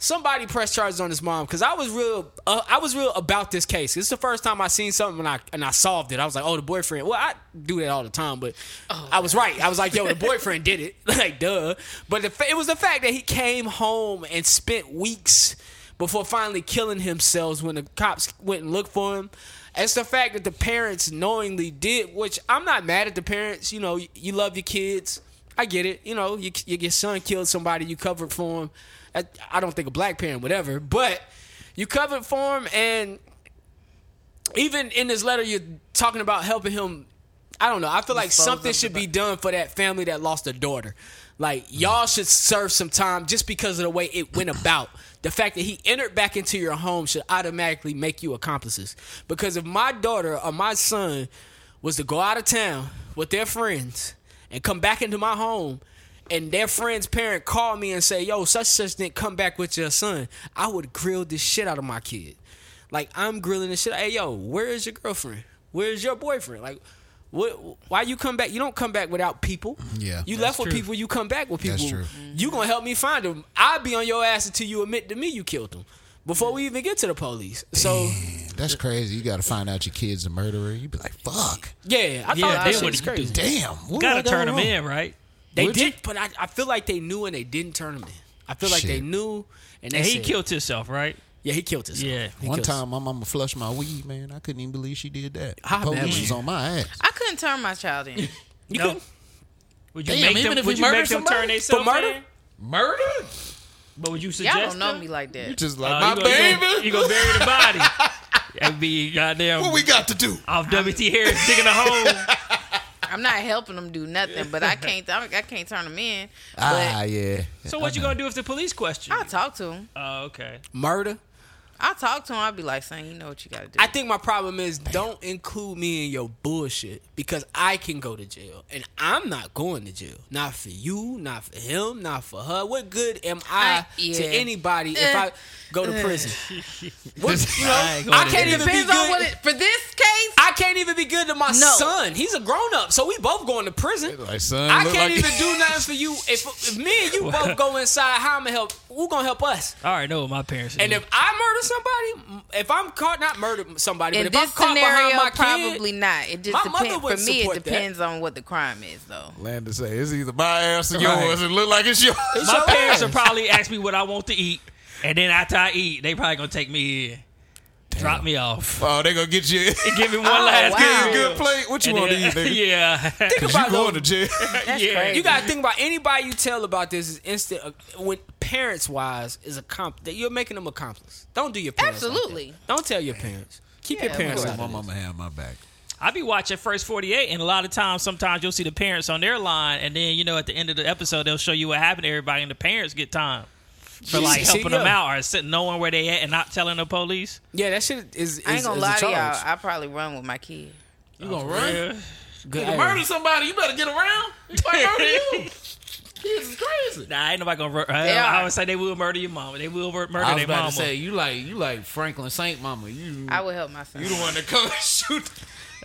[SPEAKER 5] somebody press charges on his mom because I was real. Uh, I was real about this case. It's the first time I seen something and I and I solved it. I was like, oh, the boyfriend. Well, I do that all the time, but I was right. I was like, yo, the boyfriend did it. Like, duh. But the, fa- it was the fact that he came home and spent weeks before finally killing himself when the cops went and looked for him. It's the fact that the parents knowingly did, which I'm not mad at the parents. You know, you, you love your kids. I get it. You know, you, you, your son killed somebody, you covered for him. I, I don't think a black parent would ever, but you covered for him. And even in this letter, you're talking about helping him. I don't know. I feel like
[SPEAKER 6] Dispose
[SPEAKER 5] something
[SPEAKER 6] of the
[SPEAKER 5] should be done for that family that lost a daughter. Like, y'all should serve some time just because of the way it went about. The fact that he entered back into your home should automatically make you accomplices. Because if my daughter or my son was to go out of town with their friends and come back into my home and their friend's parent called me and say, "Yo, such such didn't come back with your son," I would grill the shit out of my kid. Like I'm grilling the shit. Hey, yo, where is your girlfriend? Where's your boyfriend? Like, what? Why you come back? You don't come back without people.
[SPEAKER 4] Yeah.
[SPEAKER 5] you left with people. You come back with people.
[SPEAKER 4] That's true.
[SPEAKER 5] You gonna help me find them? I'll be on your ass until you admit to me you killed them. Before we even get to the police. So
[SPEAKER 4] That's crazy. You got to find out your kid's a murderer. You be like, fuck.
[SPEAKER 5] yeah, I
[SPEAKER 1] Yeah,
[SPEAKER 5] thought
[SPEAKER 1] they
[SPEAKER 5] that shit was
[SPEAKER 1] wouldn't do
[SPEAKER 5] crazy.
[SPEAKER 4] Damn. What
[SPEAKER 1] gotta
[SPEAKER 4] did I go
[SPEAKER 1] turn them
[SPEAKER 4] wrong?
[SPEAKER 1] in, right?
[SPEAKER 5] They
[SPEAKER 4] Would
[SPEAKER 5] did,
[SPEAKER 4] you?
[SPEAKER 5] but I, I feel like they knew and they didn't turn him in. I feel like they
[SPEAKER 4] Shit.
[SPEAKER 5] knew and they
[SPEAKER 1] And he
[SPEAKER 5] said-
[SPEAKER 1] killed himself, right?
[SPEAKER 5] Yeah, he killed himself.
[SPEAKER 1] Yeah.
[SPEAKER 5] He
[SPEAKER 4] One
[SPEAKER 5] killed
[SPEAKER 4] time, my mama flushed my weed, man. I couldn't even believe she did that.
[SPEAKER 5] How bad was
[SPEAKER 4] Police was
[SPEAKER 5] you?
[SPEAKER 4] on my ass.
[SPEAKER 6] I couldn't turn my child in.
[SPEAKER 5] You
[SPEAKER 1] No.
[SPEAKER 5] couldn't?
[SPEAKER 1] Would you
[SPEAKER 4] Damn,
[SPEAKER 1] make
[SPEAKER 4] even
[SPEAKER 1] them?
[SPEAKER 4] if
[SPEAKER 1] Would
[SPEAKER 4] we
[SPEAKER 1] you
[SPEAKER 4] murder
[SPEAKER 1] make them
[SPEAKER 4] somebody
[SPEAKER 1] turn
[SPEAKER 4] for
[SPEAKER 1] themselves
[SPEAKER 5] murder?
[SPEAKER 1] in? Murder? But would you
[SPEAKER 6] Y'all
[SPEAKER 1] suggest?
[SPEAKER 6] don't know
[SPEAKER 1] that?
[SPEAKER 6] me like that.
[SPEAKER 4] Just
[SPEAKER 1] Oh,
[SPEAKER 4] like, my
[SPEAKER 1] you gonna- you
[SPEAKER 4] baby.
[SPEAKER 1] gonna- You gonna bury the body? That'd be goddamn.
[SPEAKER 4] What we got to do?
[SPEAKER 1] off WT Harris digging a hole.
[SPEAKER 6] I'm not helping them do nothing, but I can't. I, I can't turn them in. But
[SPEAKER 4] Ah, yeah.
[SPEAKER 1] So what you gonna do if the police question?
[SPEAKER 6] I'll talk to them.
[SPEAKER 1] Oh, okay.
[SPEAKER 5] Murder?
[SPEAKER 6] I'll talk to them. I'll be like, "Son, you know what you got to do."
[SPEAKER 5] I think my problem is don't include me in your bullshit because I can go to jail and I'm not going to jail. Not for you, not for him, not for her. What good am I,
[SPEAKER 6] I- yeah.
[SPEAKER 5] to anybody if
[SPEAKER 6] Uh,
[SPEAKER 5] I go to prison? What, you know, I,
[SPEAKER 1] going to
[SPEAKER 5] can't
[SPEAKER 6] it
[SPEAKER 5] even be
[SPEAKER 6] depends
[SPEAKER 5] good.
[SPEAKER 6] on what it for this case.
[SPEAKER 5] I can't even be good to my
[SPEAKER 6] No.
[SPEAKER 5] son. He's a grown up, so we both going to prison.
[SPEAKER 4] Like, son,
[SPEAKER 5] I
[SPEAKER 4] look
[SPEAKER 5] can't
[SPEAKER 4] like-
[SPEAKER 5] even do nothing for you. If, if me and you both go inside, how I'm gonna help? Who gonna help us?
[SPEAKER 1] All right, know what my parents.
[SPEAKER 5] And
[SPEAKER 1] do.
[SPEAKER 5] if I murder somebody, if I'm caught not murdered somebody,
[SPEAKER 6] In
[SPEAKER 5] but if I'm
[SPEAKER 6] this
[SPEAKER 5] caught behind
[SPEAKER 6] scenario,
[SPEAKER 5] my
[SPEAKER 6] probably
[SPEAKER 5] kid,
[SPEAKER 6] not. It just
[SPEAKER 5] my mother
[SPEAKER 6] depends. For
[SPEAKER 5] wouldn't
[SPEAKER 6] me, it
[SPEAKER 5] support that.
[SPEAKER 6] depends on what the crime is, though.
[SPEAKER 4] Landon say it's either my ass or yours. It look like it's yours.
[SPEAKER 1] My parents will probably ask me what I want to eat, and then after I eat, they probably gonna take me in, drop me off,
[SPEAKER 4] Oh, they gonna get you.
[SPEAKER 1] give me one last
[SPEAKER 6] wow.
[SPEAKER 1] good-
[SPEAKER 4] Give you a good plate. What you
[SPEAKER 1] and
[SPEAKER 4] want to
[SPEAKER 1] then-
[SPEAKER 4] eat, nigga?
[SPEAKER 1] yeah,
[SPEAKER 5] think
[SPEAKER 4] 'Cause
[SPEAKER 5] about
[SPEAKER 4] you
[SPEAKER 5] those-
[SPEAKER 4] going to jail.
[SPEAKER 6] That's
[SPEAKER 1] Yeah.
[SPEAKER 6] crazy.
[SPEAKER 5] You gotta think about anybody you tell about this is instant. Uh, when parents wise is a comp, that you're making them a accomplice. Don't do your parents. like that.
[SPEAKER 6] Absolutely.
[SPEAKER 5] Don't tell your parents. Keep your
[SPEAKER 6] Yeah,
[SPEAKER 5] parents
[SPEAKER 6] of
[SPEAKER 5] out.
[SPEAKER 4] my
[SPEAKER 5] of it.
[SPEAKER 4] mama had my back.
[SPEAKER 1] I be watching First 48, and a lot of times, sometimes you'll see the parents on their line, and then, you know, at the end of the episode, they'll show you what happened to everybody, and the parents get time for, like,
[SPEAKER 5] See,
[SPEAKER 1] helping
[SPEAKER 5] yeah.
[SPEAKER 1] them out or sitting, knowing where they at and not telling the police.
[SPEAKER 5] Yeah, that shit is. is
[SPEAKER 6] I ain't gonna
[SPEAKER 5] is
[SPEAKER 6] lie
[SPEAKER 5] a
[SPEAKER 6] to
[SPEAKER 5] charge.
[SPEAKER 6] y'all. I probably run with my kid.
[SPEAKER 1] You gonna run?
[SPEAKER 5] Good-
[SPEAKER 10] You murder somebody, you better get around. If I murder you. Jesus crazy.
[SPEAKER 1] Nah, ain't nobody gonna murder. I,
[SPEAKER 6] They
[SPEAKER 1] I
[SPEAKER 6] are.
[SPEAKER 1] would say they will murder your mama. They will mur-
[SPEAKER 10] I
[SPEAKER 1] murder
[SPEAKER 10] was
[SPEAKER 1] their
[SPEAKER 10] about
[SPEAKER 1] mama.
[SPEAKER 10] to say you like you like Franklin Saint Mama. You
[SPEAKER 6] I would help my son.
[SPEAKER 10] you the one that come and shoot.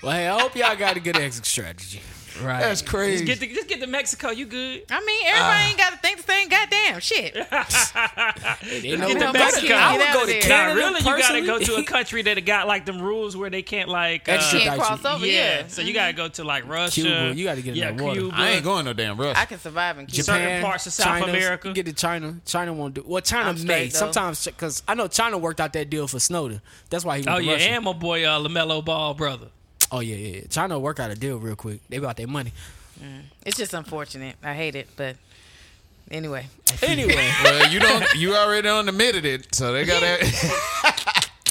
[SPEAKER 5] Well, hey, I hope y'all got a good exit strategy.
[SPEAKER 10] Right.
[SPEAKER 4] That's crazy.
[SPEAKER 1] just, get to, just get to Mexico. You good?
[SPEAKER 6] I mean, everybody
[SPEAKER 5] Ah.
[SPEAKER 6] ain't gotta think the same goddamn shit.
[SPEAKER 5] They know
[SPEAKER 1] Get
[SPEAKER 5] what
[SPEAKER 1] to
[SPEAKER 5] I'm
[SPEAKER 1] Mexico.
[SPEAKER 5] saying. I
[SPEAKER 6] Get
[SPEAKER 5] would go
[SPEAKER 6] out
[SPEAKER 5] to
[SPEAKER 6] of there.
[SPEAKER 1] Nah,
[SPEAKER 5] Canada.
[SPEAKER 1] really, you gotta
[SPEAKER 5] personally.
[SPEAKER 1] go to a country that got like them rules where they can't like. Uh,
[SPEAKER 5] Extradite
[SPEAKER 6] Can't cross
[SPEAKER 5] you.
[SPEAKER 6] over.
[SPEAKER 1] yeah.
[SPEAKER 6] Yeah.
[SPEAKER 1] so you gotta go to like Russia.
[SPEAKER 5] Cuba. You gotta get in
[SPEAKER 1] yeah,
[SPEAKER 5] that water.
[SPEAKER 1] Cuba.
[SPEAKER 4] I ain't going no damn rush.
[SPEAKER 6] I can survive in Cuba.
[SPEAKER 1] Japan. certain parts of South
[SPEAKER 5] China,
[SPEAKER 1] America.
[SPEAKER 5] You get to China. China won't do. Well, China
[SPEAKER 6] I'm
[SPEAKER 5] may
[SPEAKER 6] straight, though.
[SPEAKER 5] sometimes because I know China worked out that deal for Snowden. That's why he went
[SPEAKER 1] Oh
[SPEAKER 5] to
[SPEAKER 1] yeah,
[SPEAKER 5] Russia.
[SPEAKER 1] and my boy uh, Lamelo Ball brother.
[SPEAKER 5] oh yeah, yeah, yeah. China work out a deal real quick. They got their money.
[SPEAKER 6] It's just unfortunate. I hate it, but anyway.
[SPEAKER 5] Anyway,
[SPEAKER 4] well, you don't. You already on admitted it, so they gotta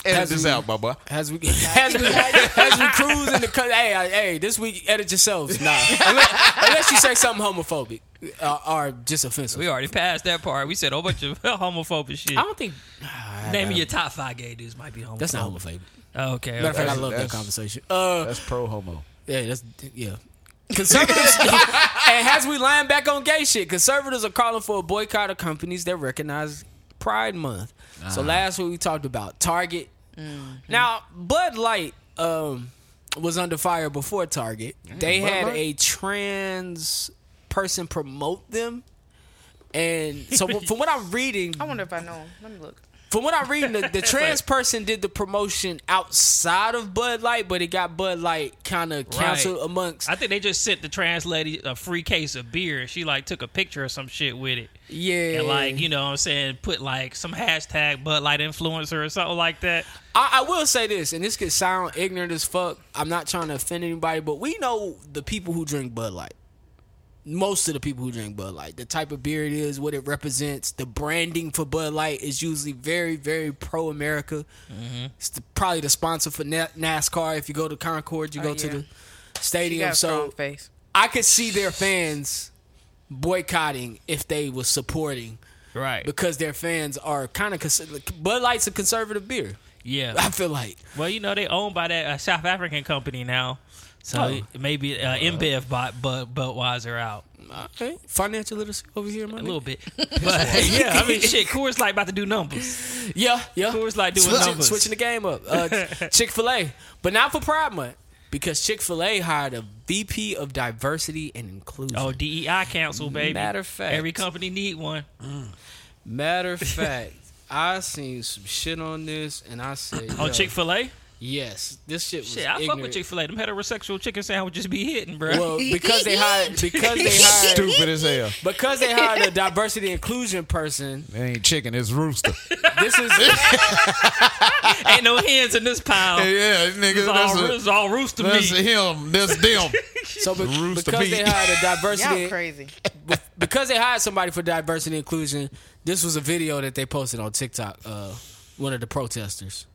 [SPEAKER 4] edit this
[SPEAKER 5] we-
[SPEAKER 4] out, my boy.
[SPEAKER 5] as we as we as we cruise in the country, hey, I- hey, this week edit yourselves. Nah, unless, unless you say something homophobic uh, or just offensive.
[SPEAKER 1] We already passed that part. We said a whole bunch of homophobic shit.
[SPEAKER 5] I don't think
[SPEAKER 1] Name of your top five gay dudes might be homophobic.
[SPEAKER 5] that's not homophobic.
[SPEAKER 1] Okay.
[SPEAKER 5] Matter of fact, I
[SPEAKER 1] okay.
[SPEAKER 5] love that
[SPEAKER 4] that's-
[SPEAKER 5] conversation. Uh,
[SPEAKER 4] That's pro homo.
[SPEAKER 5] Yeah, that's yeah. Conservatives and as we line back on gay shit, conservatives are calling for a boycott of companies that recognize Pride Month. So last week we talked about Target. Now Bud Light um, was under fire before Target. They had a trans person promote them, and so from what I'm reading,
[SPEAKER 6] I wonder if I know him. Let me look.
[SPEAKER 5] from what I'm reading, the, the trans person did the promotion outside of Bud Light, but it got Bud Light kind of canceled
[SPEAKER 1] Right.
[SPEAKER 5] amongst.
[SPEAKER 1] I think they just sent the trans lady a free case of beer. and She like took a picture or some shit with it.
[SPEAKER 5] yeah,
[SPEAKER 1] And like, you know what I'm saying, put like some hashtag Bud Light influencer or something like that.
[SPEAKER 5] I, I will say this, and this could sound ignorant as fuck. I'm not trying to offend anybody, but we know the people who drink Bud Light. Most of the people who drink Bud Light, the type of beer it is, what it represents, the branding for Bud Light is usually very, very pro America.
[SPEAKER 6] Mm-hmm.
[SPEAKER 5] It's the, probably the sponsor for Na- NASCAR. If you go to Concord, you go to
[SPEAKER 6] Oh, yeah.
[SPEAKER 5] the
[SPEAKER 6] He
[SPEAKER 5] stadium.
[SPEAKER 6] got a
[SPEAKER 5] So
[SPEAKER 6] strong face.
[SPEAKER 5] I could see their fans boycotting if they was supporting
[SPEAKER 1] Right.
[SPEAKER 5] because their fans are kind of cons- Bud Light's a conservative beer.
[SPEAKER 1] Yeah.
[SPEAKER 5] I feel like
[SPEAKER 1] Well, you know, they owned by that uh, South African company now. So
[SPEAKER 5] Oh.
[SPEAKER 1] maybe uh, InBev bought Bud Budweiser out
[SPEAKER 5] okay, uh, financial literacy over here, my
[SPEAKER 1] a
[SPEAKER 5] nigga.
[SPEAKER 1] little bit. But yeah, I mean, shit, Coors Light about to do numbers.
[SPEAKER 5] Yeah, yeah.
[SPEAKER 1] Coors Light doing
[SPEAKER 5] switching,
[SPEAKER 1] numbers.
[SPEAKER 5] switching the game up. Uh, Chick Fil A, but not for Pride Month because Chick Fil A hired a VP of Diversity and Inclusion.
[SPEAKER 1] Oh, DEI council, baby.
[SPEAKER 5] Matter of fact.
[SPEAKER 1] every company need one.
[SPEAKER 5] matter of fact, I seen some shit on this, and I said,
[SPEAKER 1] Oh,
[SPEAKER 5] yo,
[SPEAKER 1] Chick Fil A.
[SPEAKER 5] Yes, this shit was
[SPEAKER 1] Shit, I fuck
[SPEAKER 5] ignorant.
[SPEAKER 1] with Chick Fil A. Them heterosexual chicken sandwiches be hitting, bro.
[SPEAKER 5] Well, because they hired because they hired
[SPEAKER 4] Stupid as hell.
[SPEAKER 5] because they hired a diversity inclusion person.
[SPEAKER 4] It ain't chicken. It's rooster.
[SPEAKER 5] This is
[SPEAKER 1] Ain't no hens in this pile. It's
[SPEAKER 4] yeah, nigga.
[SPEAKER 1] all,
[SPEAKER 4] That's, a,
[SPEAKER 1] it's all rooster
[SPEAKER 4] that's
[SPEAKER 1] meat.
[SPEAKER 4] him. That's them.
[SPEAKER 5] so be-
[SPEAKER 4] Rooster
[SPEAKER 5] because they
[SPEAKER 4] beat.
[SPEAKER 5] hired a
[SPEAKER 6] Y'all
[SPEAKER 5] diversity
[SPEAKER 6] crazy.
[SPEAKER 5] because they hired somebody for diversity inclusion. This was a video that they posted on TikTok. Uh, one of the protesters.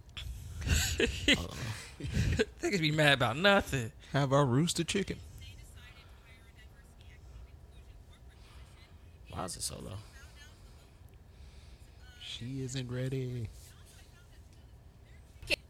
[SPEAKER 1] Niggas be mad about nothing.
[SPEAKER 4] Have our rooster chicken.
[SPEAKER 5] Why is it so low?
[SPEAKER 4] She isn't ready.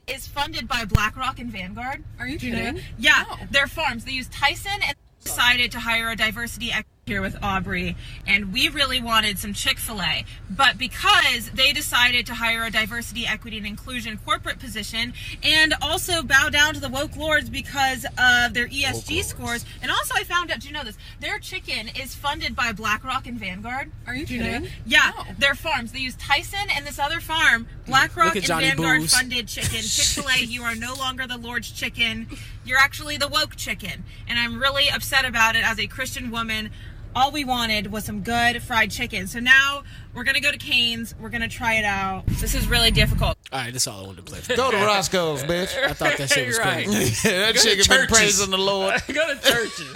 [SPEAKER 11] is funded by BlackRock and Oh. Vanguard. Are you kidding? Yeah, they're farms. They use Tyson and decided to hire a diversity ex- here with Aubrey, and we really wanted some Chick fil A. But because they decided to hire a diversity, equity, and inclusion corporate position and also bow down to the woke lords because of their ESG scores. And also, I found out, do you know this? Their chicken is funded by BlackRock and Vanguard. Are you Oh.
[SPEAKER 6] kidding?
[SPEAKER 11] Yeah, their farms. They use Tyson and this other farm. BlackRock
[SPEAKER 5] at
[SPEAKER 11] and
[SPEAKER 5] Johnny
[SPEAKER 11] Vanguard
[SPEAKER 5] Booze.
[SPEAKER 11] funded chicken. Chick fil A, you are no longer the Lord's chicken. You're actually the woke chicken. And I'm really upset about it as a Christian woman. All we wanted was some good fried chicken. So now we're going to go to Cane's. We're going to try it out. This is really difficult.
[SPEAKER 5] All right, that's all I wanted to play.
[SPEAKER 4] Go to Roscoe's, bitch.
[SPEAKER 5] I thought that shit was
[SPEAKER 1] Right.
[SPEAKER 5] crazy.
[SPEAKER 4] that
[SPEAKER 1] Go to
[SPEAKER 4] chicken been
[SPEAKER 1] churches.
[SPEAKER 4] praising the Lord.
[SPEAKER 1] Go to churches.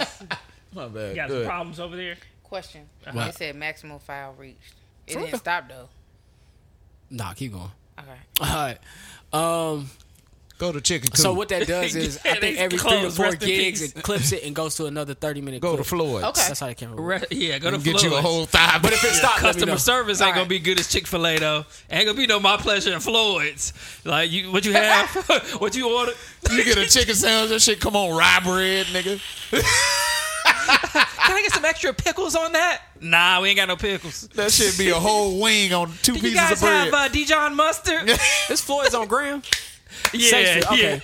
[SPEAKER 4] My bad.
[SPEAKER 1] You got some
[SPEAKER 4] Good.
[SPEAKER 1] problems over there.
[SPEAKER 6] Question.
[SPEAKER 5] What?
[SPEAKER 6] It said maximum file reached. It
[SPEAKER 5] For
[SPEAKER 6] didn't
[SPEAKER 5] real?
[SPEAKER 6] stop though.
[SPEAKER 5] Nah, keep going.
[SPEAKER 6] Okay.
[SPEAKER 5] All right. Um,
[SPEAKER 4] Go to chicken coop.
[SPEAKER 5] so what that does is I
[SPEAKER 1] Yeah,
[SPEAKER 5] think
[SPEAKER 1] they
[SPEAKER 5] every three or
[SPEAKER 1] closed.
[SPEAKER 5] four
[SPEAKER 1] Rest in
[SPEAKER 5] gigs
[SPEAKER 1] peace.
[SPEAKER 5] it clips it and goes to another thirty minute.
[SPEAKER 4] Go to
[SPEAKER 5] clip.
[SPEAKER 4] Floyd.
[SPEAKER 6] Okay.
[SPEAKER 5] That's how the camera. works.
[SPEAKER 1] Re- yeah, go to
[SPEAKER 4] Get you a
[SPEAKER 1] Floyd's.
[SPEAKER 4] whole thigh.
[SPEAKER 5] But if it stopped, let me
[SPEAKER 1] Customer
[SPEAKER 5] know.
[SPEAKER 1] service ain't gonna be good as Chick Fil A though. Ain't gonna be no my pleasure at Floyd's. Like you, what you have, what you ordered.
[SPEAKER 4] you get a chicken sandwich, that shit come on rye bread, nigga.
[SPEAKER 1] Can I get some extra pickles on that? Nah, we ain't got no pickles.
[SPEAKER 4] That shit be a whole wing on two
[SPEAKER 1] Do
[SPEAKER 4] pieces
[SPEAKER 1] you guys
[SPEAKER 4] of bread.
[SPEAKER 1] have uh, Dijon mustard?
[SPEAKER 5] This Floyd's on Graham.
[SPEAKER 1] yeah, yeah.
[SPEAKER 5] Okay.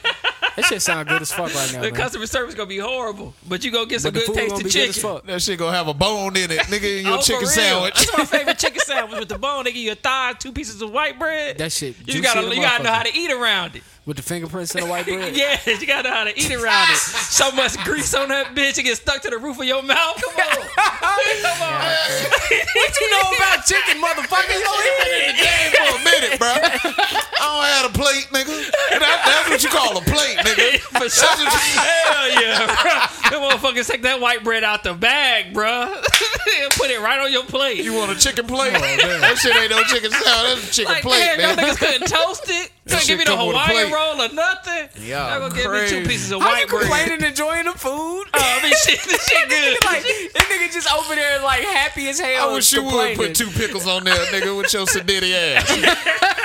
[SPEAKER 5] That shit sound good as fuck right now,
[SPEAKER 1] The
[SPEAKER 5] man.
[SPEAKER 1] customer service gonna be horrible, but you gonna get some
[SPEAKER 5] But the
[SPEAKER 1] good
[SPEAKER 5] food gonna
[SPEAKER 1] tasting
[SPEAKER 5] be
[SPEAKER 1] chicken.
[SPEAKER 5] good as fuck.
[SPEAKER 4] that shit gonna have a bone in it, nigga, in
[SPEAKER 1] Oh,
[SPEAKER 4] your
[SPEAKER 1] for
[SPEAKER 4] chicken
[SPEAKER 1] real.
[SPEAKER 4] sandwich.
[SPEAKER 1] That's my favorite chicken sandwich with the bone. They give you a thigh, two pieces of white bread.
[SPEAKER 5] That shit
[SPEAKER 1] You
[SPEAKER 5] juicy
[SPEAKER 1] gotta,
[SPEAKER 5] as a
[SPEAKER 1] you gotta know
[SPEAKER 5] motherfucker.
[SPEAKER 1] how to eat around it.
[SPEAKER 5] With the fingerprints and the white bread.
[SPEAKER 1] Yes, you gotta know how to eat around it. So much grease on that bitch, it gets stuck to the roof of your mouth. Come on, come on. what you know about chicken, motherfucker? You don't eat
[SPEAKER 4] Hey, for a minute, bro. I don't have a plate, nigga. That- that's what you call a plate, nigga.
[SPEAKER 1] For sure. Hell yeah, bro. Them motherfuckers take that white bread out the bag, bro. and put it right on your plate.
[SPEAKER 4] You want a chicken plate? that shit ain't no chicken sandwich. That's a chicken
[SPEAKER 1] Oh, like,
[SPEAKER 4] plate,
[SPEAKER 1] damn, y'all
[SPEAKER 4] nigga.
[SPEAKER 1] niggas couldn't toast it. Couldn't give me the
[SPEAKER 4] shit come with a
[SPEAKER 1] Hawaiian
[SPEAKER 4] plate.
[SPEAKER 1] roll or nothing.
[SPEAKER 4] Y'all
[SPEAKER 1] Y'all gonna give me
[SPEAKER 4] crazy.
[SPEAKER 1] two pieces of
[SPEAKER 5] How you
[SPEAKER 1] white bread.
[SPEAKER 5] complaining, enjoying the food?
[SPEAKER 4] Uh,
[SPEAKER 1] Oh, I mean, shit, this shit good.
[SPEAKER 5] like this nigga just over there like happy as hell.
[SPEAKER 4] I wish you would
[SPEAKER 5] complaining.
[SPEAKER 4] put two pickles on there, nigga, with your sedity ass.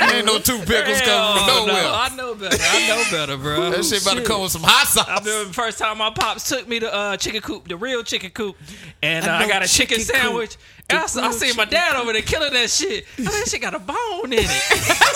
[SPEAKER 4] ain't no two pickles coming from
[SPEAKER 1] Hell no,
[SPEAKER 4] nowhere.
[SPEAKER 1] I know better. I know better, bro.
[SPEAKER 4] That shit about to come with some hot
[SPEAKER 1] I
[SPEAKER 4] sauce.
[SPEAKER 1] remember the first time my pops took me to uh, Chicken Coop, the real Chicken Coop, and uh,
[SPEAKER 5] I
[SPEAKER 1] I,
[SPEAKER 5] know
[SPEAKER 1] got a chicken,
[SPEAKER 5] Chicken Coop.
[SPEAKER 1] sandwich. And I, s- I
[SPEAKER 5] real
[SPEAKER 1] seen my dad over there killing that shit. I mean, that shit got a bone in it.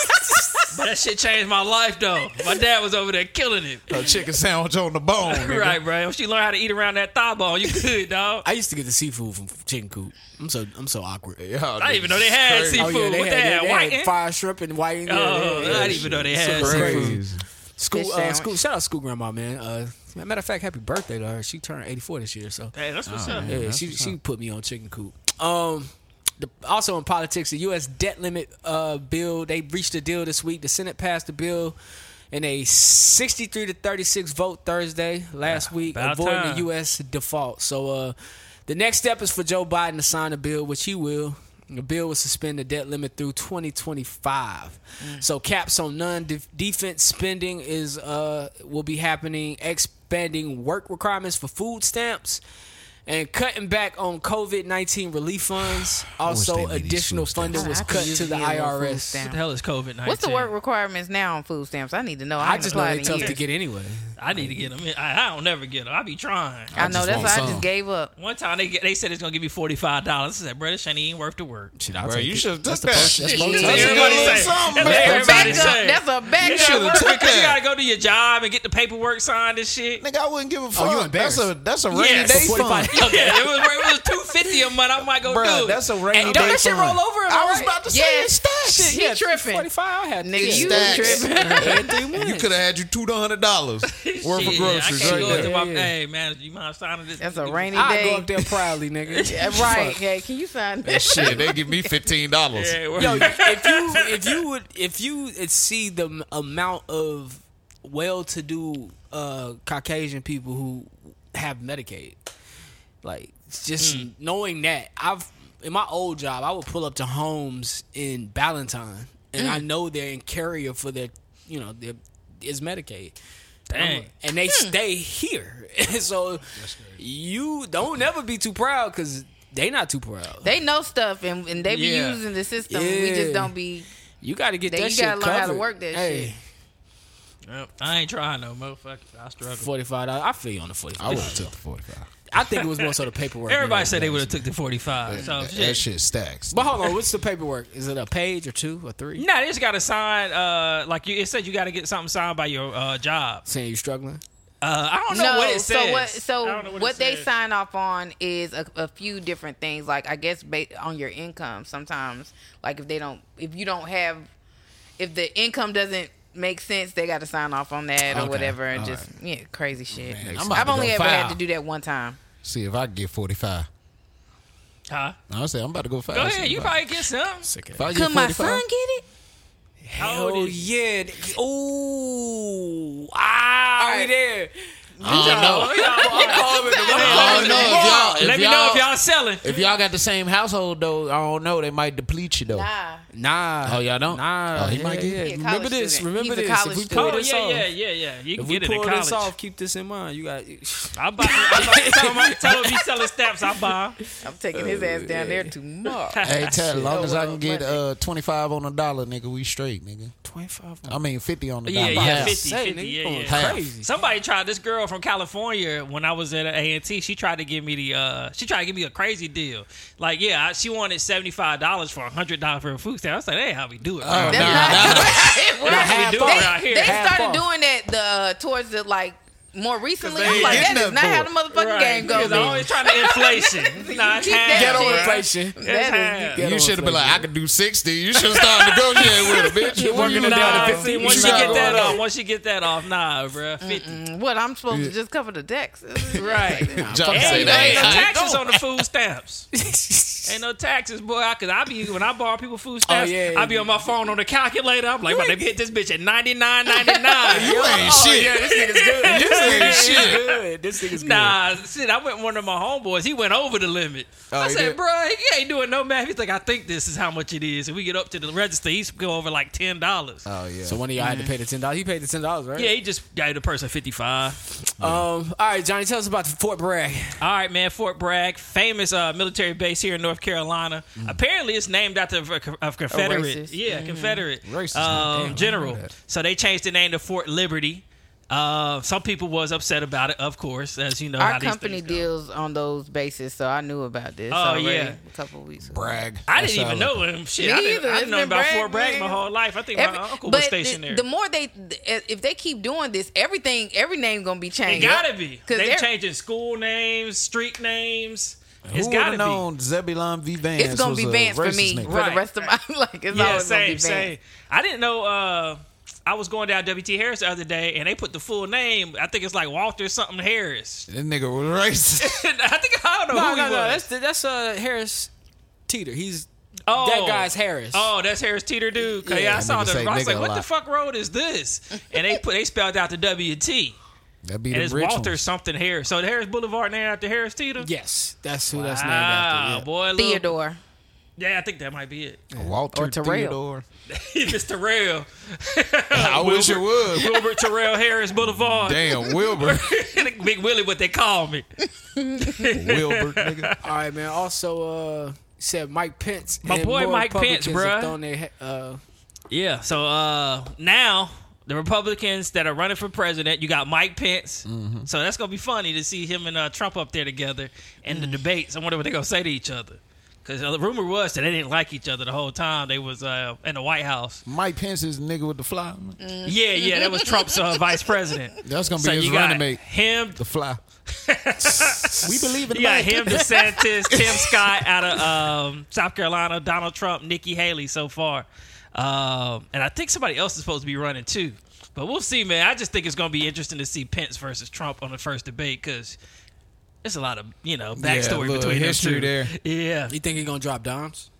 [SPEAKER 1] but that shit changed my life, though. My dad was over there killing it.
[SPEAKER 4] A chicken sandwich on the bone, nigga.
[SPEAKER 1] Right, bro. Once you learn how to eat around that thigh bone, you good, dog.
[SPEAKER 5] I used to get the seafood from Chicken Coop. I'm so I'm so awkward. Oh,
[SPEAKER 4] Y'all
[SPEAKER 1] I didn't even know they had
[SPEAKER 4] crazy.
[SPEAKER 1] seafood.
[SPEAKER 5] they
[SPEAKER 1] what
[SPEAKER 5] had,
[SPEAKER 1] the hell?
[SPEAKER 5] they,
[SPEAKER 1] White?
[SPEAKER 5] had fried shrimp and white. Yeah,
[SPEAKER 1] Oh,
[SPEAKER 5] yeah, yeah.
[SPEAKER 1] I didn't even know they had
[SPEAKER 5] Super
[SPEAKER 1] seafood.
[SPEAKER 5] crazy. School,
[SPEAKER 6] Fish
[SPEAKER 5] uh,
[SPEAKER 6] sandwich.
[SPEAKER 5] school, shout out school grandma, man. Uh, matter of fact, happy birthday to her. She turned 84 this year, so
[SPEAKER 1] Hey, that's what's up.
[SPEAKER 5] Oh, yeah, she she put me on chicken coop. Um, the, also in politics, the U.S. debt limit uh, bill they reached a deal this week. The Senate passed the bill in a 63 to 36 vote Thursday last week,
[SPEAKER 1] Ah, about
[SPEAKER 5] avoiding
[SPEAKER 1] time.
[SPEAKER 5] the U.S. default. So uh, the next step is for Joe Biden to sign a bill, which he will. The bill will suspend the debt limit through 2025.
[SPEAKER 1] Mm.
[SPEAKER 5] So caps on non-defense spending is uh, will be happening. Expanding work requirements for food stamps and cutting back on COVID nineteen relief funds. Also,
[SPEAKER 4] made these
[SPEAKER 5] additional
[SPEAKER 4] food
[SPEAKER 5] funding was
[SPEAKER 6] I could
[SPEAKER 5] cut
[SPEAKER 6] use
[SPEAKER 5] to the
[SPEAKER 6] a little food
[SPEAKER 5] IRS.
[SPEAKER 6] stamp.
[SPEAKER 1] What the hell is COVID 19?
[SPEAKER 6] What's the work requirements now on food stamps? I need to know. I,
[SPEAKER 5] I
[SPEAKER 6] haven't
[SPEAKER 5] just know
[SPEAKER 6] applied
[SPEAKER 5] they
[SPEAKER 6] in
[SPEAKER 5] tough to
[SPEAKER 6] years.
[SPEAKER 5] get anyway.
[SPEAKER 1] I need to get them. I, I don't never get them. I be trying.
[SPEAKER 6] I know
[SPEAKER 4] just
[SPEAKER 6] that's
[SPEAKER 4] want
[SPEAKER 6] why I
[SPEAKER 4] some.
[SPEAKER 6] just gave up.
[SPEAKER 1] One time they they said it's gonna give you forty five dollars. I said, bro, this ain't even worth the work.
[SPEAKER 5] Shit, I'll
[SPEAKER 4] Bro,
[SPEAKER 5] take
[SPEAKER 4] you
[SPEAKER 5] it.
[SPEAKER 4] should have
[SPEAKER 5] That's
[SPEAKER 4] took
[SPEAKER 5] the
[SPEAKER 4] that.
[SPEAKER 5] post- that's
[SPEAKER 4] shit.
[SPEAKER 5] low
[SPEAKER 4] That's
[SPEAKER 5] tier.
[SPEAKER 4] a
[SPEAKER 1] That's
[SPEAKER 4] little
[SPEAKER 1] everybody say.
[SPEAKER 4] something,
[SPEAKER 1] That's
[SPEAKER 4] bro.
[SPEAKER 1] everybody
[SPEAKER 6] Backup.
[SPEAKER 1] say.
[SPEAKER 6] That's a
[SPEAKER 1] You
[SPEAKER 6] backup.
[SPEAKER 1] gotta
[SPEAKER 4] should've
[SPEAKER 1] work
[SPEAKER 4] took
[SPEAKER 1] because you
[SPEAKER 4] that.
[SPEAKER 1] gotta go to your job and get the paperwork signed and shit.
[SPEAKER 4] Nigga, I
[SPEAKER 1] Oh,
[SPEAKER 4] wouldn't give a fuck.
[SPEAKER 5] you
[SPEAKER 4] that's
[SPEAKER 5] embarrassed.
[SPEAKER 4] a that's a rainy
[SPEAKER 1] Yes.
[SPEAKER 4] day
[SPEAKER 5] For
[SPEAKER 4] fund.
[SPEAKER 5] 45
[SPEAKER 1] Okay, it was it was two fifty a month. I might go do
[SPEAKER 4] Bruh,
[SPEAKER 1] it.
[SPEAKER 4] that's a rainy
[SPEAKER 1] And
[SPEAKER 4] day
[SPEAKER 1] Don't that shit
[SPEAKER 4] fund.
[SPEAKER 1] roll over? Am
[SPEAKER 4] I
[SPEAKER 1] I
[SPEAKER 4] was
[SPEAKER 1] right?
[SPEAKER 4] about to say
[SPEAKER 6] Yes.
[SPEAKER 4] it's stacks.
[SPEAKER 6] Shit, he tripping.
[SPEAKER 5] Forty five. I had
[SPEAKER 6] Nigga, you
[SPEAKER 4] Stacks.
[SPEAKER 6] tripping.
[SPEAKER 4] You could have had you two hundred dollars worth of
[SPEAKER 1] Shit, I
[SPEAKER 4] groceries
[SPEAKER 1] can't
[SPEAKER 4] right
[SPEAKER 1] go
[SPEAKER 4] there.
[SPEAKER 1] into my,
[SPEAKER 5] Yeah, yeah.
[SPEAKER 1] Hey man, you mind signing this?
[SPEAKER 6] That's a rainy
[SPEAKER 5] I go up
[SPEAKER 6] day.
[SPEAKER 5] there proudly, nigga.
[SPEAKER 6] Yeah, Right. Hey, can you sign
[SPEAKER 4] That
[SPEAKER 6] this?
[SPEAKER 4] shit, they give me fifteen dollars.
[SPEAKER 1] Yeah, it
[SPEAKER 5] Yo,
[SPEAKER 1] works.
[SPEAKER 5] if you if you would if you see the m- amount of well-to-do uh, Caucasian people who have Medicaid, like just knowing that I've in my old job I would pull up to homes in Ballantyne, and I know they're in carrier for their you know their is Medicaid.
[SPEAKER 1] Dang.
[SPEAKER 5] And they stay here, so you don't never be too proud because they not too proud.
[SPEAKER 6] They know stuff and, and they be
[SPEAKER 1] Yeah.
[SPEAKER 6] using the system. We
[SPEAKER 5] Yeah.
[SPEAKER 6] just don't be.
[SPEAKER 5] You got to get
[SPEAKER 6] They-
[SPEAKER 5] that
[SPEAKER 6] you
[SPEAKER 5] shit
[SPEAKER 6] gotta learn how to
[SPEAKER 5] covered.
[SPEAKER 6] work that
[SPEAKER 5] hey,
[SPEAKER 6] shit.
[SPEAKER 1] Yep, I ain't trying no motherfucker. I struggle.
[SPEAKER 5] Forty five dollars. I feel you on the forty
[SPEAKER 4] I
[SPEAKER 5] five.
[SPEAKER 4] would have took the forty five.
[SPEAKER 5] I think it was more so the paperwork.
[SPEAKER 1] Everybody said they would have took the forty five. So
[SPEAKER 3] that,
[SPEAKER 1] Oh, shit.
[SPEAKER 3] shit stacks.
[SPEAKER 5] But hold on, what's the paperwork? Is it a page or two or three?
[SPEAKER 1] Nah, they just got to sign. Uh, like you, it said, you got to get something signed by your uh, job.
[SPEAKER 5] Saying you struggling.
[SPEAKER 1] Uh, I don't know what it says.
[SPEAKER 6] So what,
[SPEAKER 1] I don't know
[SPEAKER 6] so what,
[SPEAKER 1] it
[SPEAKER 6] they
[SPEAKER 1] says.
[SPEAKER 6] sign off on is a, a few different things. Like I guess based on your income. Sometimes, like if they don't, if you don't have, if the income doesn't make sense, they got to sign off on that or
[SPEAKER 3] Okay,
[SPEAKER 6] whatever, and
[SPEAKER 3] all
[SPEAKER 6] just yeah, crazy shit.
[SPEAKER 3] Man, I'm about
[SPEAKER 6] I've
[SPEAKER 3] to
[SPEAKER 6] only
[SPEAKER 3] go
[SPEAKER 6] ever had
[SPEAKER 3] file.
[SPEAKER 6] to do that one time.
[SPEAKER 3] See if I can get forty five.
[SPEAKER 1] Huh?
[SPEAKER 3] I say I'm about to go five.
[SPEAKER 1] Go ahead, you probably get some.
[SPEAKER 3] If I get
[SPEAKER 6] Could my
[SPEAKER 3] 45,
[SPEAKER 6] son get it?
[SPEAKER 1] How
[SPEAKER 5] Oh
[SPEAKER 1] old is
[SPEAKER 5] yeah. Ooh. Ah, we there.
[SPEAKER 1] Oh,
[SPEAKER 4] I don't know. I don't know
[SPEAKER 1] Let
[SPEAKER 4] if y'all. If
[SPEAKER 1] me
[SPEAKER 4] y'all,
[SPEAKER 1] know if y'all selling.
[SPEAKER 4] If y'all got the same household though, I don't know. They might deplete you though.
[SPEAKER 1] Ah.
[SPEAKER 6] Nah.
[SPEAKER 5] Nah.
[SPEAKER 4] Oh, y'all don't?
[SPEAKER 5] Nah.
[SPEAKER 4] Oh, he
[SPEAKER 5] yeah,
[SPEAKER 4] might get it.
[SPEAKER 5] yeah.
[SPEAKER 6] He a college
[SPEAKER 5] Remember this.
[SPEAKER 6] student.
[SPEAKER 5] Remember
[SPEAKER 6] He's a
[SPEAKER 5] this.
[SPEAKER 6] college
[SPEAKER 5] if we pull
[SPEAKER 6] student.
[SPEAKER 1] Oh
[SPEAKER 5] this
[SPEAKER 1] yeah,
[SPEAKER 5] off,
[SPEAKER 1] yeah, yeah, yeah. You can
[SPEAKER 5] if we
[SPEAKER 1] get it in
[SPEAKER 5] pull this
[SPEAKER 1] college.
[SPEAKER 5] off, keep this in mind. You got.
[SPEAKER 1] I buy. I buy. Tell them, I- tell them you selling stamps. I buy. 'em.
[SPEAKER 6] I'm taking his ass down there
[SPEAKER 3] Uh,
[SPEAKER 6] tomorrow.
[SPEAKER 4] Hey, tell, as long as I can get
[SPEAKER 6] Monday.
[SPEAKER 4] uh, twenty five on a dollar, nigga, we straight, nigga.
[SPEAKER 5] Twenty five.
[SPEAKER 4] I mean fifty on the
[SPEAKER 1] Yeah,
[SPEAKER 4] dollar.
[SPEAKER 1] yeah,
[SPEAKER 4] Half.
[SPEAKER 1] 50,
[SPEAKER 5] Say,
[SPEAKER 1] 50,
[SPEAKER 5] nigga,
[SPEAKER 1] yeah,
[SPEAKER 5] going
[SPEAKER 1] yeah.
[SPEAKER 5] crazy.
[SPEAKER 1] Somebody tried this girl from California when I was at A and T. She tried to give me the uh, she tried to give me a crazy deal. Like yeah, I- she wanted seventy five dollars for hundred dollars for a food stamp. I was like, hey, how we do it? bro.
[SPEAKER 6] That's not
[SPEAKER 1] That's
[SPEAKER 6] how
[SPEAKER 1] how
[SPEAKER 6] it
[SPEAKER 1] we do
[SPEAKER 6] works.
[SPEAKER 1] it out
[SPEAKER 6] They,
[SPEAKER 1] here.
[SPEAKER 6] they
[SPEAKER 1] Half
[SPEAKER 6] started
[SPEAKER 5] off.
[SPEAKER 6] doing that the uh, towards the like more recently.
[SPEAKER 3] they
[SPEAKER 6] I'm
[SPEAKER 3] ain't
[SPEAKER 6] like, that
[SPEAKER 3] getting
[SPEAKER 6] is
[SPEAKER 3] up
[SPEAKER 6] not
[SPEAKER 3] for
[SPEAKER 6] how
[SPEAKER 3] it.
[SPEAKER 6] the motherfucking
[SPEAKER 1] Right,
[SPEAKER 6] game goes.
[SPEAKER 1] because I'm always trying to inflation. nah, it's
[SPEAKER 6] keep that shit.
[SPEAKER 1] half,
[SPEAKER 5] Get on
[SPEAKER 1] bruh.
[SPEAKER 5] inflation.
[SPEAKER 1] It's
[SPEAKER 6] That
[SPEAKER 1] half.
[SPEAKER 6] is-
[SPEAKER 5] Get
[SPEAKER 3] You
[SPEAKER 5] on
[SPEAKER 3] should have been
[SPEAKER 5] inflation.
[SPEAKER 3] like, I could do sixty. You should have started negotiating with a bitch. What you
[SPEAKER 5] it down
[SPEAKER 1] Nah,
[SPEAKER 5] to
[SPEAKER 3] know?
[SPEAKER 1] see,
[SPEAKER 5] 50.
[SPEAKER 1] once
[SPEAKER 5] You
[SPEAKER 1] you
[SPEAKER 5] gotta
[SPEAKER 1] get
[SPEAKER 5] go
[SPEAKER 1] that
[SPEAKER 5] up.
[SPEAKER 1] off, once you get that off, nah, bruh, fifty.
[SPEAKER 6] What I'm supposed to just cover the decks?
[SPEAKER 1] Right.
[SPEAKER 3] John
[SPEAKER 1] Hey,
[SPEAKER 3] say
[SPEAKER 1] ain't
[SPEAKER 3] that.
[SPEAKER 1] no
[SPEAKER 3] I-
[SPEAKER 1] taxes on the food stamps. ain't no taxes, boy. I, Cause I be when I borrow people
[SPEAKER 3] Oh,
[SPEAKER 1] food stamps,
[SPEAKER 5] yeah,
[SPEAKER 1] I be on my phone on the calculator. I'm like, about to hit this bitch at ninety nine ninety
[SPEAKER 3] You
[SPEAKER 1] nine.
[SPEAKER 3] ain't shit.
[SPEAKER 5] Oh, This nigga's good.
[SPEAKER 3] nigga's
[SPEAKER 5] This nigga's
[SPEAKER 3] shit.
[SPEAKER 5] good. This nigga's good.
[SPEAKER 1] Nah, shit. I went with one of my homeboys. He went over the limit. I
[SPEAKER 3] Oh, he
[SPEAKER 1] said,
[SPEAKER 3] did?
[SPEAKER 1] bro, he ain't doing no math. He's like, I think this is how much it is. And we get up to the register, he's go over like ten dollars.
[SPEAKER 3] Oh yeah.
[SPEAKER 5] So one of y'all had to pay the ten dollars. You paid the ten dollars, right?
[SPEAKER 1] yeah, he just gave the person fifty five.
[SPEAKER 5] Um. All right, Johnny. Tell us about the Fort Bragg.
[SPEAKER 1] All right, man. Fort Bragg, famous uh, military base here in North Carolina.
[SPEAKER 3] Mm-hmm.
[SPEAKER 1] Apparently, it's named after a, co- a Confederate.
[SPEAKER 6] racist.
[SPEAKER 1] Yeah, Confederate
[SPEAKER 3] Oh, Racist,
[SPEAKER 1] um,
[SPEAKER 3] man. Damn, I
[SPEAKER 1] general.
[SPEAKER 3] remember that.
[SPEAKER 1] So they changed the name to Fort Liberty. Uh, some people was upset about it, of course, as you know. how
[SPEAKER 6] Our
[SPEAKER 1] these
[SPEAKER 6] company
[SPEAKER 1] things go.
[SPEAKER 6] deals on those bases, so I knew about this.
[SPEAKER 1] Oh,
[SPEAKER 6] already
[SPEAKER 1] yeah.
[SPEAKER 6] a couple of weeks. Ago.
[SPEAKER 3] brag.
[SPEAKER 1] I
[SPEAKER 3] That's
[SPEAKER 1] didn't even
[SPEAKER 3] all.
[SPEAKER 1] know him. Shit, I
[SPEAKER 6] Me
[SPEAKER 1] didn't,
[SPEAKER 6] either.
[SPEAKER 1] I
[SPEAKER 6] It's
[SPEAKER 1] didn't know
[SPEAKER 6] been
[SPEAKER 1] about
[SPEAKER 6] Bragg,
[SPEAKER 1] Fort Bragg
[SPEAKER 6] man.
[SPEAKER 1] my whole life. I think
[SPEAKER 6] Every-
[SPEAKER 1] my uncle
[SPEAKER 6] but
[SPEAKER 1] was stationed
[SPEAKER 6] the,
[SPEAKER 1] there.
[SPEAKER 6] the more they, if they keep doing this, everything, every name gonna be
[SPEAKER 1] it
[SPEAKER 6] changed.
[SPEAKER 1] gotta be.
[SPEAKER 6] 'Cause
[SPEAKER 1] They
[SPEAKER 6] they're-
[SPEAKER 1] changing school names, street names.
[SPEAKER 4] Who
[SPEAKER 1] It's
[SPEAKER 4] would
[SPEAKER 1] gotta
[SPEAKER 4] have
[SPEAKER 1] be.
[SPEAKER 4] known Zebulon V Vance?
[SPEAKER 6] It's gonna
[SPEAKER 4] was
[SPEAKER 6] be
[SPEAKER 4] a
[SPEAKER 6] Vance for
[SPEAKER 4] racist
[SPEAKER 6] me
[SPEAKER 4] nigga?
[SPEAKER 6] for
[SPEAKER 1] Right,
[SPEAKER 6] the rest of my life. It's
[SPEAKER 1] yeah,
[SPEAKER 6] always gonna be
[SPEAKER 1] same,
[SPEAKER 6] Vance.
[SPEAKER 1] same. I didn't know. uh I was going down WT Harris the other day, and they put the full name. I think it's like Walter something Harris.
[SPEAKER 3] That nigga was racist.
[SPEAKER 1] I think I don't know
[SPEAKER 5] No,
[SPEAKER 1] who
[SPEAKER 5] no, no.
[SPEAKER 1] he was.
[SPEAKER 5] That's that's uh Harris Teeter. He's
[SPEAKER 1] oh,
[SPEAKER 5] that guy's Harris.
[SPEAKER 1] Oh, that's Harris Teeter dude. 'Cause, Yeah, I
[SPEAKER 3] That
[SPEAKER 1] saw
[SPEAKER 3] nigga
[SPEAKER 1] the.
[SPEAKER 3] say
[SPEAKER 1] I was
[SPEAKER 3] nigga
[SPEAKER 1] like,
[SPEAKER 3] a
[SPEAKER 1] what the
[SPEAKER 3] lot.
[SPEAKER 1] fuck road is this? And they put they spelled out the WT,
[SPEAKER 3] That be
[SPEAKER 1] and
[SPEAKER 3] the
[SPEAKER 1] it's
[SPEAKER 3] rich
[SPEAKER 1] Walter
[SPEAKER 3] ones.
[SPEAKER 1] something Harris. So the Harris Boulevard named after Harris Teeter.
[SPEAKER 5] Yes, that's who that's named
[SPEAKER 1] Ah,
[SPEAKER 5] after.
[SPEAKER 1] boy, little-
[SPEAKER 6] Theodore.
[SPEAKER 1] Yeah, I think that might be it.
[SPEAKER 3] Walter
[SPEAKER 6] Or Terrell.
[SPEAKER 3] Theodore.
[SPEAKER 1] It's Terrell.
[SPEAKER 3] I wish it would.
[SPEAKER 1] Wilbur Terrell Harris Boulevard.
[SPEAKER 3] Damn, Wilbur.
[SPEAKER 1] Big Willie, what they call me.
[SPEAKER 3] Wilbur, nigga.
[SPEAKER 5] Yeah. All right, man. Also, uh, said Mike Pence.
[SPEAKER 1] My
[SPEAKER 5] and
[SPEAKER 1] boy
[SPEAKER 5] more
[SPEAKER 1] Mike
[SPEAKER 5] Republicans
[SPEAKER 1] Pence,
[SPEAKER 5] have
[SPEAKER 1] bruh.
[SPEAKER 5] thrown their he- uh,
[SPEAKER 1] Yeah. So uh, now the Republicans that are running for president, you got Mike Pence. So that's gonna be funny to see him and uh, Trump up there together in the debates. I wonder what they're gonna say to each other. Because the rumor was that they didn't like each other the whole time they was uh, in the White House.
[SPEAKER 4] Mike Pence is the nigga with the fly.
[SPEAKER 1] Yeah, yeah, that was Trump's uh, vice president.
[SPEAKER 4] That's Mm. gonna be
[SPEAKER 1] So
[SPEAKER 4] his
[SPEAKER 1] you
[SPEAKER 4] running
[SPEAKER 1] got
[SPEAKER 4] mate.
[SPEAKER 1] him,
[SPEAKER 4] The fly. we believe in
[SPEAKER 1] you
[SPEAKER 4] Mike.
[SPEAKER 1] got him, DeSantis, Tim Scott out of um, South Carolina, Donald Trump, Nikki Haley so far, um, and I think somebody else is supposed to be running too. But we'll see, man. I just think it's going to be interesting to see Pence versus Trump on the first debate because there's a lot of you know backstory
[SPEAKER 3] little
[SPEAKER 1] between
[SPEAKER 3] history
[SPEAKER 1] them two.
[SPEAKER 3] there.
[SPEAKER 1] Yeah,
[SPEAKER 5] You think he gonna drop dimes?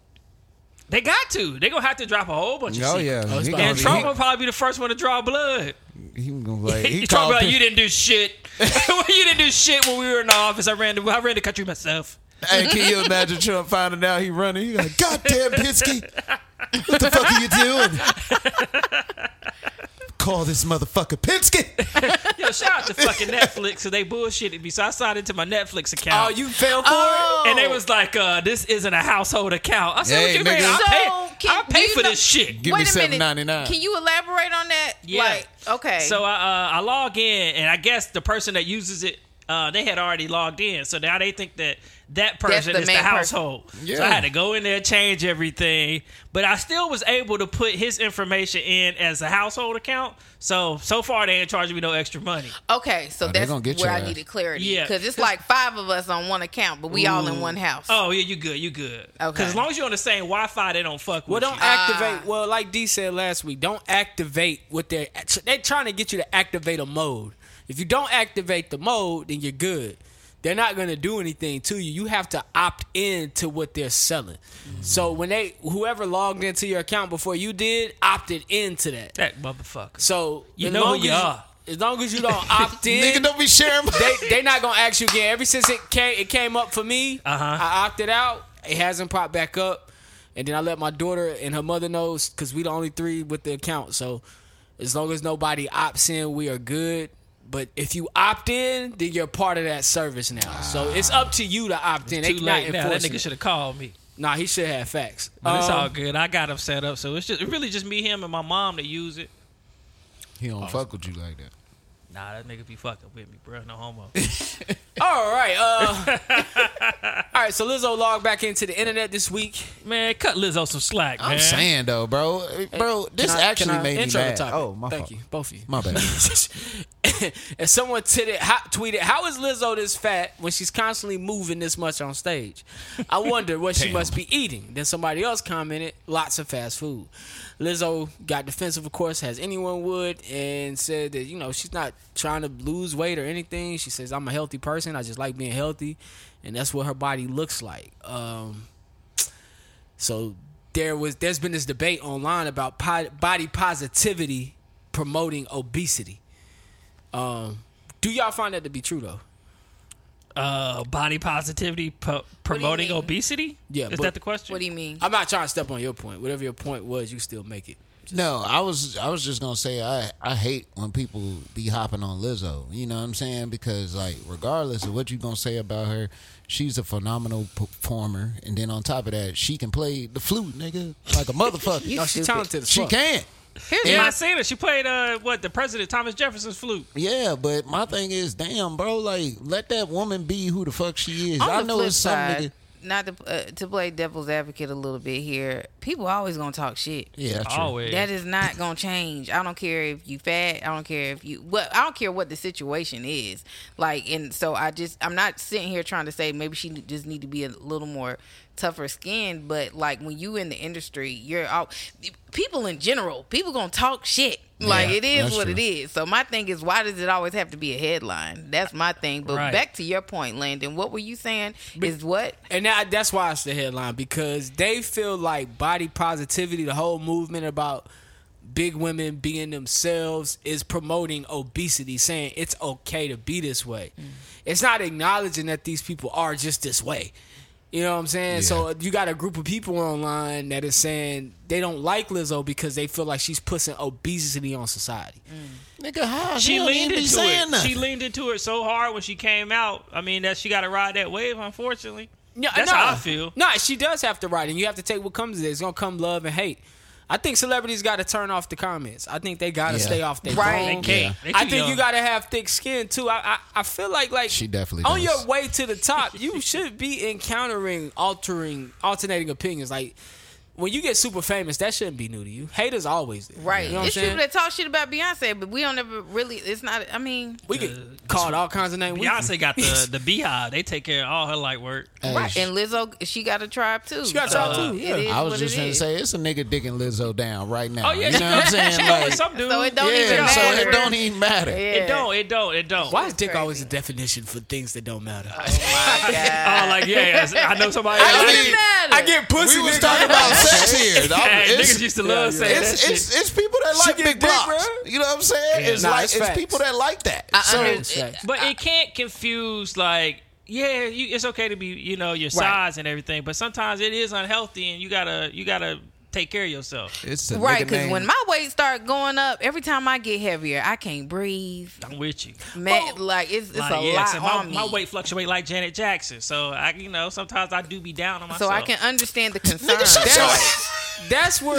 [SPEAKER 1] they got to. They're gonna have to drop a whole bunch of.
[SPEAKER 3] Oh
[SPEAKER 1] secrets.
[SPEAKER 3] yeah.
[SPEAKER 5] Oh, it's
[SPEAKER 3] He
[SPEAKER 5] about-
[SPEAKER 3] gonna
[SPEAKER 1] And
[SPEAKER 3] be-
[SPEAKER 1] Trump will probably be the first one to draw blood.
[SPEAKER 3] He, he gonna like.
[SPEAKER 1] He,
[SPEAKER 3] He
[SPEAKER 1] talking
[SPEAKER 3] called
[SPEAKER 1] about
[SPEAKER 3] Pence-
[SPEAKER 1] you didn't do shit. well, you didn't do shit when we were in the office. I ran the I ran the country myself.
[SPEAKER 3] Hey, can you imagine Trump finding out he running? He like, goddamn Pinsky, what the fuck are you doing? Call this motherfucker Pinsky.
[SPEAKER 1] Yo, shout out to fucking Netflix because they bullshitted me. So I signed into my Netflix
[SPEAKER 5] Oh,
[SPEAKER 1] account.
[SPEAKER 5] you fell for
[SPEAKER 6] Oh,
[SPEAKER 1] and they was like, uh, this isn't a household account. I said,
[SPEAKER 3] Hey,
[SPEAKER 1] what you mean?
[SPEAKER 3] nigga.
[SPEAKER 1] I'll
[SPEAKER 6] So,
[SPEAKER 1] pay,
[SPEAKER 6] can-
[SPEAKER 1] I'll
[SPEAKER 6] do
[SPEAKER 1] pay
[SPEAKER 6] you
[SPEAKER 1] for
[SPEAKER 6] know-
[SPEAKER 1] this shit.
[SPEAKER 3] Give
[SPEAKER 6] Wait
[SPEAKER 3] me
[SPEAKER 6] a
[SPEAKER 3] seven
[SPEAKER 6] minute.
[SPEAKER 3] ninety nine.
[SPEAKER 6] Can you elaborate on that?
[SPEAKER 1] Yeah.
[SPEAKER 6] Like, okay.
[SPEAKER 1] So I, uh, I log in, and I guess the person that uses it uh, they had already logged in. So now they think that that
[SPEAKER 6] That's
[SPEAKER 1] person
[SPEAKER 6] the
[SPEAKER 1] is the
[SPEAKER 6] main person.
[SPEAKER 1] household. So I
[SPEAKER 6] Yeah.
[SPEAKER 1] had to go in there, change everything. But I still was able to put his information in as a household account. So, so far, they ain't charging me no extra money.
[SPEAKER 6] Okay, so
[SPEAKER 1] Oh, they
[SPEAKER 6] that's
[SPEAKER 1] gonna get
[SPEAKER 6] where
[SPEAKER 1] your
[SPEAKER 6] I
[SPEAKER 1] ass.
[SPEAKER 6] needed clarity.
[SPEAKER 1] Yeah,
[SPEAKER 6] because it's like five of us on one account, but we all in one house.
[SPEAKER 1] Oh, yeah, you good. You good. Okay.
[SPEAKER 6] Okay.
[SPEAKER 1] Because as long as you're on the same Wi Fi, they don't fuck
[SPEAKER 5] Well,
[SPEAKER 1] with
[SPEAKER 5] don't
[SPEAKER 1] you. ah.
[SPEAKER 5] activate. well, like D said last week, don't activate what they're they're trying to get you to activate a mode. If you don't activate the mode, then you're good. They're not going to do anything to you. You have to opt in to what they're selling. So when they whoever logged into your account before you did opted into that.
[SPEAKER 1] That motherfucker.
[SPEAKER 5] So
[SPEAKER 1] You
[SPEAKER 5] as
[SPEAKER 1] know who
[SPEAKER 5] long
[SPEAKER 1] you
[SPEAKER 5] as
[SPEAKER 1] are.
[SPEAKER 5] As long as you don't opt in,
[SPEAKER 1] Nigga,
[SPEAKER 5] don't be sharing. they they not gonna ask you again. Ever since it came it came up for me,
[SPEAKER 1] Uh-huh.
[SPEAKER 5] I opted out. It hasn't popped back up, and then I let my daughter and her mother know because we the only three with the account. So as long as nobody opts in, we are good. But if you opt in, then you're part of that service now. So it's up to you to opt in. They
[SPEAKER 1] Ah.
[SPEAKER 5] not
[SPEAKER 1] Too late now. That
[SPEAKER 5] enforcing
[SPEAKER 1] nigga
[SPEAKER 5] it.
[SPEAKER 1] should have called me.
[SPEAKER 5] Nah, he should have facts.
[SPEAKER 1] But it's all
[SPEAKER 5] Um,
[SPEAKER 1] good. I got him set up, so it's just really just me, him, and my mom that use it.
[SPEAKER 4] He don't fuck with you like that.
[SPEAKER 1] Nah, that nigga be fucking with me, bro. No homo.
[SPEAKER 5] All right. Uh, all right. So Lizzo logged back into the internet this week.
[SPEAKER 1] Man, cut Lizzo some slack,
[SPEAKER 4] I'm saying though, bro, Hey, bro, this
[SPEAKER 5] Can I-
[SPEAKER 4] actually
[SPEAKER 5] can I
[SPEAKER 4] made me
[SPEAKER 5] intro the
[SPEAKER 4] mad.
[SPEAKER 5] topic?
[SPEAKER 4] Oh, my
[SPEAKER 5] Thank
[SPEAKER 4] fault.
[SPEAKER 5] you, both of you.
[SPEAKER 4] My bad.
[SPEAKER 5] and someone titted, how, tweeted, "How is Lizzo this fat when she's constantly moving this much on stage? I wonder what she must be eating." Then somebody else commented, "Lots of fast food." Lizzo got defensive, of course, as anyone would, and said that you know she's not trying to lose weight or anything. She says, "I'm a healthy person. I just like being healthy, and that's what her body looks like." Um, so there was there's been this debate online about po- body positivity promoting obesity. Um, do y'all find that to be true though?
[SPEAKER 1] Uh, body positivity po- promoting obesity.
[SPEAKER 5] Yeah,
[SPEAKER 1] is
[SPEAKER 5] but-
[SPEAKER 1] that the question?
[SPEAKER 5] What do
[SPEAKER 6] you mean?
[SPEAKER 5] I'm not trying to step on your point. Whatever your point was, you still make it.
[SPEAKER 4] No, I was I was just gonna say I I hate when people be hopping on Lizzo. You know what I'm saying? Because like regardless of what you gonna say about her, she's a phenomenal performer, and then on top of that, she can play the flute, nigga, like a motherfucker.
[SPEAKER 5] No, she talented as
[SPEAKER 4] She
[SPEAKER 5] fuck.
[SPEAKER 4] can.
[SPEAKER 1] Here's
[SPEAKER 4] And-
[SPEAKER 1] my I seen her. She played uh what the president Thomas Jefferson's flute.
[SPEAKER 4] Yeah, but my thing is, damn, bro, like let that woman be who the fuck she is.
[SPEAKER 6] On
[SPEAKER 4] I
[SPEAKER 6] the
[SPEAKER 4] know
[SPEAKER 6] flip
[SPEAKER 4] it's some
[SPEAKER 6] side,
[SPEAKER 4] nigga.
[SPEAKER 6] Not to uh, to play devil's advocate a little bit here. People always gonna talk shit.
[SPEAKER 4] Yeah, true. Always.
[SPEAKER 6] That is not gonna change. I don't care if you fat. I don't care if you. Well, I don't care what the situation is. Like, and so I just I'm not sitting here trying to say maybe she just need to be a little more tougher skinned. But like when you in the industry, you're all people in general. People gonna talk shit. Like
[SPEAKER 12] Yeah,
[SPEAKER 6] it is
[SPEAKER 12] that's
[SPEAKER 6] what it
[SPEAKER 12] true.
[SPEAKER 6] is. So my thing is, why does it always have to be a headline? That's my thing. But
[SPEAKER 5] Right.
[SPEAKER 6] back to your point, Landon. What were you saying? is what?
[SPEAKER 5] And that, that's why it's the headline because they feel like body positivity, the whole movement about big women being themselves, is promoting obesity, saying it's okay to be this way. It's not acknowledging that these people are just this way. You know what I'm saying? So you got a group of people online that is saying they don't like Lizzo because they feel like she's pushing obesity on society.
[SPEAKER 4] Nigga, how
[SPEAKER 1] She
[SPEAKER 4] hell they
[SPEAKER 1] leaned
[SPEAKER 4] be
[SPEAKER 1] into
[SPEAKER 4] saying
[SPEAKER 1] it.
[SPEAKER 4] nothing?
[SPEAKER 1] She leaned into it so hard when she came out. I mean, that she got to ride that wave. Unfortunately,
[SPEAKER 5] Yeah,
[SPEAKER 1] that's
[SPEAKER 5] no.
[SPEAKER 1] how I feel.
[SPEAKER 5] No, she does have to write, and you have to take what comes with it. It's gonna come love and hate. I think celebrities got to turn off the comments. I think they got to
[SPEAKER 4] Yeah.
[SPEAKER 5] stay off their
[SPEAKER 1] Right.
[SPEAKER 5] phone.
[SPEAKER 1] They can't. Yeah. They too
[SPEAKER 5] I think you
[SPEAKER 1] young.
[SPEAKER 5] got to have thick skin too. I, I I feel like like
[SPEAKER 4] She definitely
[SPEAKER 5] on
[SPEAKER 4] does.
[SPEAKER 5] your way to the top, you should be encountering altering alternating opinions. Like when you get super famous, that shouldn't be new to you. Haters always there.
[SPEAKER 6] Right.
[SPEAKER 5] You know what I'm
[SPEAKER 6] it's
[SPEAKER 5] saying?
[SPEAKER 6] people that talk shit about Beyonce, but we don't ever really. It's not. I mean,
[SPEAKER 5] we get called all kinds of names. We-
[SPEAKER 1] Beyonce got the the beehive. They take care of all her light work.
[SPEAKER 6] right. And Lizzo, she got a tribe too.
[SPEAKER 5] She got a tribe, too, yeah.
[SPEAKER 6] It is
[SPEAKER 4] I was
[SPEAKER 6] what
[SPEAKER 4] just
[SPEAKER 6] it
[SPEAKER 4] gonna
[SPEAKER 6] is.
[SPEAKER 4] say it's a nigga dicking Lizzo down right now.
[SPEAKER 1] Oh yeah,
[SPEAKER 4] you know what I'm saying? Like,
[SPEAKER 6] So it don't
[SPEAKER 4] yeah,
[SPEAKER 6] even matter.
[SPEAKER 4] so it don't even matter.
[SPEAKER 1] It don't. It don't. It don't.
[SPEAKER 5] Why is dick always a definition for things that don't matter?
[SPEAKER 1] Oh, like yeah, I know somebody.
[SPEAKER 5] I
[SPEAKER 1] that likes
[SPEAKER 5] mean,
[SPEAKER 1] it.
[SPEAKER 5] I get pussy.
[SPEAKER 1] We was
[SPEAKER 5] nigga.
[SPEAKER 1] talking about sex
[SPEAKER 4] here.
[SPEAKER 1] Hey, niggas used to love
[SPEAKER 4] yeah,
[SPEAKER 1] saying
[SPEAKER 4] it's,
[SPEAKER 1] that
[SPEAKER 4] it's,
[SPEAKER 1] shit.
[SPEAKER 4] it's people that
[SPEAKER 1] She
[SPEAKER 4] like
[SPEAKER 1] get
[SPEAKER 4] big
[SPEAKER 1] dick,
[SPEAKER 4] blocks.
[SPEAKER 1] bruh.
[SPEAKER 4] You know what I'm saying?
[SPEAKER 1] Yeah.
[SPEAKER 4] It's
[SPEAKER 1] Nah,
[SPEAKER 4] like
[SPEAKER 1] it's
[SPEAKER 4] it's,
[SPEAKER 1] facts.
[SPEAKER 4] people that like that.
[SPEAKER 1] I
[SPEAKER 4] so
[SPEAKER 1] under- but it can't confuse like yeah, you, it's okay to be you know your
[SPEAKER 4] Right.
[SPEAKER 1] size and everything, but sometimes it is unhealthy and you gotta you gotta take care of yourself.
[SPEAKER 4] It's
[SPEAKER 6] Right, because when my weight start going up, every time I get heavier, I can't breathe.
[SPEAKER 1] I'm with you.
[SPEAKER 6] Man, like it's it's a
[SPEAKER 1] Oh. yeah,
[SPEAKER 6] lot
[SPEAKER 1] so my,
[SPEAKER 6] on me.
[SPEAKER 1] my weight fluctuate like Janet Jackson, so I you know sometimes I do be down on
[SPEAKER 6] so
[SPEAKER 1] myself.
[SPEAKER 6] I can understand the concern.
[SPEAKER 5] That's, that's where.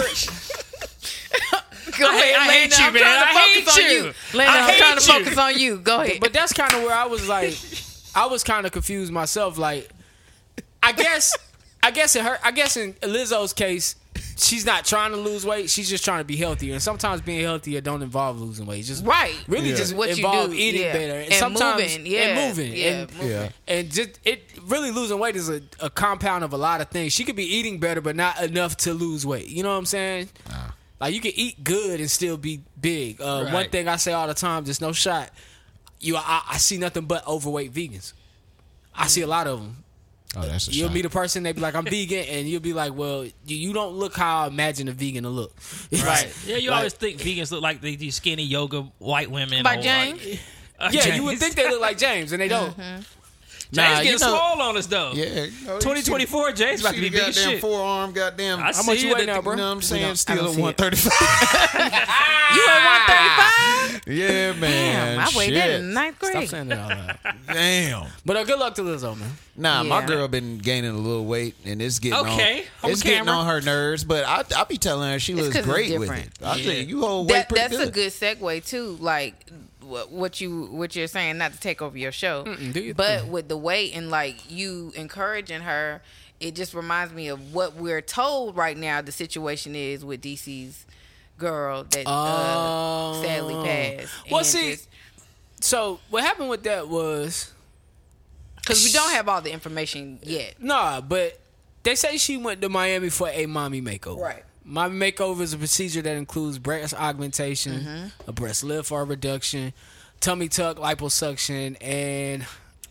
[SPEAKER 6] Go
[SPEAKER 1] I hate-
[SPEAKER 6] ahead,
[SPEAKER 1] I
[SPEAKER 6] Lena.
[SPEAKER 1] hate you,
[SPEAKER 6] I'm
[SPEAKER 1] man.
[SPEAKER 6] trying to
[SPEAKER 1] I hate
[SPEAKER 6] focus on
[SPEAKER 1] you.
[SPEAKER 6] you. Lena,
[SPEAKER 1] I
[SPEAKER 6] I'm
[SPEAKER 1] hate
[SPEAKER 6] trying to
[SPEAKER 1] you.
[SPEAKER 6] focus on you. Go ahead.
[SPEAKER 5] But that's kind of where I was like, I was kind of confused myself. Like, I guess, I guess in her, I guess in Lizzo's case, she's not trying to lose weight. She's just trying to be healthier. And sometimes being healthier don't involve losing weight. It's Just
[SPEAKER 6] Right.
[SPEAKER 5] really
[SPEAKER 6] Yeah.
[SPEAKER 5] just
[SPEAKER 6] What you
[SPEAKER 5] involve
[SPEAKER 6] do,
[SPEAKER 5] eating
[SPEAKER 6] yeah.
[SPEAKER 5] better and,
[SPEAKER 6] And
[SPEAKER 5] sometimes
[SPEAKER 6] moving, yeah,
[SPEAKER 5] and moving.
[SPEAKER 6] yeah,
[SPEAKER 5] and,
[SPEAKER 6] moving.
[SPEAKER 3] Yeah.
[SPEAKER 5] and just it really losing weight is a, a compound of a lot of things. She could be eating better, but not enough to lose weight. You know what I'm saying? Like you can eat good and still be big. Uh, One
[SPEAKER 10] Right.
[SPEAKER 5] thing I say all the time, just no shot. You, I, I see nothing but overweight vegans. I see a lot of them.
[SPEAKER 4] Oh, that's a
[SPEAKER 5] You'll
[SPEAKER 4] shot.
[SPEAKER 5] meet a person, they be like, "I'm vegan," and you'll be like, "Well, you, you don't look how I imagine a vegan to look."
[SPEAKER 1] Right. Yeah, you
[SPEAKER 5] Like-
[SPEAKER 1] always think vegans look like they these skinny yoga white women.
[SPEAKER 6] By
[SPEAKER 1] or,
[SPEAKER 6] James.
[SPEAKER 1] like- Uh,
[SPEAKER 5] yeah,
[SPEAKER 1] James.
[SPEAKER 5] you would think they look like James, Uh-huh. and they don't.
[SPEAKER 1] James
[SPEAKER 4] Nah,
[SPEAKER 1] getting
[SPEAKER 4] you know-
[SPEAKER 1] small on us though.
[SPEAKER 4] Yeah. you know, you
[SPEAKER 1] 2024, James
[SPEAKER 4] see-
[SPEAKER 1] about to
[SPEAKER 4] see
[SPEAKER 1] be
[SPEAKER 4] the
[SPEAKER 1] big as
[SPEAKER 4] goddamn
[SPEAKER 1] shit.
[SPEAKER 4] Forearm, goddamn.
[SPEAKER 1] I
[SPEAKER 4] I'm-
[SPEAKER 1] see
[SPEAKER 5] much you
[SPEAKER 1] it
[SPEAKER 5] weigh
[SPEAKER 1] at
[SPEAKER 5] now,
[SPEAKER 1] the-
[SPEAKER 5] bro?
[SPEAKER 4] You know what I'm saying?
[SPEAKER 6] I don't
[SPEAKER 4] Still at
[SPEAKER 6] see it.
[SPEAKER 4] 135.
[SPEAKER 6] You at
[SPEAKER 5] Ah.
[SPEAKER 6] 135?
[SPEAKER 4] yeah, man.
[SPEAKER 6] Damn, I weighed that
[SPEAKER 4] shit.
[SPEAKER 6] in ninth
[SPEAKER 5] Stop
[SPEAKER 6] grade.
[SPEAKER 5] saying that out loud.
[SPEAKER 4] Damn.
[SPEAKER 5] But uh, good luck to Lizzo, man.
[SPEAKER 4] Nah, my
[SPEAKER 6] Yeah.
[SPEAKER 4] girl been gaining a little weight, and it's getting
[SPEAKER 1] Okay,
[SPEAKER 4] on,
[SPEAKER 1] on
[SPEAKER 4] it's getting
[SPEAKER 1] camera.
[SPEAKER 4] on her nerves. But I, I be telling her she looks
[SPEAKER 6] 'cause it's
[SPEAKER 4] great with it.
[SPEAKER 6] different.
[SPEAKER 4] I think you hold weight
[SPEAKER 6] that,
[SPEAKER 4] pretty
[SPEAKER 6] that's a good segue too like wh- what you what you're saying not to take over your show
[SPEAKER 5] do your
[SPEAKER 6] but with the weight and like you encouraging her it just reminds me of what we're told right now the situation is with dc's girl that uh, sadly passed
[SPEAKER 5] Oh. Well,
[SPEAKER 6] And
[SPEAKER 5] see-
[SPEAKER 6] just-
[SPEAKER 5] So what happened with that was
[SPEAKER 6] Cause we don't have all the information yet.
[SPEAKER 5] nah, but they say she went to Miami for a mommy makeover.
[SPEAKER 6] Right.
[SPEAKER 5] Mommy makeover is a procedure that includes breast augmentation,
[SPEAKER 6] Mm-hmm.
[SPEAKER 5] a breast lift or reduction, tummy tuck, liposuction, and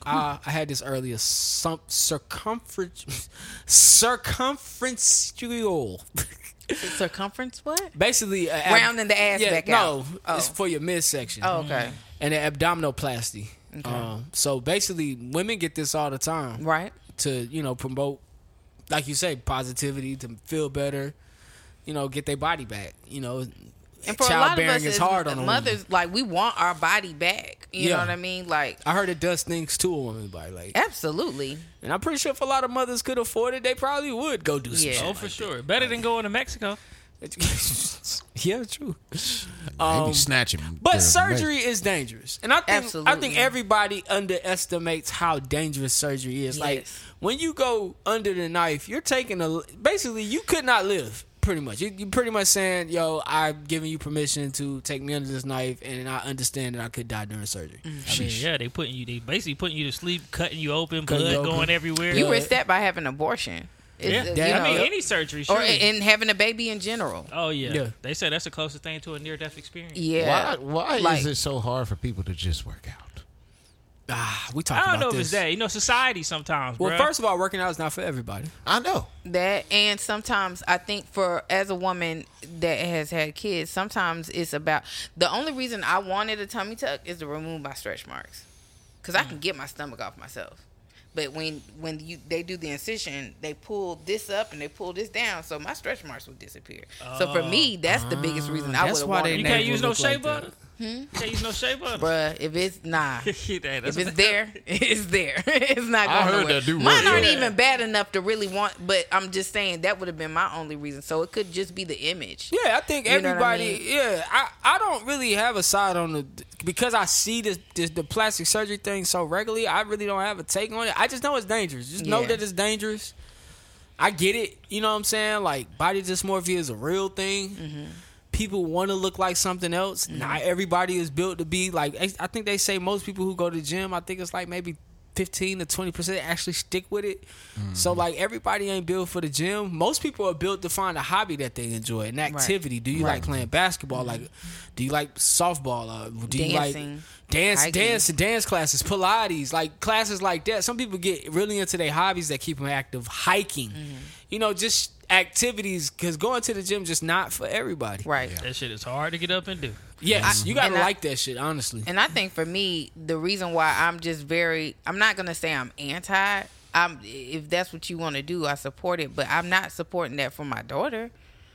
[SPEAKER 5] I, I had this earlier. Some circumference, circumferential.
[SPEAKER 6] Circumference, what?
[SPEAKER 5] Basically, a ab-
[SPEAKER 6] Rounding the ass
[SPEAKER 5] yeah,
[SPEAKER 6] back
[SPEAKER 5] no,
[SPEAKER 6] out.
[SPEAKER 5] it's
[SPEAKER 6] Oh.
[SPEAKER 5] for your midsection.
[SPEAKER 6] Oh, okay.
[SPEAKER 5] and an abdominoplasty. Um, so basically, women get this all the time,
[SPEAKER 6] Right.
[SPEAKER 5] To you know promote, like you say, positivity to feel better, you know, get their body back. You know,
[SPEAKER 6] And for a lot of
[SPEAKER 5] childbearing
[SPEAKER 6] us,
[SPEAKER 5] is
[SPEAKER 6] as
[SPEAKER 5] hard on a woman.
[SPEAKER 6] mothers, like we want our body back. You
[SPEAKER 5] Yeah.
[SPEAKER 6] know what I mean? Like,
[SPEAKER 5] I heard it does things to a woman body, like,
[SPEAKER 6] absolutely.
[SPEAKER 5] and I'm pretty sure if a lot of mothers could afford it, they probably would go do some
[SPEAKER 6] Yeah.
[SPEAKER 5] shit.
[SPEAKER 1] Oh, for sure. Better than going to Mexico.
[SPEAKER 5] yeah, true.
[SPEAKER 4] They be
[SPEAKER 5] Um,
[SPEAKER 4] snatching.
[SPEAKER 5] But
[SPEAKER 4] girls'
[SPEAKER 5] surgery
[SPEAKER 4] weight.
[SPEAKER 5] is dangerous, and I think I
[SPEAKER 6] Absolutely.
[SPEAKER 5] think everybody underestimates how dangerous surgery is. Like
[SPEAKER 6] Yes.
[SPEAKER 5] when you go under the knife, you're taking a basically you could not live. Pretty much, you, you're pretty much saying, "Yo, I'm giving you permission to take me under this knife, and I understand that I could die during surgery."
[SPEAKER 6] Mm.
[SPEAKER 1] I mean, yeah, they putting you, they basically putting you to sleep, cutting you open,
[SPEAKER 5] Cutting
[SPEAKER 1] blood
[SPEAKER 5] you open.
[SPEAKER 1] going everywhere.
[SPEAKER 6] You
[SPEAKER 5] Yeah.
[SPEAKER 6] risk that by having an abortion.
[SPEAKER 1] yeah,
[SPEAKER 6] It's, uh,
[SPEAKER 5] That-
[SPEAKER 1] I
[SPEAKER 6] you
[SPEAKER 1] mean
[SPEAKER 6] know,
[SPEAKER 1] any surgery,
[SPEAKER 6] or
[SPEAKER 1] sure.
[SPEAKER 6] and having a baby in general.
[SPEAKER 1] oh yeah.
[SPEAKER 5] Yeah.
[SPEAKER 1] they said that's the closest thing to a near death experience.
[SPEAKER 6] Yeah.
[SPEAKER 4] Why, why
[SPEAKER 6] Like-
[SPEAKER 4] is it so hard for people to just work out?
[SPEAKER 5] Ah, we talked
[SPEAKER 1] I don't
[SPEAKER 5] about
[SPEAKER 1] know if
[SPEAKER 5] this.
[SPEAKER 1] it's that. You know, society sometimes.
[SPEAKER 5] Well,
[SPEAKER 1] bruh.
[SPEAKER 5] first of all, working out is not for everybody.
[SPEAKER 4] I know.
[SPEAKER 6] That and sometimes I think for as a woman that has had kids, sometimes it's about the only reason I wanted a tummy tuck is to remove my stretch marks, because I can get my stomach off myself. But when when you they do the incision, they pull this up and they pull this down, so my stretch marks will disappear. so for me, that's the biggest reason I would
[SPEAKER 5] That's
[SPEAKER 6] have
[SPEAKER 5] why they
[SPEAKER 1] you
[SPEAKER 6] wanted.
[SPEAKER 1] can't
[SPEAKER 5] Neighbor
[SPEAKER 1] use no
[SPEAKER 5] look
[SPEAKER 1] shea
[SPEAKER 5] like that.
[SPEAKER 1] butter. You can't use no shea butter.
[SPEAKER 6] Bruh, if it's nah,
[SPEAKER 1] Yeah, that's
[SPEAKER 6] if
[SPEAKER 1] what
[SPEAKER 6] it's there, it's there. it's not going
[SPEAKER 4] I heard
[SPEAKER 6] nowhere.
[SPEAKER 4] that do
[SPEAKER 6] Mine
[SPEAKER 4] work.
[SPEAKER 6] aren't
[SPEAKER 4] Yeah.
[SPEAKER 6] even bad enough to really want, but I'm just saying that would have been my only reason. So it could just be the image.
[SPEAKER 5] Yeah, I think
[SPEAKER 6] You know what I
[SPEAKER 5] everybody.
[SPEAKER 6] mean?
[SPEAKER 5] Yeah, I, I don't really have a side on the because I see this, this the plastic surgery thing so regularly. I really don't have a take on it. I just know it's dangerous. Just know
[SPEAKER 6] Yeah.
[SPEAKER 5] that it's dangerous. I get it. You know what I'm saying? Like body dysmorphia is a real thing.
[SPEAKER 6] Mm-hmm.
[SPEAKER 5] People want to look like something else. Not everybody is built to be like. I I think they say most people who go to gym. I think it's like maybe. 15 to 20% actually stick with it. So,
[SPEAKER 6] Mm-hmm.
[SPEAKER 5] like, everybody ain't built for the gym. Most people are built to find a hobby that they enjoy, an activity. Do you like playing basketball? Like, do you like softball? Uh, do you like
[SPEAKER 6] Mm-hmm. Dancing.
[SPEAKER 5] dance,
[SPEAKER 6] Hiking.
[SPEAKER 5] dance, dance classes, Pilates, like classes like that? Some people get really into their hobbies that keep them active. Hiking,
[SPEAKER 6] Mm-hmm.
[SPEAKER 5] you know, just activities because going to the gym just not for everybody.
[SPEAKER 6] Right.
[SPEAKER 1] That shit is hard to get up and do.
[SPEAKER 5] Yes, you gotta
[SPEAKER 6] And I-
[SPEAKER 5] like that shit. Honestly,
[SPEAKER 6] And I think for me, the reason why I'm just very, I'm not going to say I'm anti. I'm, if that's what you want to do, I support it, but I'm not supporting that for my daughter.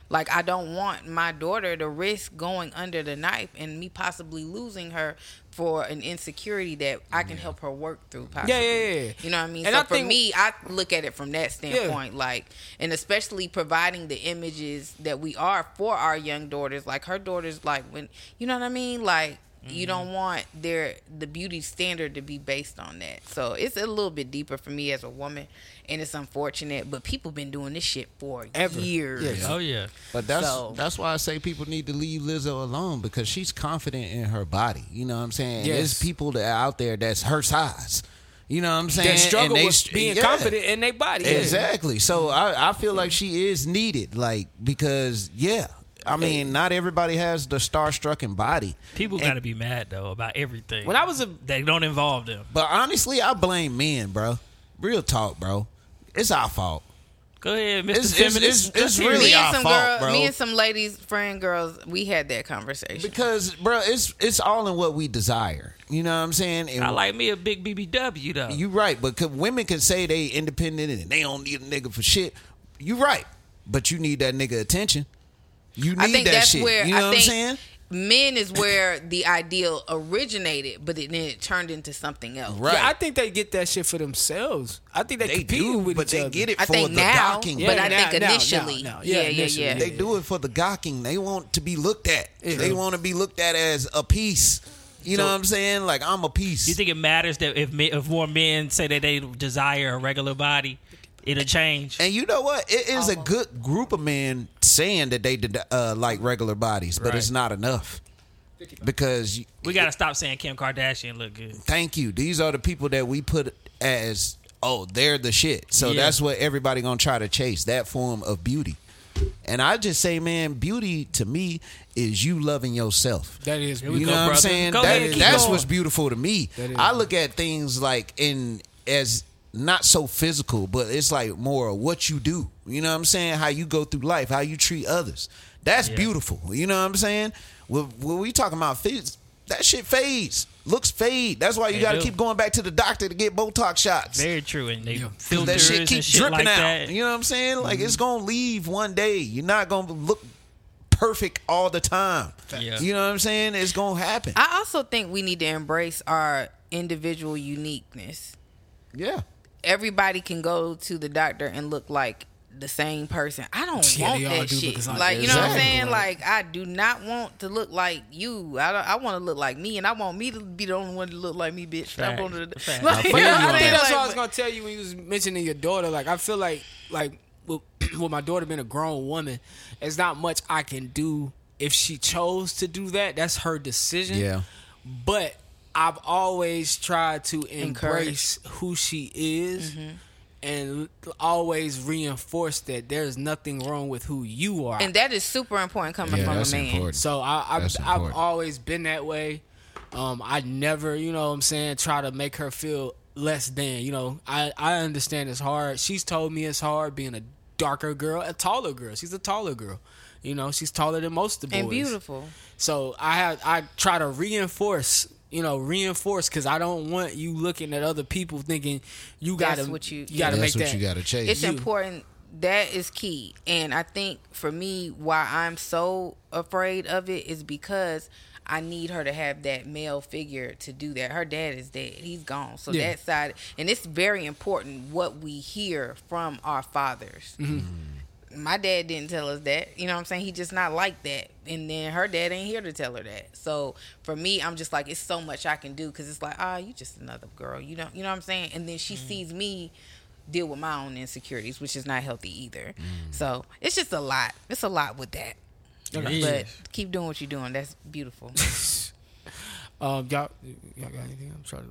[SPEAKER 6] Like, I don't want my daughter to risk going under the knife and me possibly losing her for an insecurity that I can help her work through. Possibly.
[SPEAKER 5] Yeah, yeah, yeah.
[SPEAKER 6] You know what I mean?
[SPEAKER 5] And
[SPEAKER 6] so
[SPEAKER 5] I
[SPEAKER 6] for
[SPEAKER 5] think-
[SPEAKER 6] me, I look at it from that standpoint. Like, and especially providing the images that we are for our young daughters. Like, her daughter's like, when, you know what I mean? Like, You don't
[SPEAKER 4] Mm-hmm.
[SPEAKER 6] want their the beauty standard to be based on that. So it's a little bit deeper for me as a woman, and it's unfortunate. But people been doing this shit for
[SPEAKER 4] Ever.
[SPEAKER 6] years.
[SPEAKER 4] Yes.
[SPEAKER 1] Oh yeah.
[SPEAKER 4] But that's
[SPEAKER 6] So-
[SPEAKER 4] that's why I say people need to leave Lizzo alone because she's confident in her body. You know what I'm saying? There's
[SPEAKER 5] Yes.
[SPEAKER 4] people that are out there that's her size. You know what I'm saying?
[SPEAKER 5] That
[SPEAKER 4] And
[SPEAKER 5] struggle
[SPEAKER 4] they
[SPEAKER 5] with
[SPEAKER 4] str-
[SPEAKER 5] being
[SPEAKER 4] yeah.
[SPEAKER 5] confident in their body.
[SPEAKER 4] Exactly. So I, I feel like she is needed, like because yeah, I mean, not everybody has the starstruck body.
[SPEAKER 1] People got to be mad though about everything.
[SPEAKER 5] When I was a
[SPEAKER 1] that don't involve them.
[SPEAKER 4] But honestly, I blame men, bro. Real talk, bro. It's our fault.
[SPEAKER 1] Go ahead, Mr.
[SPEAKER 4] It's- it's-
[SPEAKER 1] Feminist.
[SPEAKER 4] it's-
[SPEAKER 1] Let's
[SPEAKER 4] it's
[SPEAKER 1] hear it.
[SPEAKER 4] really
[SPEAKER 6] me
[SPEAKER 4] our
[SPEAKER 6] and some
[SPEAKER 4] fault,
[SPEAKER 6] girl,
[SPEAKER 4] bro.
[SPEAKER 6] me and some ladies, friend girls, we had that conversation.
[SPEAKER 4] Because, bro, it's it's all in what we desire. You know what I'm saying? And
[SPEAKER 1] I like me a big BBW though.
[SPEAKER 4] You right, but could, women can say they independent and they don't need a nigga for shit. You right, but you need that nigga attention. You need
[SPEAKER 6] I think
[SPEAKER 4] that
[SPEAKER 6] that's
[SPEAKER 4] shit.
[SPEAKER 6] where
[SPEAKER 4] you know
[SPEAKER 6] I
[SPEAKER 4] what
[SPEAKER 6] think
[SPEAKER 4] I'm saying?
[SPEAKER 6] men is where the ideal originated, but it, then it turned into something else.
[SPEAKER 4] Right.
[SPEAKER 5] Yeah, I think they get that shit for themselves. I think they,
[SPEAKER 4] they
[SPEAKER 5] compete
[SPEAKER 4] do,
[SPEAKER 5] with
[SPEAKER 4] but
[SPEAKER 5] each
[SPEAKER 4] they
[SPEAKER 5] other.
[SPEAKER 4] get it
[SPEAKER 6] I
[SPEAKER 4] for
[SPEAKER 6] think
[SPEAKER 4] the
[SPEAKER 6] now,
[SPEAKER 4] gawking.
[SPEAKER 6] but I
[SPEAKER 5] Yeah,
[SPEAKER 6] think
[SPEAKER 5] now, now,
[SPEAKER 6] initially,
[SPEAKER 5] now, now.
[SPEAKER 6] yeah,
[SPEAKER 5] Yeah,
[SPEAKER 6] yeah,
[SPEAKER 5] initially,
[SPEAKER 6] yeah.
[SPEAKER 5] yeah.
[SPEAKER 4] They do it for the gawking. They want to be looked at. They want to be looked at as a piece. You know what I'm saying? Like I'm a piece.
[SPEAKER 1] You think it matters that if men, if more men say that they desire a regular body, it'll change?
[SPEAKER 4] And you know what? It is a good group of men saying that they did, uh, like regular bodies, but it's
[SPEAKER 1] Right.
[SPEAKER 4] not enough because you-
[SPEAKER 1] We gotta stop saying Kim Kardashian look good.
[SPEAKER 4] thank you. These are the people that we put as oh, they're the shit. So
[SPEAKER 1] Yeah.
[SPEAKER 4] that's what everybody gonna try to chase that form of beauty. And I just say, man, beauty to me is you loving yourself.
[SPEAKER 5] That is
[SPEAKER 1] we
[SPEAKER 4] You know
[SPEAKER 1] go,
[SPEAKER 4] what I'm
[SPEAKER 1] brother.
[SPEAKER 4] saying?
[SPEAKER 1] Go
[SPEAKER 4] That-
[SPEAKER 1] ahead and keep
[SPEAKER 4] that's
[SPEAKER 1] going.
[SPEAKER 4] what's beautiful to me.
[SPEAKER 5] is.
[SPEAKER 4] I look at things like in as not so physical, but it's like more of what you do. You know what I'm saying? How you go through life, how you treat others. That's beautiful. You know what I'm saying? When, when we talking about phys- that shit fades. Looks fade. That's why you
[SPEAKER 1] They
[SPEAKER 4] got to
[SPEAKER 1] do.
[SPEAKER 4] keep going back to the doctor to get Botox shots.
[SPEAKER 1] Very true, and they
[SPEAKER 4] 'Cause
[SPEAKER 1] filters
[SPEAKER 4] that shit
[SPEAKER 1] and
[SPEAKER 4] keep
[SPEAKER 1] shit
[SPEAKER 4] dripping
[SPEAKER 1] like
[SPEAKER 4] out.
[SPEAKER 1] that. Mm-hmm.
[SPEAKER 4] You know what I'm saying? Like it's gonna leave one day. You're not gonna look perfect all the time.
[SPEAKER 1] Yeah.
[SPEAKER 4] You know what I'm saying? It's gonna happen.
[SPEAKER 6] I also think we need to embrace our individual uniqueness.
[SPEAKER 4] yeah.
[SPEAKER 6] Everybody can go to the doctor and look like the same person. I don't
[SPEAKER 5] Yeah,
[SPEAKER 6] want
[SPEAKER 5] they all
[SPEAKER 6] that
[SPEAKER 5] do
[SPEAKER 6] shit.
[SPEAKER 5] look alike.
[SPEAKER 6] Like you know what I'm
[SPEAKER 4] Exactly.
[SPEAKER 6] saying? Like I do not want to look like you. I don't, I want to look like me, and I want me to be the only one to look like me, bitch.
[SPEAKER 1] Fact.
[SPEAKER 6] I want to.
[SPEAKER 1] Fact.
[SPEAKER 6] Like,
[SPEAKER 1] I
[SPEAKER 6] you
[SPEAKER 4] feel
[SPEAKER 6] know
[SPEAKER 4] you
[SPEAKER 6] what
[SPEAKER 4] on
[SPEAKER 6] I'm
[SPEAKER 5] I
[SPEAKER 6] saying?
[SPEAKER 5] think that's
[SPEAKER 6] Like,
[SPEAKER 5] what I was gonna tell you when you was mentioning your daughter. Like I feel like like with, with my daughter being a grown woman, it's not much I can do if she chose to do that. That's her decision.
[SPEAKER 4] Yeah.
[SPEAKER 5] But I've always tried to embrace
[SPEAKER 6] Encourage. Mm-hmm.
[SPEAKER 5] who she is. And always reinforce that there's nothing wrong with who you are.
[SPEAKER 6] and that is super important coming from a man.
[SPEAKER 5] So I, I've,
[SPEAKER 4] That's
[SPEAKER 5] I've
[SPEAKER 4] important.
[SPEAKER 5] always been that way. Um, I never, you know what I'm saying, try to make her feel less than. You know, I, I understand it's hard. She's told me it's hard being a darker girl, a taller girl. She's a taller girl. You know, she's taller than most of the boys.
[SPEAKER 6] And beautiful.
[SPEAKER 5] So I have I try to reinforce, you know, reinforce because I don't want you looking at other people thinking you got
[SPEAKER 6] That's
[SPEAKER 5] to
[SPEAKER 6] what you-
[SPEAKER 5] you got to make
[SPEAKER 4] That's what
[SPEAKER 5] that.
[SPEAKER 4] you gotta chase.
[SPEAKER 6] It's important. That is key. And I think for me, why I'm so afraid of it is because I need her to have that male figure to do that. Her dad is dead. He's gone. So
[SPEAKER 5] Yeah.
[SPEAKER 6] that side, and it's very important what we hear from our fathers. My dad didn't tell us that. You know what I'm saying? He just not like that. And then her dad ain't here to tell her that. So for me, I'm just like, it's so much I can do because it's like, ah, you just another girl. You know, you know what I'm saying? And then she sees me deal with my own insecurities, which is not healthy either.
[SPEAKER 5] Mm.
[SPEAKER 6] So it's just a lot. It's a lot with that. But keep doing what you're doing. That's beautiful.
[SPEAKER 5] Um, y'all, y'all got anything? I'm sorry.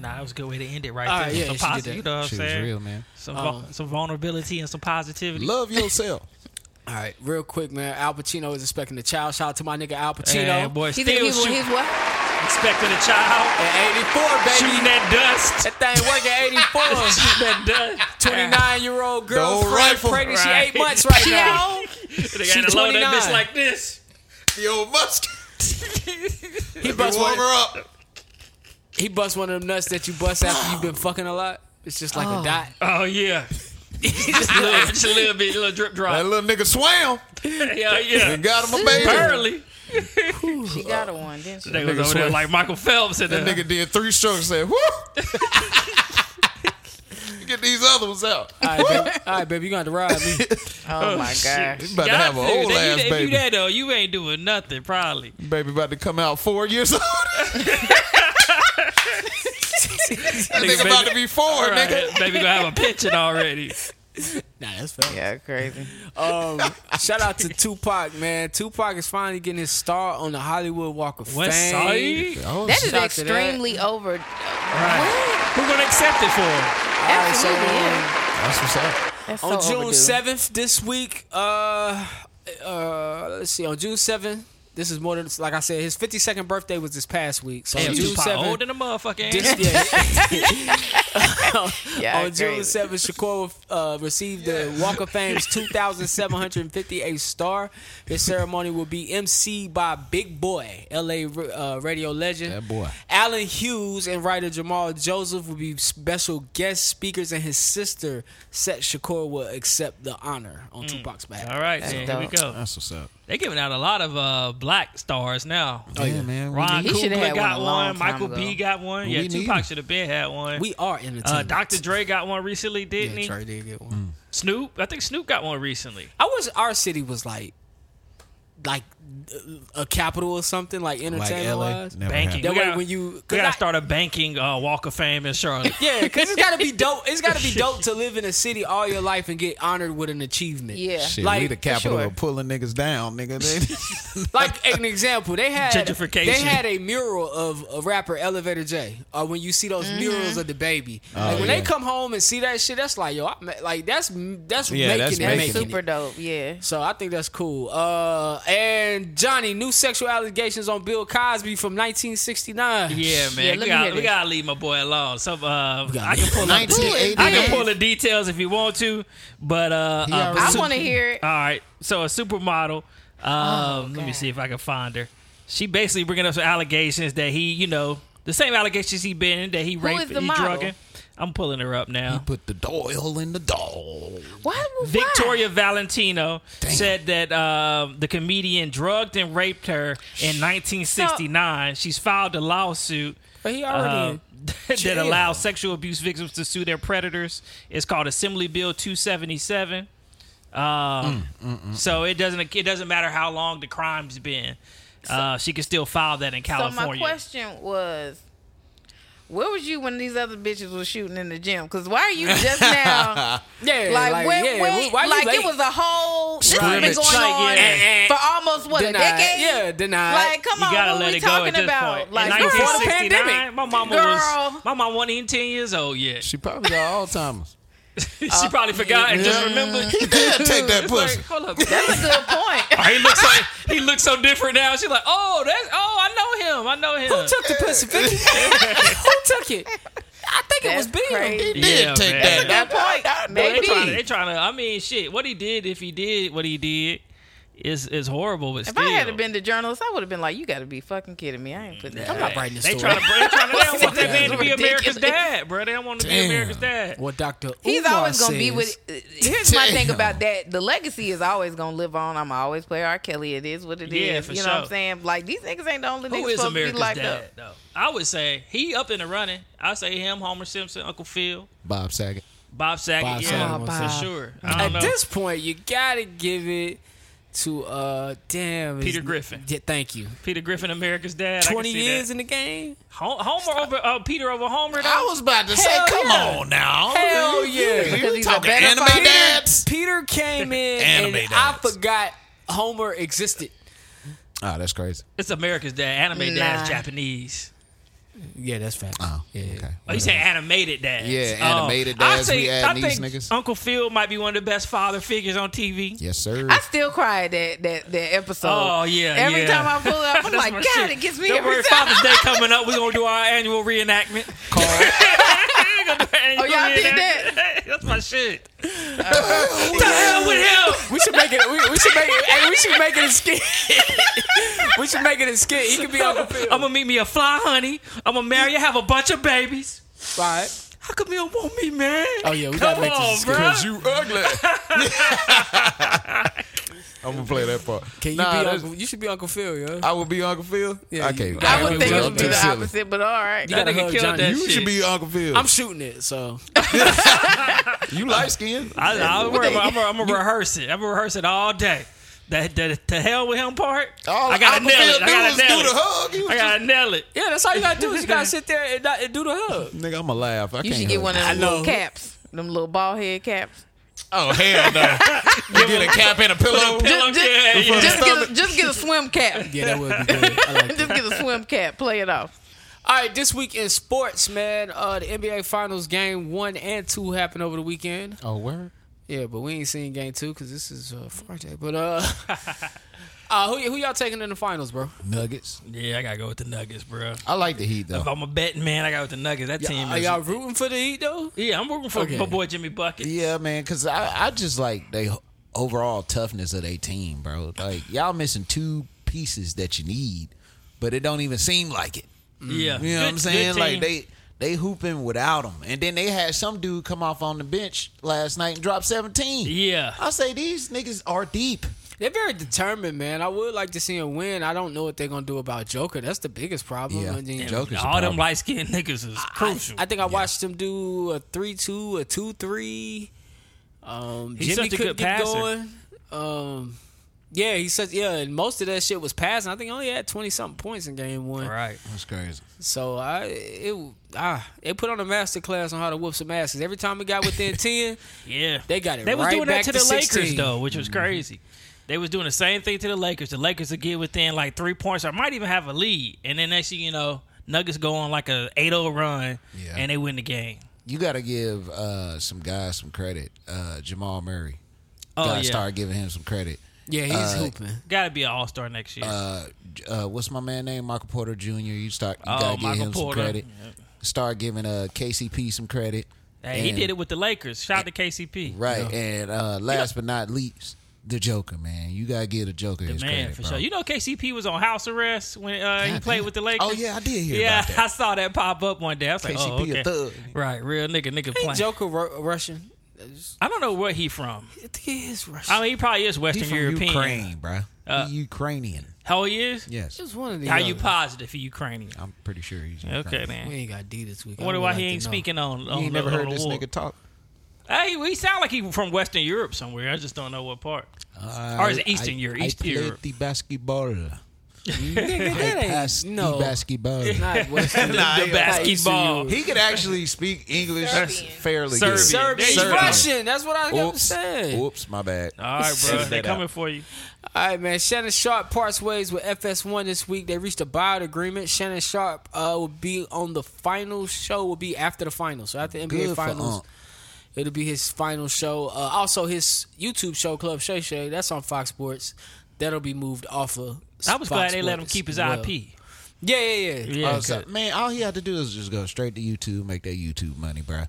[SPEAKER 1] Nah, that was a good way to end it right
[SPEAKER 5] All
[SPEAKER 1] there.
[SPEAKER 5] right, yeah,
[SPEAKER 1] some
[SPEAKER 5] she did
[SPEAKER 1] positive,
[SPEAKER 5] that.
[SPEAKER 1] you know what I'm
[SPEAKER 4] She was
[SPEAKER 1] saying?
[SPEAKER 4] real, man.
[SPEAKER 1] Some, vul- some vulnerability and some positivity.
[SPEAKER 4] Love yourself.
[SPEAKER 5] All right, real quick, man. Al Pacino is expecting a child. Shout out to my nigga Al Pacino.
[SPEAKER 1] Man, boy,
[SPEAKER 6] He
[SPEAKER 1] still
[SPEAKER 6] said he was
[SPEAKER 1] shoot,
[SPEAKER 6] he's what?
[SPEAKER 1] expecting a child,
[SPEAKER 5] At 84,
[SPEAKER 1] shooting
[SPEAKER 5] baby.
[SPEAKER 1] that dust.
[SPEAKER 5] That thing work at 84.
[SPEAKER 1] shooting that dust.
[SPEAKER 5] 29 year old girl,
[SPEAKER 4] The old
[SPEAKER 5] fresh
[SPEAKER 4] rifle.
[SPEAKER 5] pregnant.
[SPEAKER 1] Right.
[SPEAKER 5] She eight months right
[SPEAKER 6] She
[SPEAKER 5] now.
[SPEAKER 6] how old?
[SPEAKER 1] They gotta load that
[SPEAKER 5] 29.
[SPEAKER 1] bitch like this.
[SPEAKER 4] the old musk.
[SPEAKER 5] He
[SPEAKER 4] Warm
[SPEAKER 5] bust, one,
[SPEAKER 4] her up.
[SPEAKER 5] he bust one of them nuts that you bust after you've been fucking a lot. It's just like a dot.
[SPEAKER 1] Oh yeah. just, a little, just a little bit, a little drip
[SPEAKER 4] That
[SPEAKER 1] drop.
[SPEAKER 4] little nigga swam
[SPEAKER 1] Yeah, yeah.
[SPEAKER 4] and got him a baby.
[SPEAKER 1] Apparently,
[SPEAKER 6] She got a one, didn't she?
[SPEAKER 1] they was
[SPEAKER 4] nigga
[SPEAKER 1] over there
[SPEAKER 4] swear.
[SPEAKER 1] like Michael Phelps and
[SPEAKER 4] That nigga did three strokes. Said, "Whoo!"
[SPEAKER 3] get these other ones out.
[SPEAKER 5] All right, baby. All right, baby. You got to ride me.
[SPEAKER 6] Oh, my gosh.
[SPEAKER 3] You about to have an old ass
[SPEAKER 1] if
[SPEAKER 3] baby.
[SPEAKER 1] you that though, you ain't doing nothing probably.
[SPEAKER 3] Baby about to come out four years old. that nigga about to be four,
[SPEAKER 1] Right,
[SPEAKER 3] nigga.
[SPEAKER 1] Baby gonna have a pension already.
[SPEAKER 5] Nah, that's fair.
[SPEAKER 6] Yeah, crazy.
[SPEAKER 5] Um, shout out to Tupac, man. Tupac is finally getting his star on the Hollywood Walk of
[SPEAKER 1] West
[SPEAKER 5] Fame.
[SPEAKER 1] Side.
[SPEAKER 3] Oh,
[SPEAKER 6] That is
[SPEAKER 5] shout out to that.
[SPEAKER 6] extremely over.
[SPEAKER 1] Right. We're gonna accept it for him.
[SPEAKER 5] All right, so,
[SPEAKER 6] Absolutely,
[SPEAKER 5] um,
[SPEAKER 6] yeah.
[SPEAKER 3] that's what's up.
[SPEAKER 6] That's
[SPEAKER 5] on
[SPEAKER 6] so
[SPEAKER 5] June
[SPEAKER 6] overdue.
[SPEAKER 5] seventh this week. Uh, uh, let's see. On June seventh, this is more than like I said. His fifty second birthday was this past week. So
[SPEAKER 1] Damn,
[SPEAKER 5] on June
[SPEAKER 1] Tupac old
[SPEAKER 5] seventh.
[SPEAKER 1] than a motherfucker. ain't
[SPEAKER 5] This,
[SPEAKER 1] he?
[SPEAKER 6] Yeah,
[SPEAKER 5] on June
[SPEAKER 6] crazy.
[SPEAKER 5] 7th, Shakur uh, received the Walk of Fame's 2,758 star. His ceremony will be emceed by Big Boy, LA uh, radio legend.
[SPEAKER 4] That boy.
[SPEAKER 5] Alan Hughes and writer Jamal Joseph will be special guest speakers, and his sister, Seth Shakur, will accept the honor on Tupac's behalf.
[SPEAKER 1] All right, then, here we
[SPEAKER 6] dope.
[SPEAKER 1] go.
[SPEAKER 4] That's what's up.
[SPEAKER 1] They're giving out a lot of uh, black stars now.
[SPEAKER 4] Oh, yeah, man.
[SPEAKER 1] Ron
[SPEAKER 6] He shoulda
[SPEAKER 1] Coogler
[SPEAKER 6] had one
[SPEAKER 1] got
[SPEAKER 6] a
[SPEAKER 1] one.
[SPEAKER 6] long time
[SPEAKER 1] Michael B
[SPEAKER 6] ago.
[SPEAKER 1] got one.
[SPEAKER 4] We
[SPEAKER 1] Yeah,
[SPEAKER 4] need
[SPEAKER 1] Tupac
[SPEAKER 4] him.
[SPEAKER 1] should have been had one.
[SPEAKER 5] We are
[SPEAKER 1] uh,
[SPEAKER 5] entertained.
[SPEAKER 1] Dr. Dre got one recently, didn't
[SPEAKER 5] yeah,
[SPEAKER 1] he?
[SPEAKER 5] Trey did get one.
[SPEAKER 4] Mm.
[SPEAKER 1] Snoop, I think Snoop got one recently.
[SPEAKER 5] I wish our city was like, like a capital or something, like entertainment wise.
[SPEAKER 4] Never
[SPEAKER 1] Banking.
[SPEAKER 5] That
[SPEAKER 1] We
[SPEAKER 5] way
[SPEAKER 1] gotta-
[SPEAKER 5] when you-
[SPEAKER 1] we gotta
[SPEAKER 5] I-
[SPEAKER 1] start a banking uh, Walk of Fame in Charlotte.
[SPEAKER 5] Yeah, because it's gotta be dope. It's gotta be dope to live in a city all your life and get honored with an achievement.
[SPEAKER 6] Yeah.
[SPEAKER 4] Shit,
[SPEAKER 5] Like,
[SPEAKER 4] we the capital
[SPEAKER 6] sure.
[SPEAKER 4] of pulling niggas down, nigga. They-
[SPEAKER 5] Like an example, they had
[SPEAKER 1] Gentrification.
[SPEAKER 5] They had a mural of a rapper Elevator J. Or when you see those murals of the baby, like when they
[SPEAKER 4] Oh, yeah.
[SPEAKER 5] come home and see that shit, that's like yo, I, ma- like that's that's
[SPEAKER 4] Yeah,
[SPEAKER 5] making
[SPEAKER 4] that's
[SPEAKER 5] it,
[SPEAKER 6] That's
[SPEAKER 5] making
[SPEAKER 6] super
[SPEAKER 5] it.
[SPEAKER 6] dope. Yeah.
[SPEAKER 5] So I think that's cool. Uh, and Johnny, new sexual allegations on Bill Cosby from 1969.
[SPEAKER 1] Yeah, man.
[SPEAKER 6] Yeah, let
[SPEAKER 1] we,
[SPEAKER 6] me
[SPEAKER 1] gotta,
[SPEAKER 6] hear
[SPEAKER 1] we
[SPEAKER 6] this.
[SPEAKER 1] gotta leave my boy alone. So uh,
[SPEAKER 5] gotta
[SPEAKER 1] I can pull up. I can
[SPEAKER 4] 1989.
[SPEAKER 1] pull the details if you want to, but uh,
[SPEAKER 4] He
[SPEAKER 1] uh,
[SPEAKER 4] already-
[SPEAKER 6] I
[SPEAKER 4] Sup-
[SPEAKER 6] want to hear it.
[SPEAKER 1] all right. So a supermodel. Um, let me see if I can find her. She basically bringing up some allegations that he, you know, the same allegations he been in that he
[SPEAKER 6] is
[SPEAKER 1] raped,
[SPEAKER 6] the
[SPEAKER 1] he
[SPEAKER 6] model?
[SPEAKER 1] drugging. I'm pulling her up now.
[SPEAKER 4] Put the Doyle in the doll.
[SPEAKER 6] Why? why?
[SPEAKER 1] Victoria Valentino said that uh, the comedian drugged and raped her in 1969. She's filed a lawsuit
[SPEAKER 5] But he
[SPEAKER 1] uh,
[SPEAKER 5] already
[SPEAKER 1] that
[SPEAKER 5] jail.
[SPEAKER 1] allows sexual abuse victims to sue their predators. It's called Assembly Bill 277. Um, So it doesn't it doesn't matter how long the crime's been. Uh, she can still file that in
[SPEAKER 6] So
[SPEAKER 1] California.
[SPEAKER 6] my question was, where was you when these other bitches were shooting in the gym? Because why are you just now?
[SPEAKER 5] yeah,
[SPEAKER 6] Like, where,
[SPEAKER 5] yeah,
[SPEAKER 6] where-
[SPEAKER 5] why you
[SPEAKER 6] like
[SPEAKER 5] late?
[SPEAKER 6] it was a whole. This has been
[SPEAKER 1] Scrimmage.
[SPEAKER 6] going
[SPEAKER 1] Like,
[SPEAKER 6] on
[SPEAKER 1] yeah.
[SPEAKER 6] for almost what
[SPEAKER 5] Denied.
[SPEAKER 6] a decade.
[SPEAKER 5] Yeah, denied.
[SPEAKER 6] Like, come
[SPEAKER 1] You
[SPEAKER 6] on,
[SPEAKER 1] gotta
[SPEAKER 6] Oh, what
[SPEAKER 1] let
[SPEAKER 6] we
[SPEAKER 1] it go at
[SPEAKER 6] talking
[SPEAKER 1] this
[SPEAKER 6] about?
[SPEAKER 1] point.
[SPEAKER 6] Like,
[SPEAKER 1] in
[SPEAKER 5] before the
[SPEAKER 1] 1969,
[SPEAKER 5] pandemic.
[SPEAKER 1] my mama
[SPEAKER 6] Girl.
[SPEAKER 1] was my mama wasn't even ten years old yet.
[SPEAKER 4] She probably got Alzheimer's.
[SPEAKER 1] she probably forgot and just remembered.
[SPEAKER 3] Yeah, take that
[SPEAKER 1] It's like,
[SPEAKER 3] pussy.
[SPEAKER 1] hold up.
[SPEAKER 6] that's a good point.
[SPEAKER 1] he looks like he looks so different now. She's like, oh, that's oh, I know him. I know him.
[SPEAKER 5] Who took the pussy? Vicky? Who took it? I think it was
[SPEAKER 6] That's
[SPEAKER 5] Bill.
[SPEAKER 6] crazy.
[SPEAKER 1] yeah,
[SPEAKER 3] take
[SPEAKER 1] man.
[SPEAKER 3] that.
[SPEAKER 6] That point,
[SPEAKER 1] They
[SPEAKER 6] maybe.
[SPEAKER 1] trying, to, they trying to. I mean, shit. What he did, if he did what he did, is is horrible. But
[SPEAKER 6] If
[SPEAKER 1] still,
[SPEAKER 6] I had been the journalist, I would have been like, "You got to be fucking kidding me! I ain't putting that."
[SPEAKER 5] I'm
[SPEAKER 6] out."
[SPEAKER 5] not writing this
[SPEAKER 1] they
[SPEAKER 5] story.
[SPEAKER 1] trying to. They trying to. They don't want that man to be
[SPEAKER 6] Ridiculous.
[SPEAKER 1] America's dad, bro. They don't want to be
[SPEAKER 3] Damn.
[SPEAKER 1] America's dad.
[SPEAKER 5] What Doctor
[SPEAKER 6] He's always gonna be with. uh, Here's my thing
[SPEAKER 3] Damn.
[SPEAKER 6] about that: the legacy is always gonna live on. I'm always play R. Kelly. It is what it is.
[SPEAKER 1] Yeah, for
[SPEAKER 6] you know what
[SPEAKER 1] sure.
[SPEAKER 6] I'm saying? Like these niggas ain't the only
[SPEAKER 1] Who
[SPEAKER 6] niggas
[SPEAKER 1] is
[SPEAKER 6] supposed to be
[SPEAKER 1] America's
[SPEAKER 6] locked
[SPEAKER 1] dad?
[SPEAKER 6] up.
[SPEAKER 1] Though I would say he up in the running. I say him, Homer Simpson, Uncle Phil,
[SPEAKER 4] Bob Saget.
[SPEAKER 1] Bob Saget,
[SPEAKER 5] Bob
[SPEAKER 1] yeah,
[SPEAKER 5] Saget,
[SPEAKER 1] for
[SPEAKER 6] Oh, Bob.
[SPEAKER 1] sure. I
[SPEAKER 5] At
[SPEAKER 1] don't know.
[SPEAKER 5] this point, you gotta give it to uh damn it's-
[SPEAKER 1] Peter Griffin.
[SPEAKER 5] Yeah, thank you.
[SPEAKER 1] Peter Griffin, America's dad.
[SPEAKER 5] Twenty
[SPEAKER 1] I can see
[SPEAKER 5] years
[SPEAKER 1] That.
[SPEAKER 5] in the game.
[SPEAKER 1] Hom- Homer over uh, Peter over Homer. Though?
[SPEAKER 4] I was about to say,
[SPEAKER 5] Hell
[SPEAKER 4] come
[SPEAKER 5] yeah.
[SPEAKER 4] on now.
[SPEAKER 5] Hell yeah.
[SPEAKER 4] We
[SPEAKER 6] he's a
[SPEAKER 4] talking
[SPEAKER 6] better
[SPEAKER 4] anime
[SPEAKER 6] fighter.
[SPEAKER 4] dads.
[SPEAKER 5] Peter came in
[SPEAKER 4] Anime
[SPEAKER 5] and I
[SPEAKER 4] dads.
[SPEAKER 5] forgot Homer existed.
[SPEAKER 4] Oh, that's crazy.
[SPEAKER 1] It's America's dad. Anime dad's
[SPEAKER 6] Nah.
[SPEAKER 1] Japanese.
[SPEAKER 5] Yeah, that's fact.
[SPEAKER 4] Oh,
[SPEAKER 5] yeah.
[SPEAKER 4] okay.
[SPEAKER 1] Oh, you say animated dads?
[SPEAKER 4] Yeah,
[SPEAKER 1] Oh,
[SPEAKER 4] animated
[SPEAKER 1] I
[SPEAKER 4] dads, we adding these niggas.
[SPEAKER 1] Uncle Phil might be one of the best father figures on TV.
[SPEAKER 4] Yes, sir.
[SPEAKER 6] I still cry at that that that episode.
[SPEAKER 1] Oh yeah.
[SPEAKER 6] Every
[SPEAKER 1] yeah.
[SPEAKER 6] time I pull it up, I'm
[SPEAKER 1] That's
[SPEAKER 6] like,
[SPEAKER 1] my
[SPEAKER 6] God,
[SPEAKER 1] shit.
[SPEAKER 6] it gets me
[SPEAKER 1] Don't
[SPEAKER 6] every
[SPEAKER 1] worry,
[SPEAKER 6] time.
[SPEAKER 1] Father's Day coming up. We're gonna do our annual reenactment. Call.
[SPEAKER 6] Oh, y'all did that?
[SPEAKER 1] That's my shit. What the hell with him?
[SPEAKER 5] We should make it. We, we should make it. Hey, we should make it a skit. we should make it a skit. He could be Uncle Phil.
[SPEAKER 1] I'm gonna meet me a fly honey. I'm gonna marry you, have a bunch of babies.
[SPEAKER 5] All right.
[SPEAKER 1] How come you don't want me, man?
[SPEAKER 5] Oh yeah, we gotta
[SPEAKER 1] Come
[SPEAKER 5] make
[SPEAKER 1] on,
[SPEAKER 5] this a skit.
[SPEAKER 1] bruh.
[SPEAKER 3] You ugly. I'm gonna play that part.
[SPEAKER 5] Can you
[SPEAKER 3] Nah,
[SPEAKER 5] be?
[SPEAKER 3] that's-
[SPEAKER 5] Uncle, you should be Uncle Phil, yo.
[SPEAKER 3] I would be Uncle Phil.
[SPEAKER 5] Yeah,
[SPEAKER 3] I
[SPEAKER 5] you-
[SPEAKER 3] can't.
[SPEAKER 5] I would
[SPEAKER 3] I'm
[SPEAKER 5] think it
[SPEAKER 3] too
[SPEAKER 5] would be the
[SPEAKER 3] silly.
[SPEAKER 6] opposite, but all right.
[SPEAKER 5] You gotta
[SPEAKER 1] That nigga
[SPEAKER 5] hug
[SPEAKER 1] killed
[SPEAKER 5] Johnny.
[SPEAKER 1] that
[SPEAKER 3] You should
[SPEAKER 1] shit.
[SPEAKER 3] be Uncle Phil.
[SPEAKER 5] I'm shooting it, so
[SPEAKER 3] you light skinned.
[SPEAKER 1] I, I, I'm gonna I'm gonna rehearse it. I'm gonna rehearse it all day. That the, the hell with him part. I gotta
[SPEAKER 3] Uncle
[SPEAKER 1] nail
[SPEAKER 3] Phil
[SPEAKER 1] it. I
[SPEAKER 3] do
[SPEAKER 1] gotta
[SPEAKER 3] is
[SPEAKER 1] nail
[SPEAKER 3] do
[SPEAKER 1] it.
[SPEAKER 3] the hug. You
[SPEAKER 1] I gotta nail it.
[SPEAKER 5] yeah, that's all you gotta do is you gotta sit there and, not, and do the hug.
[SPEAKER 3] Nigga, I'ma laugh. I
[SPEAKER 6] You
[SPEAKER 3] can't
[SPEAKER 6] should get
[SPEAKER 3] hug.
[SPEAKER 6] one of
[SPEAKER 5] I
[SPEAKER 6] them
[SPEAKER 5] know.
[SPEAKER 6] little caps, them little ball head caps.
[SPEAKER 3] Oh hell no! you get a cap and a pillow.
[SPEAKER 1] Pillow
[SPEAKER 6] Just,
[SPEAKER 1] kid, yeah.
[SPEAKER 6] just get a, just get a swim cap.
[SPEAKER 5] Yeah, that would be good. I like that.
[SPEAKER 6] just get a swim cap. Play it off.
[SPEAKER 5] All right, this week in sports, man, uh, the NBA Finals game one and two happened over the weekend.
[SPEAKER 4] Oh, where?
[SPEAKER 5] Yeah, but we ain't seen game two because this is uh, Friday. But uh, uh, who, y- who y'all taking in the finals, bro?
[SPEAKER 4] Nuggets.
[SPEAKER 1] Yeah, I gotta go with the Nuggets, bro.
[SPEAKER 4] I like the Heat
[SPEAKER 1] If
[SPEAKER 4] though.
[SPEAKER 1] I'm a betting man, I got with the Nuggets. That team
[SPEAKER 5] Are
[SPEAKER 1] is.
[SPEAKER 5] uh, y'all rooting for the Heat though?
[SPEAKER 1] Yeah, I'm working for
[SPEAKER 5] Okay.
[SPEAKER 1] my boy Jimmy Bucket.
[SPEAKER 4] Yeah, man, because I, I just like they overall toughness of their team, bro. Like y'all missing two pieces that you need, but it don't even seem like it.
[SPEAKER 1] Yeah,
[SPEAKER 4] You know
[SPEAKER 1] Good-
[SPEAKER 4] what I'm saying?
[SPEAKER 1] good
[SPEAKER 4] Like
[SPEAKER 1] team.
[SPEAKER 4] they they hooping without him, and then they had some dude come off on the bench last night and drop 17.
[SPEAKER 1] Yeah.
[SPEAKER 4] I say these niggas are deep.
[SPEAKER 5] They're very determined, man. I would like to see them win. I don't know what they're gonna do about Joker. That's the biggest problem.
[SPEAKER 4] Yeah.
[SPEAKER 5] And then-
[SPEAKER 4] Yeah. Joker's a
[SPEAKER 1] all them
[SPEAKER 4] problem.
[SPEAKER 1] light skinned niggas is crucial.
[SPEAKER 5] I think I watched them do a three-two, a two-three. Um,
[SPEAKER 1] He's
[SPEAKER 5] Jimmy
[SPEAKER 1] such a
[SPEAKER 5] couldn't
[SPEAKER 1] good
[SPEAKER 5] get
[SPEAKER 1] passer.
[SPEAKER 5] going. Um, yeah, he said yeah, and most of that shit was passing. I think he only had twenty something points in game one.
[SPEAKER 1] right.
[SPEAKER 4] That's crazy.
[SPEAKER 5] So I it ah they put on a master class on how to whoop some asses. Every time it got within ten,
[SPEAKER 1] Yeah,
[SPEAKER 5] They got it
[SPEAKER 1] They was
[SPEAKER 5] right
[SPEAKER 1] doing
[SPEAKER 5] back
[SPEAKER 1] that
[SPEAKER 5] to
[SPEAKER 1] to, the
[SPEAKER 5] 16.
[SPEAKER 1] Lakers though, which was crazy. They was doing the same thing to the Lakers. The Lakers would get within like three points, or might even have a lead, and then next thing you know, Nuggets go on like a 8-0 run,
[SPEAKER 4] Yeah.
[SPEAKER 1] and they win the game.
[SPEAKER 4] You got to give uh, some guys some credit. Uh, Jamal Murray.
[SPEAKER 1] Oh
[SPEAKER 4] gotta
[SPEAKER 1] yeah,
[SPEAKER 4] start giving him some credit.
[SPEAKER 5] yeah, he's
[SPEAKER 1] Uh,
[SPEAKER 5] hooping.
[SPEAKER 1] gotta be an All Star next year.
[SPEAKER 4] Uh, J- uh, what's my man name? Michael Porter Jr. You start. You
[SPEAKER 1] Oh,
[SPEAKER 4] gotta give
[SPEAKER 1] Michael
[SPEAKER 4] him
[SPEAKER 1] Porter.
[SPEAKER 4] some credit. Start giving uh, KCP some credit.
[SPEAKER 1] hey, he
[SPEAKER 4] And-
[SPEAKER 1] did it with the Lakers. Shout out to KCP.
[SPEAKER 4] right. And uh, last but not least, the Joker man. You gotta give the Joker his
[SPEAKER 1] Man,
[SPEAKER 4] credit,
[SPEAKER 1] for
[SPEAKER 4] bro.
[SPEAKER 1] sure. You know KCP was on house arrest when uh, he
[SPEAKER 4] God
[SPEAKER 1] played
[SPEAKER 4] damn.
[SPEAKER 1] with the Lakers.
[SPEAKER 4] Oh, yeah, I did hear
[SPEAKER 1] Yeah,
[SPEAKER 4] about that.
[SPEAKER 1] I saw that pop up one day. I was like, oh,
[SPEAKER 4] KCP a
[SPEAKER 1] okay.
[SPEAKER 4] thug.
[SPEAKER 1] Right, real nigga, nigga
[SPEAKER 5] Ain't
[SPEAKER 1] playing.
[SPEAKER 5] Joker Ru- Russian?
[SPEAKER 1] I don't know where he from.
[SPEAKER 5] I think he is Russian.
[SPEAKER 1] I mean, he probably is
[SPEAKER 4] He
[SPEAKER 1] Western
[SPEAKER 4] from
[SPEAKER 1] European.
[SPEAKER 4] Ukraine, bro.
[SPEAKER 1] Uh,
[SPEAKER 4] He Ukrainian.
[SPEAKER 1] How he is?
[SPEAKER 4] Yes,
[SPEAKER 5] Just one of the
[SPEAKER 1] How
[SPEAKER 5] other.
[SPEAKER 1] you positive for Ukrainian?
[SPEAKER 4] I'm pretty sure he's
[SPEAKER 1] Okay,
[SPEAKER 4] Ukrainian.
[SPEAKER 5] We
[SPEAKER 1] then.
[SPEAKER 5] ain't got D this week.
[SPEAKER 1] I wonder
[SPEAKER 5] I
[SPEAKER 1] why
[SPEAKER 5] would
[SPEAKER 1] he
[SPEAKER 5] like
[SPEAKER 1] ain't
[SPEAKER 5] to know.
[SPEAKER 1] speaking on. on
[SPEAKER 4] You ain't
[SPEAKER 1] the-
[SPEAKER 4] never
[SPEAKER 1] on
[SPEAKER 4] heard
[SPEAKER 1] the
[SPEAKER 4] this
[SPEAKER 1] war.
[SPEAKER 4] nigga talk.
[SPEAKER 1] Hey, he sound like he from Western Europe somewhere. I just don't know what part. Or is it Eastern
[SPEAKER 4] I,
[SPEAKER 1] Europe?
[SPEAKER 4] I
[SPEAKER 1] Eastern
[SPEAKER 4] played
[SPEAKER 1] Europe.
[SPEAKER 4] the basketball.
[SPEAKER 5] Nigga,
[SPEAKER 4] I
[SPEAKER 5] that
[SPEAKER 4] passed
[SPEAKER 5] ain't no.
[SPEAKER 4] the basketball.
[SPEAKER 5] Not Western.
[SPEAKER 3] Nah,
[SPEAKER 1] the
[SPEAKER 3] yeah.
[SPEAKER 1] basketball.
[SPEAKER 3] He could actually speak English
[SPEAKER 6] Serbian.
[SPEAKER 4] Fairly
[SPEAKER 1] Serbian.
[SPEAKER 4] good.
[SPEAKER 1] Serbian.
[SPEAKER 5] He's
[SPEAKER 1] Serbian.
[SPEAKER 5] Russian. That's what I got to
[SPEAKER 4] Oops.
[SPEAKER 5] say.
[SPEAKER 4] Oops, my bad.
[SPEAKER 1] All right, bro.
[SPEAKER 4] Edit
[SPEAKER 1] They
[SPEAKER 4] that
[SPEAKER 1] coming
[SPEAKER 4] out.
[SPEAKER 1] for you.
[SPEAKER 5] All right, man. Shannon Sharp parts ways with FS1 this week. They reached a buyout agreement. Shannon Sharp uh, will be on the final show. Will be after the finals. So after the NBA
[SPEAKER 4] Good for
[SPEAKER 5] finals,
[SPEAKER 4] Unc.
[SPEAKER 5] it'll be his final show. Uh, also, his YouTube show Club Shay Shay. That's on Fox Sports. That'll be moved off of.
[SPEAKER 1] I was
[SPEAKER 5] Fox
[SPEAKER 1] glad they let him
[SPEAKER 5] Sports
[SPEAKER 1] keep his
[SPEAKER 5] as well.
[SPEAKER 1] IP.
[SPEAKER 5] Yeah, yeah, yeah.
[SPEAKER 1] Yeah,
[SPEAKER 4] Oh, so- man, all he had to do is just go straight to YouTube, make that YouTube money, bro.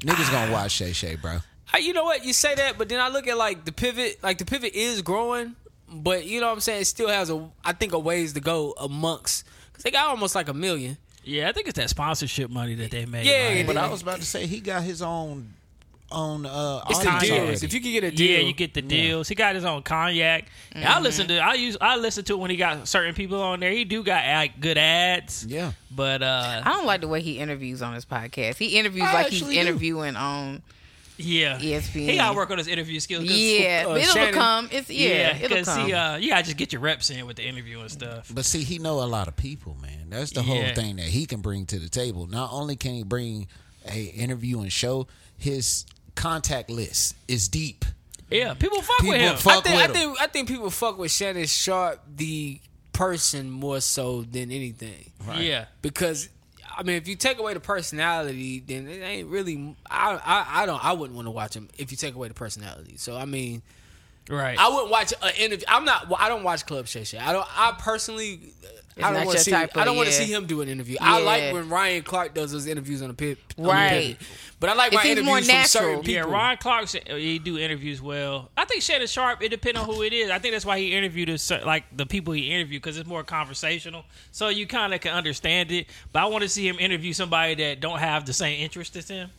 [SPEAKER 4] Niggas gonna watch Shay Shay, bro.
[SPEAKER 5] I, you know what? You say that, but then I look at like the pivot. Like the pivot is growing, but you know what I'm saying. It still has a, I think, a ways to go amongst. Cause they got almost like a million.
[SPEAKER 1] yeah. I think it's that sponsorship money that they made.
[SPEAKER 5] Yeah,
[SPEAKER 1] like-
[SPEAKER 4] But I was about to say he got his own own uh
[SPEAKER 5] It's the
[SPEAKER 4] audience
[SPEAKER 5] deals.
[SPEAKER 4] already.
[SPEAKER 5] If you could get a deal,
[SPEAKER 1] Yeah, you get the deals. He got his own cognac. And I listen to I use I listen to when he got certain people on there. He do got like, good ads.
[SPEAKER 4] Yeah.
[SPEAKER 1] But uh
[SPEAKER 6] I don't like the way he interviews on his podcast. He interviews
[SPEAKER 4] I
[SPEAKER 6] like he's
[SPEAKER 4] actually do.
[SPEAKER 6] interviewing on.
[SPEAKER 1] yeah.
[SPEAKER 6] ESPN.
[SPEAKER 1] He gotta work on his interview skills. 'cause-
[SPEAKER 6] Yeah,
[SPEAKER 5] uh,
[SPEAKER 6] but it'll
[SPEAKER 5] Shannon-
[SPEAKER 6] come. It's yeah,
[SPEAKER 1] Yeah,
[SPEAKER 6] it'll
[SPEAKER 1] because
[SPEAKER 6] come.
[SPEAKER 1] he uh you gotta just get your reps in with the interview and stuff.
[SPEAKER 4] But see, he know a lot of people, man. That's the whole
[SPEAKER 1] Yeah.
[SPEAKER 4] thing that he can bring to the table. Not only can he bring a interview and show, his contact list is deep.
[SPEAKER 1] Yeah, people fuck with
[SPEAKER 4] People
[SPEAKER 1] him.
[SPEAKER 4] fuck
[SPEAKER 5] I think,
[SPEAKER 4] with
[SPEAKER 5] I
[SPEAKER 4] him.
[SPEAKER 5] think I think people fuck with Shannon Sharp the person more so than anything
[SPEAKER 1] Yeah.
[SPEAKER 5] because I mean if you take away the personality then it ain't really I I, I don't I wouldn't want to watch him if you take away the personality so I mean
[SPEAKER 1] Right.
[SPEAKER 5] I wouldn't watch an interview I'm not well, I don't watch Club Shay Shay I don't I personally I
[SPEAKER 6] not
[SPEAKER 5] don't want
[SPEAKER 6] your
[SPEAKER 5] to see
[SPEAKER 6] type
[SPEAKER 5] I
[SPEAKER 6] of-
[SPEAKER 5] don't want to
[SPEAKER 6] yeah.
[SPEAKER 5] see him do an interview I like
[SPEAKER 6] Yeah.
[SPEAKER 5] when Ryan Clark does those interviews on the pit on the
[SPEAKER 6] Right.
[SPEAKER 5] pivot. but I like
[SPEAKER 6] It
[SPEAKER 5] my
[SPEAKER 6] seems
[SPEAKER 5] interviews
[SPEAKER 6] more
[SPEAKER 5] from certain
[SPEAKER 6] natural.
[SPEAKER 5] people
[SPEAKER 1] yeah, Ron Clark uh, he do interviews well. I think Shannon Sharp. It depends on who it is. I think that's why he interviewed us, uh, like the people he interviewed because it's more conversational, so you kind of can understand it. But I want to see him interview somebody that don't have the same interest as him.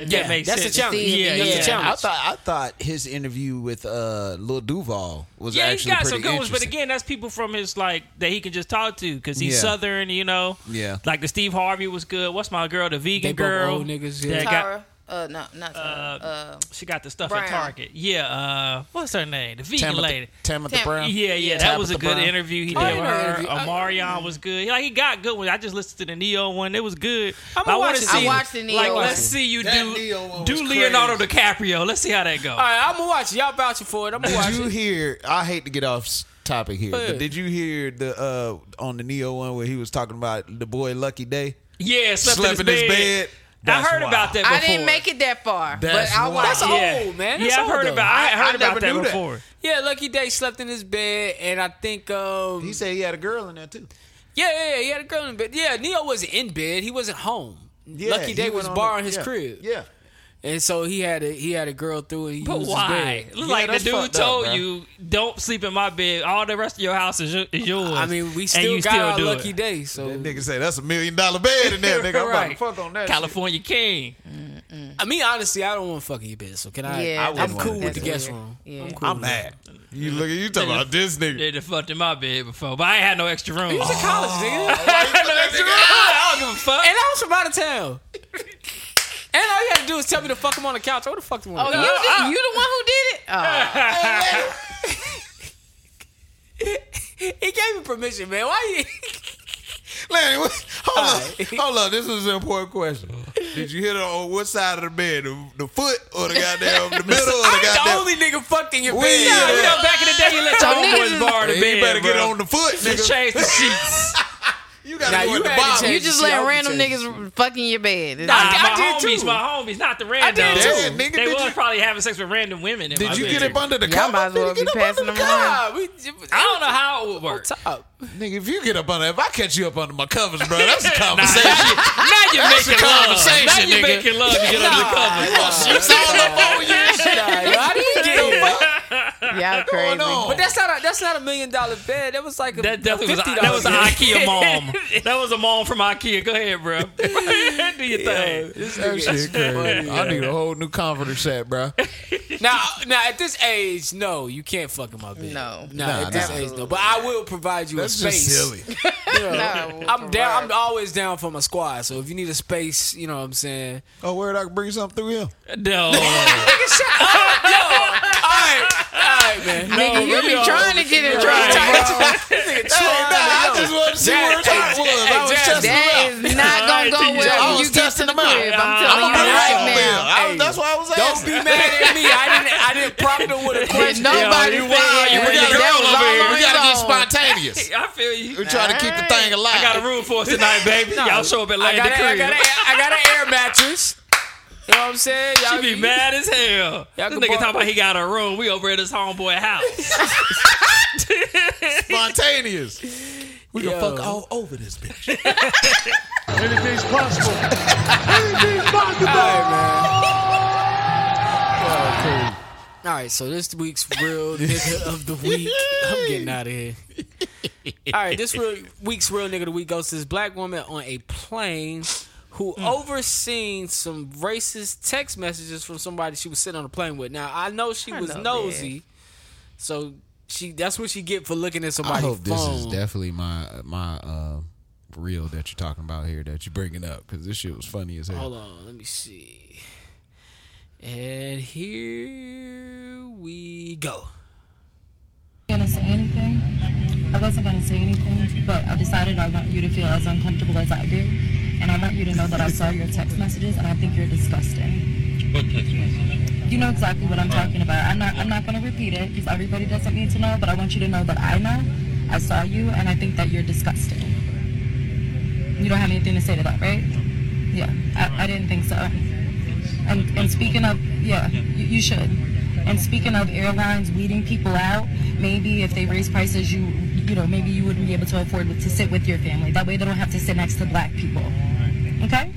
[SPEAKER 1] If that makes sense. Yeah, yeah.
[SPEAKER 4] I thought I thought his interview with uh, Lil Duval was
[SPEAKER 1] yeah, he's
[SPEAKER 4] actually
[SPEAKER 1] got
[SPEAKER 4] pretty
[SPEAKER 1] some good ones, but
[SPEAKER 4] interesting.
[SPEAKER 1] again, that's people from his like that he can just talk to because he's
[SPEAKER 4] Yeah.
[SPEAKER 1] southern, you know.
[SPEAKER 4] Yeah.
[SPEAKER 1] Like the Steve Harvey was good. What's my girl, the vegan
[SPEAKER 5] They both
[SPEAKER 1] girl?
[SPEAKER 5] old niggas,
[SPEAKER 1] that
[SPEAKER 5] yeah.
[SPEAKER 1] got-
[SPEAKER 6] Tara. Uh, no, not Tara. Uh,
[SPEAKER 1] she got the stuff
[SPEAKER 6] Brown.
[SPEAKER 1] at Target. Yeah. Uh, what's her name? The vegan
[SPEAKER 4] Tamitha-
[SPEAKER 1] lady.
[SPEAKER 4] Tamitha
[SPEAKER 6] Tam-
[SPEAKER 4] Brown.
[SPEAKER 1] Yeah, yeah, that was a
[SPEAKER 4] Tabitha
[SPEAKER 1] good
[SPEAKER 4] Brown.
[SPEAKER 1] interview he did
[SPEAKER 5] I
[SPEAKER 1] with
[SPEAKER 5] didn't Oh, know
[SPEAKER 1] her.
[SPEAKER 5] interview. I-
[SPEAKER 1] Omarion was good. Like he got good ones. I just listened to the Neo one. It was good.
[SPEAKER 5] I'ma
[SPEAKER 1] But I want
[SPEAKER 5] watch
[SPEAKER 1] to
[SPEAKER 5] it.
[SPEAKER 1] see.
[SPEAKER 6] I watched the Neo
[SPEAKER 1] Like,
[SPEAKER 6] one.
[SPEAKER 1] let's see you
[SPEAKER 13] That Neo
[SPEAKER 1] do
[SPEAKER 13] one
[SPEAKER 1] do
[SPEAKER 13] was
[SPEAKER 1] Leonardo DiCaprio. Let's see how that go.
[SPEAKER 5] All right, I'm gonna watch. it. Y'all vouching for it. I'm gonna watch
[SPEAKER 4] Did you
[SPEAKER 5] it.
[SPEAKER 4] hear? I hate to get off s- topic here,
[SPEAKER 5] ahead.
[SPEAKER 4] but did you hear the uh, on the Neo one where he was talking about the boy Lucky Day
[SPEAKER 1] Yeah, slept,
[SPEAKER 4] slept in his bed?
[SPEAKER 1] I
[SPEAKER 4] That's
[SPEAKER 1] heard
[SPEAKER 4] wild.
[SPEAKER 1] about that. Before.
[SPEAKER 6] I didn't make it that far,
[SPEAKER 4] That's
[SPEAKER 6] but I
[SPEAKER 4] wild.
[SPEAKER 6] watched.
[SPEAKER 5] That's
[SPEAKER 6] it.
[SPEAKER 1] Yeah.
[SPEAKER 5] old, man. That's
[SPEAKER 1] Yeah, I've
[SPEAKER 5] old,
[SPEAKER 1] heard
[SPEAKER 5] though.
[SPEAKER 1] about. I,
[SPEAKER 4] I
[SPEAKER 1] heard about
[SPEAKER 4] never
[SPEAKER 1] that
[SPEAKER 4] knew that.
[SPEAKER 1] before.
[SPEAKER 5] Yeah, Lucky Day slept in his bed, and I think um,
[SPEAKER 4] He said he had a girl in there too.
[SPEAKER 5] yeah, yeah, yeah, he had a girl in bed. Yeah, Neo wasn't in bed; he wasn't home.
[SPEAKER 4] Yeah,
[SPEAKER 5] Lucky Day
[SPEAKER 4] he
[SPEAKER 5] was
[SPEAKER 4] went on
[SPEAKER 5] borrowing
[SPEAKER 4] the-
[SPEAKER 5] his
[SPEAKER 4] yeah,
[SPEAKER 5] crib,
[SPEAKER 4] Yeah,
[SPEAKER 5] and so he had a he had a girl through it. He
[SPEAKER 1] But
[SPEAKER 5] used his
[SPEAKER 1] why?
[SPEAKER 5] bed.
[SPEAKER 1] Look
[SPEAKER 4] Yeah,
[SPEAKER 1] like the
[SPEAKER 4] that's
[SPEAKER 1] dude
[SPEAKER 4] fucked up,
[SPEAKER 1] told
[SPEAKER 4] bro.
[SPEAKER 1] you, don't sleep in my bed. All the rest of your house is, your, is yours.
[SPEAKER 5] I mean, we
[SPEAKER 1] And
[SPEAKER 5] still
[SPEAKER 1] you
[SPEAKER 5] got our
[SPEAKER 1] do
[SPEAKER 5] Lucky
[SPEAKER 1] it.
[SPEAKER 5] Day, so
[SPEAKER 4] that nigga said that's a million dollar bed in there. Nigga, I'm about to
[SPEAKER 5] Right.
[SPEAKER 4] fuck on that. shit.
[SPEAKER 1] California King.
[SPEAKER 5] I mean, honestly, I don't want to fuck in your bed. So can I?
[SPEAKER 6] Yeah,
[SPEAKER 5] I am
[SPEAKER 6] that's-
[SPEAKER 5] cool with
[SPEAKER 6] that's
[SPEAKER 5] the guest
[SPEAKER 6] weird.
[SPEAKER 5] room.
[SPEAKER 6] Yeah.
[SPEAKER 5] I'm cool.
[SPEAKER 4] I'm mad. You look at you talking about this nigga.
[SPEAKER 1] They done fucked in my bed before, but I ain't had no extra room.
[SPEAKER 5] He was in college,
[SPEAKER 1] Oh.
[SPEAKER 5] nigga.
[SPEAKER 1] I don't give a fuck.
[SPEAKER 5] And I was from out of town. And all you had to do was tell me to fuck him on the couch. I would have fucked him on
[SPEAKER 6] Oh,
[SPEAKER 5] the
[SPEAKER 6] you,
[SPEAKER 5] couch.
[SPEAKER 6] did, you the one who did it? Oh,
[SPEAKER 5] He gave me permission, man. Why you?
[SPEAKER 4] Lanny, what, hold
[SPEAKER 5] All
[SPEAKER 4] on, hold on. This is an important question. Did you hit her on what side of the bed, the, the foot or the goddamn, the middle or the
[SPEAKER 5] I'm the
[SPEAKER 4] goddamn?
[SPEAKER 5] only nigga fucked in your
[SPEAKER 4] We-
[SPEAKER 5] bed.
[SPEAKER 4] Yeah,
[SPEAKER 1] You
[SPEAKER 4] yeah.
[SPEAKER 1] know, back in the day, you let your
[SPEAKER 6] Y'all
[SPEAKER 1] homeboys
[SPEAKER 6] niggas-
[SPEAKER 1] borrow the
[SPEAKER 4] you
[SPEAKER 1] bed.
[SPEAKER 4] better get
[SPEAKER 1] bro.
[SPEAKER 4] on the foot,
[SPEAKER 1] Just
[SPEAKER 4] nigga.
[SPEAKER 1] change the sheets.
[SPEAKER 4] You gotta
[SPEAKER 5] Nah,
[SPEAKER 4] go
[SPEAKER 5] you
[SPEAKER 4] at the
[SPEAKER 5] had to
[SPEAKER 4] bottom.
[SPEAKER 5] change-
[SPEAKER 6] you just
[SPEAKER 5] Shit, I
[SPEAKER 6] let
[SPEAKER 5] would
[SPEAKER 6] random
[SPEAKER 5] change
[SPEAKER 6] niggas fuck in your bed.
[SPEAKER 1] Nah,
[SPEAKER 5] I- I
[SPEAKER 1] Uh, my
[SPEAKER 5] did
[SPEAKER 1] homies,
[SPEAKER 5] too.
[SPEAKER 1] my homies, not the
[SPEAKER 5] I did
[SPEAKER 1] randos.
[SPEAKER 5] too.
[SPEAKER 4] Damn, nigga,
[SPEAKER 1] they
[SPEAKER 4] did
[SPEAKER 1] was
[SPEAKER 4] you-
[SPEAKER 1] probably having sex with random women. In my
[SPEAKER 4] Did you
[SPEAKER 1] bed.
[SPEAKER 4] get up under the
[SPEAKER 6] Y'all
[SPEAKER 4] cover?
[SPEAKER 6] might as well
[SPEAKER 4] Did you
[SPEAKER 6] be
[SPEAKER 4] get up
[SPEAKER 6] passing
[SPEAKER 4] under
[SPEAKER 6] them
[SPEAKER 4] the cover?
[SPEAKER 6] around.
[SPEAKER 5] Ah, we,
[SPEAKER 1] I don't know how it would work.
[SPEAKER 5] Top.
[SPEAKER 4] Nigga, if you get up under, if I catch you up under my covers, bro, that's a conversation.
[SPEAKER 1] now you're
[SPEAKER 4] That's a
[SPEAKER 1] making love. Now
[SPEAKER 4] conversation,
[SPEAKER 1] you're
[SPEAKER 4] nigga.
[SPEAKER 1] making love. You get under the cover.
[SPEAKER 4] It's all up on you.
[SPEAKER 5] Nah, yo, I didn't get it.
[SPEAKER 6] Y'all crazy.
[SPEAKER 4] on?
[SPEAKER 5] But that's not a, that's not a million dollar bed. That was like a
[SPEAKER 1] That
[SPEAKER 5] a
[SPEAKER 1] definitely was
[SPEAKER 5] $50
[SPEAKER 1] that was an
[SPEAKER 5] bed.
[SPEAKER 1] IKEA mom. that was a mom from IKEA. Go ahead, bro. Do your thing.
[SPEAKER 4] That shit crazy. I need a whole new comforter set, bro.
[SPEAKER 5] Now, now at this age, no, you can't fuck in my bed.
[SPEAKER 6] No.
[SPEAKER 5] nah,
[SPEAKER 4] Nah,
[SPEAKER 5] at this
[SPEAKER 4] nah.
[SPEAKER 5] age, no. But I will provide you
[SPEAKER 4] That's
[SPEAKER 5] a space.
[SPEAKER 4] just silly.
[SPEAKER 5] you know.
[SPEAKER 6] No,
[SPEAKER 5] I'm down. I'm
[SPEAKER 6] right.
[SPEAKER 5] always down for my squad. So if you need a space, you know what I'm saying.
[SPEAKER 4] Oh, word, I can bring something through here.
[SPEAKER 1] No.
[SPEAKER 5] All right, all right, man.
[SPEAKER 6] Nigga,
[SPEAKER 1] Oh,
[SPEAKER 6] you be trying to get it
[SPEAKER 5] Trying
[SPEAKER 6] right.
[SPEAKER 5] to- this nigga
[SPEAKER 4] Hey, nah,
[SPEAKER 5] trying
[SPEAKER 4] I
[SPEAKER 5] to-
[SPEAKER 4] just wanted to see
[SPEAKER 5] Jazz,
[SPEAKER 4] where his heart
[SPEAKER 5] hey,
[SPEAKER 4] was.
[SPEAKER 5] hey,
[SPEAKER 4] I was
[SPEAKER 5] Jazz,
[SPEAKER 4] testing him
[SPEAKER 6] That
[SPEAKER 4] out.
[SPEAKER 6] is not gonna
[SPEAKER 1] I
[SPEAKER 6] go
[SPEAKER 1] was
[SPEAKER 6] well when you get to
[SPEAKER 4] testing
[SPEAKER 6] the
[SPEAKER 4] them out.
[SPEAKER 6] crib.
[SPEAKER 1] Uh,
[SPEAKER 6] I'm
[SPEAKER 1] I'm
[SPEAKER 6] telling you
[SPEAKER 1] about to
[SPEAKER 6] right
[SPEAKER 1] go
[SPEAKER 6] now.
[SPEAKER 4] I was-
[SPEAKER 5] Hey,
[SPEAKER 4] that's why I was
[SPEAKER 5] Don't
[SPEAKER 4] asking.
[SPEAKER 5] be mad at me. I didn't. I didn't prompt him with a question.
[SPEAKER 6] nobody
[SPEAKER 1] you
[SPEAKER 6] said
[SPEAKER 1] wild. You
[SPEAKER 6] that.
[SPEAKER 1] really
[SPEAKER 6] That was
[SPEAKER 1] girl
[SPEAKER 6] all
[SPEAKER 1] over here.
[SPEAKER 6] on
[SPEAKER 4] we gotta
[SPEAKER 6] its
[SPEAKER 4] get
[SPEAKER 6] own.
[SPEAKER 4] spontaneous.
[SPEAKER 1] I feel you.
[SPEAKER 4] We're trying to keep the thing alive.
[SPEAKER 1] I got a room for us tonight, baby. Y'all show up at
[SPEAKER 5] I
[SPEAKER 1] Land
[SPEAKER 5] got, a, I, got a,
[SPEAKER 1] Crib.
[SPEAKER 5] I got an air mattress. You know what I'm saying? Y'all
[SPEAKER 1] She be
[SPEAKER 5] you-
[SPEAKER 1] mad as hell.
[SPEAKER 5] Y'all can
[SPEAKER 1] This nigga
[SPEAKER 5] borrow-
[SPEAKER 1] talking about he got a room. We over at his homeboy house.
[SPEAKER 4] spontaneous. We can
[SPEAKER 5] Yo.
[SPEAKER 4] fuck all over this bitch.
[SPEAKER 5] All right, man. All right, so this week's real nigga of the week. I'm getting out of here. All right, this real, week's real nigga of the week goes to this black woman on a plane who
[SPEAKER 1] Hmm.
[SPEAKER 5] overseen some racist text messages from somebody she was sitting on a plane with. Now I know she
[SPEAKER 6] I
[SPEAKER 5] was
[SPEAKER 6] know
[SPEAKER 5] nosy, so she that's what she get for looking at
[SPEAKER 14] I
[SPEAKER 5] somebody's
[SPEAKER 14] hope this
[SPEAKER 5] phone.
[SPEAKER 14] is definitely my my uh, reel that you're talking about here that you're bringing up because this shit was funny as hell.
[SPEAKER 5] Hold on, let me see. And here we go.
[SPEAKER 11] gonna say anything. I wasn't gonna say anything, but I decided I want you to feel as uncomfortable as I do, and I want you to know that I saw your text messages and I think you're disgusting. You know exactly what I'm talking about. I'm not. I'm not gonna repeat it because everybody doesn't need to know, but I want you to know that I know. I saw you, and I think that you're disgusting. You don't have anything to say to that, right? Yeah, I, I didn't think so. And, and speaking of, yeah, you, you should. And speaking of airlines weeding people out, maybe if they raise prices, you you know maybe you wouldn't be able to afford to sit with your family. That way they don't have to sit next to black people. Okay?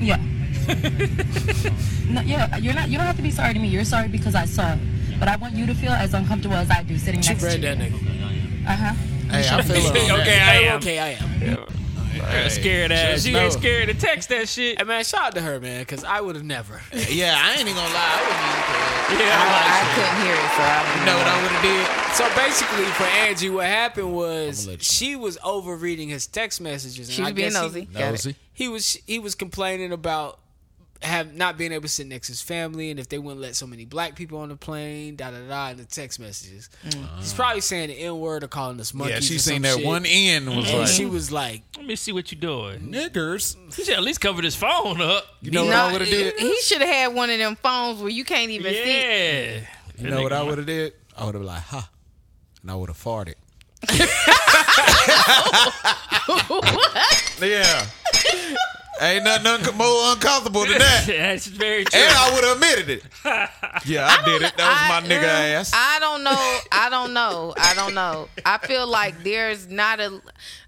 [SPEAKER 11] Yeah. no, yeah, you're not. You don't have to be sorry to me. You're sorry because I saw it. But I want you to feel as uncomfortable as I do sitting
[SPEAKER 5] She
[SPEAKER 11] next
[SPEAKER 5] read
[SPEAKER 11] to
[SPEAKER 5] that
[SPEAKER 11] you.
[SPEAKER 5] nigga.
[SPEAKER 11] Uh huh.
[SPEAKER 14] Hey, I feel it on that.
[SPEAKER 1] okay, I am.
[SPEAKER 5] Okay, I am.
[SPEAKER 1] Hey, scared ass.
[SPEAKER 5] just
[SPEAKER 1] You
[SPEAKER 5] know.
[SPEAKER 1] ain't scared to text that shit.
[SPEAKER 5] Hey, man, shout out to her, man, because I would have never.
[SPEAKER 3] Yeah, I ain't even gonna lie.
[SPEAKER 5] Yeah,
[SPEAKER 6] I, I couldn't hear it, so I
[SPEAKER 5] You know what I would have did? So basically, for Angie, what happened was she was overreading his text messages. and
[SPEAKER 6] She was
[SPEAKER 5] I
[SPEAKER 6] being
[SPEAKER 5] guess
[SPEAKER 6] nosy.
[SPEAKER 5] He,
[SPEAKER 6] Got it. Nosy.
[SPEAKER 5] He was he was complaining about have not being able to sit next to his family, and if they wouldn't let so many black people on the plane, da da da, in the text messages. He's probably saying the n word or calling us monkeys.
[SPEAKER 3] she
[SPEAKER 5] or
[SPEAKER 3] seen
[SPEAKER 5] some
[SPEAKER 3] that
[SPEAKER 5] shit.
[SPEAKER 3] one N was
[SPEAKER 5] And
[SPEAKER 3] like-
[SPEAKER 5] she was like,
[SPEAKER 1] Let me see what you doing.
[SPEAKER 3] Niggers.
[SPEAKER 1] You should at least cover this phone up.
[SPEAKER 3] You know what I would have did?
[SPEAKER 6] He should have had one of them phones where you can't even see.
[SPEAKER 1] Yeah.
[SPEAKER 3] You know what I would have did? I would have been like, huh. And I would have farted.
[SPEAKER 6] what?
[SPEAKER 3] Yeah. Ain't nothing unco- more uncomfortable than that.
[SPEAKER 1] That's very true.
[SPEAKER 3] And I would have admitted it. Yeah, I, did it. That was my nigga ass.
[SPEAKER 6] I don't know. I don't know. I don't know. I feel like there's not a.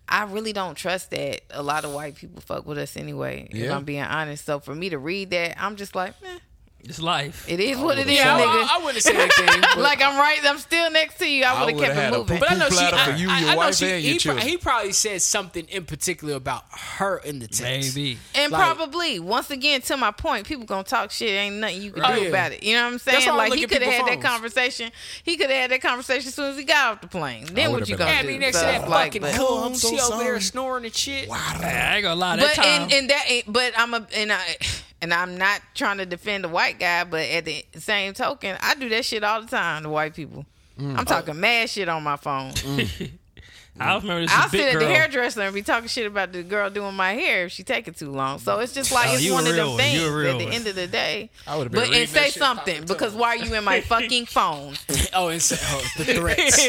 [SPEAKER 6] I really don't trust that a lot of white people fuck with us anyway. If
[SPEAKER 1] Yeah.
[SPEAKER 6] I'm being honest, so for me to read that, I'm just like, eh,
[SPEAKER 1] It's life.
[SPEAKER 6] it is what it is,
[SPEAKER 5] Yeah, I-
[SPEAKER 6] nigga.
[SPEAKER 5] I wouldn't say anything, but-
[SPEAKER 6] like I'm right. I'm still next to you. I would
[SPEAKER 3] would've
[SPEAKER 6] have kept
[SPEAKER 3] had
[SPEAKER 6] it
[SPEAKER 3] a
[SPEAKER 6] moving.
[SPEAKER 5] But I know she.
[SPEAKER 3] platter
[SPEAKER 5] I,
[SPEAKER 3] for you,
[SPEAKER 5] I-
[SPEAKER 3] your
[SPEAKER 5] I know
[SPEAKER 3] wife,
[SPEAKER 5] she-
[SPEAKER 3] and your
[SPEAKER 5] he, pro-
[SPEAKER 3] children.
[SPEAKER 5] he probably said something in particular about her in the text. Maybe.
[SPEAKER 6] And probably once again to my point, people gonna talk shit. Ain't nothing you can
[SPEAKER 5] Right.
[SPEAKER 6] do
[SPEAKER 5] Yeah.
[SPEAKER 6] about it. You know what I'm
[SPEAKER 5] That's
[SPEAKER 6] saying?
[SPEAKER 5] why I
[SPEAKER 6] Like
[SPEAKER 5] look
[SPEAKER 6] he
[SPEAKER 5] at
[SPEAKER 6] could have had
[SPEAKER 5] people's
[SPEAKER 6] that conversation. He could have had that conversation as soon as he got off the plane. Then what
[SPEAKER 5] would've
[SPEAKER 6] you
[SPEAKER 5] been
[SPEAKER 6] gonna
[SPEAKER 5] like-
[SPEAKER 6] do?
[SPEAKER 5] Yeah, I mean, next to
[SPEAKER 6] So,
[SPEAKER 5] that
[SPEAKER 6] like,
[SPEAKER 5] fucking
[SPEAKER 6] but-
[SPEAKER 5] coon, Oh, I'm so she over sorry. there snoring and shit.
[SPEAKER 1] I ain't gonna lie. That
[SPEAKER 6] But
[SPEAKER 1] time.
[SPEAKER 6] in, in that, in- but I'm a and I and I'm not trying to defend the white guy, but at the same token, I do that shit all the time to white people.
[SPEAKER 1] Mm.
[SPEAKER 6] I'm talking mad shit on my phone.
[SPEAKER 1] I remember this
[SPEAKER 6] I'll
[SPEAKER 1] big
[SPEAKER 6] sit at
[SPEAKER 1] girl.
[SPEAKER 6] the hairdresser and be talking shit about the girl doing my hair if she taking too long. So it's just like
[SPEAKER 1] Oh,
[SPEAKER 6] it's
[SPEAKER 1] you a
[SPEAKER 6] one of
[SPEAKER 1] real
[SPEAKER 6] them
[SPEAKER 1] one.
[SPEAKER 6] things.
[SPEAKER 1] You a real
[SPEAKER 6] At the
[SPEAKER 1] one.
[SPEAKER 6] end of the day,
[SPEAKER 1] I would've been
[SPEAKER 6] but
[SPEAKER 1] reading
[SPEAKER 6] and say
[SPEAKER 1] that shit
[SPEAKER 6] something because why are you in my fucking phone?
[SPEAKER 5] oh, and so, oh, the threats.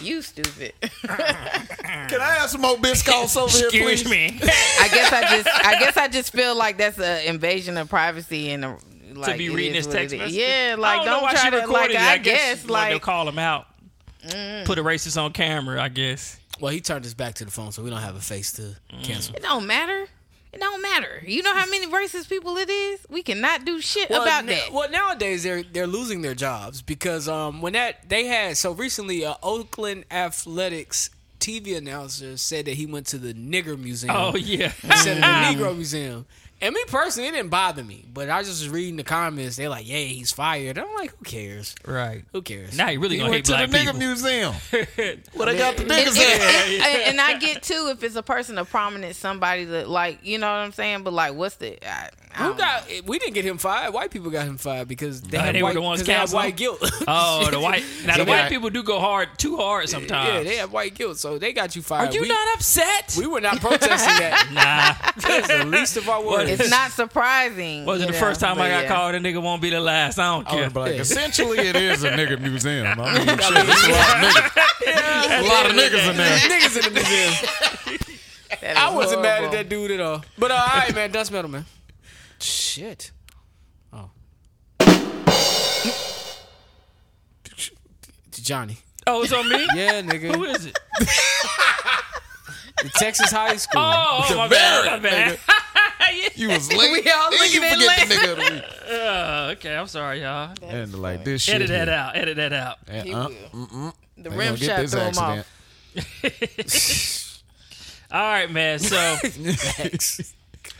[SPEAKER 6] you stupid.
[SPEAKER 3] Can I have some more biscuits over here,
[SPEAKER 6] Excuse
[SPEAKER 3] please?
[SPEAKER 1] me.
[SPEAKER 6] I guess I just I guess I just feel like that's an invasion of privacy and a, like
[SPEAKER 1] to be
[SPEAKER 6] it
[SPEAKER 1] reading
[SPEAKER 6] is
[SPEAKER 1] his
[SPEAKER 6] what it
[SPEAKER 1] text
[SPEAKER 6] is.
[SPEAKER 1] message.
[SPEAKER 6] Yeah,
[SPEAKER 1] I
[SPEAKER 6] like
[SPEAKER 1] don't,
[SPEAKER 6] don't,
[SPEAKER 1] know why she
[SPEAKER 6] try to like
[SPEAKER 1] recorded it.
[SPEAKER 6] I,
[SPEAKER 1] guess,
[SPEAKER 6] guess
[SPEAKER 1] she wanted to
[SPEAKER 6] like
[SPEAKER 1] call him out,
[SPEAKER 6] mm,
[SPEAKER 1] put a racist on camera. I guess.
[SPEAKER 5] Well, he turned his back to the phone, so we don't have a face to cancel.
[SPEAKER 6] it don't matter. It don't matter. You know how many racist people it is. We cannot do shit about
[SPEAKER 5] na-
[SPEAKER 6] that.
[SPEAKER 5] Well, nowadays they're they're losing their jobs because um when that they had so recently uh, Oakland Athletics TV announcer said that he went to the nigger museum.
[SPEAKER 1] Oh, yeah.
[SPEAKER 5] instead of the Negro museum. And me personally, it didn't bother me, but I just was reading the comments. They're like, "Yeah, he's fired." I'm like, "Who cares?
[SPEAKER 1] Right?
[SPEAKER 5] Who cares?"
[SPEAKER 1] Now you really
[SPEAKER 5] He
[SPEAKER 1] gonna hate
[SPEAKER 5] went to
[SPEAKER 1] black
[SPEAKER 5] the nigger
[SPEAKER 1] people.
[SPEAKER 3] museum.
[SPEAKER 5] Well, they got the
[SPEAKER 6] And-
[SPEAKER 5] niggas
[SPEAKER 6] and-
[SPEAKER 5] in.
[SPEAKER 6] and- and I get too if it's a person of prominence, somebody that like you know what I'm saying. But like, what's the? I, I
[SPEAKER 5] Who
[SPEAKER 6] don't
[SPEAKER 5] got? We didn't get him fired. White people got him fired because they,
[SPEAKER 1] Uh,
[SPEAKER 5] had,
[SPEAKER 1] they were
[SPEAKER 5] white,
[SPEAKER 1] the ones
[SPEAKER 5] 'cause they had
[SPEAKER 1] canceling?
[SPEAKER 5] white guilt.
[SPEAKER 1] Oh, the white. Now the
[SPEAKER 5] Yeah.
[SPEAKER 1] white people do go hard, too hard sometimes.
[SPEAKER 5] Yeah, they have white guilt, so they got you fired.
[SPEAKER 1] Are you
[SPEAKER 5] We-
[SPEAKER 1] not upset?
[SPEAKER 5] We were not protesting that.
[SPEAKER 1] Nah.
[SPEAKER 5] That's the least of our
[SPEAKER 1] Well,
[SPEAKER 5] worries.
[SPEAKER 6] it's not surprising.
[SPEAKER 1] Wasn't
[SPEAKER 6] you
[SPEAKER 1] the
[SPEAKER 6] know,
[SPEAKER 1] first time I
[SPEAKER 6] but
[SPEAKER 1] got
[SPEAKER 6] yeah. Oh,
[SPEAKER 1] called. A nigga won't be the last. I don't care.
[SPEAKER 3] Like, essentially, it is a nigga museum. I mean, shit, it's a lot of niggas. A lot of niggas in there.
[SPEAKER 5] Niggas in the museum.
[SPEAKER 6] That
[SPEAKER 5] I
[SPEAKER 6] is
[SPEAKER 5] wasn't mad at
[SPEAKER 6] horrible.
[SPEAKER 5] that dude at all. But uh, all right, man, dust metal, man. Shit. Oh. Johnny.
[SPEAKER 1] Oh, it's on me.
[SPEAKER 5] Yeah, nigga.
[SPEAKER 1] Who is it?
[SPEAKER 5] The Texas High School.
[SPEAKER 1] Oh, oh my bad. My bad.
[SPEAKER 3] You was
[SPEAKER 1] We
[SPEAKER 3] late.
[SPEAKER 1] all
[SPEAKER 3] Then you
[SPEAKER 1] looking
[SPEAKER 3] forget
[SPEAKER 1] at
[SPEAKER 3] the nigga of the week.
[SPEAKER 1] Uh, okay, I'm sorry, y'all.
[SPEAKER 3] And like this shit.
[SPEAKER 1] Edit that
[SPEAKER 3] here.
[SPEAKER 1] out. Edit that out.
[SPEAKER 3] Yeah,
[SPEAKER 6] He
[SPEAKER 3] uh,
[SPEAKER 6] will.
[SPEAKER 3] mm-mm. They
[SPEAKER 6] The rim
[SPEAKER 3] gonna get
[SPEAKER 6] shot
[SPEAKER 3] this
[SPEAKER 6] threw him
[SPEAKER 3] accident.
[SPEAKER 6] off.
[SPEAKER 1] All right, man. So,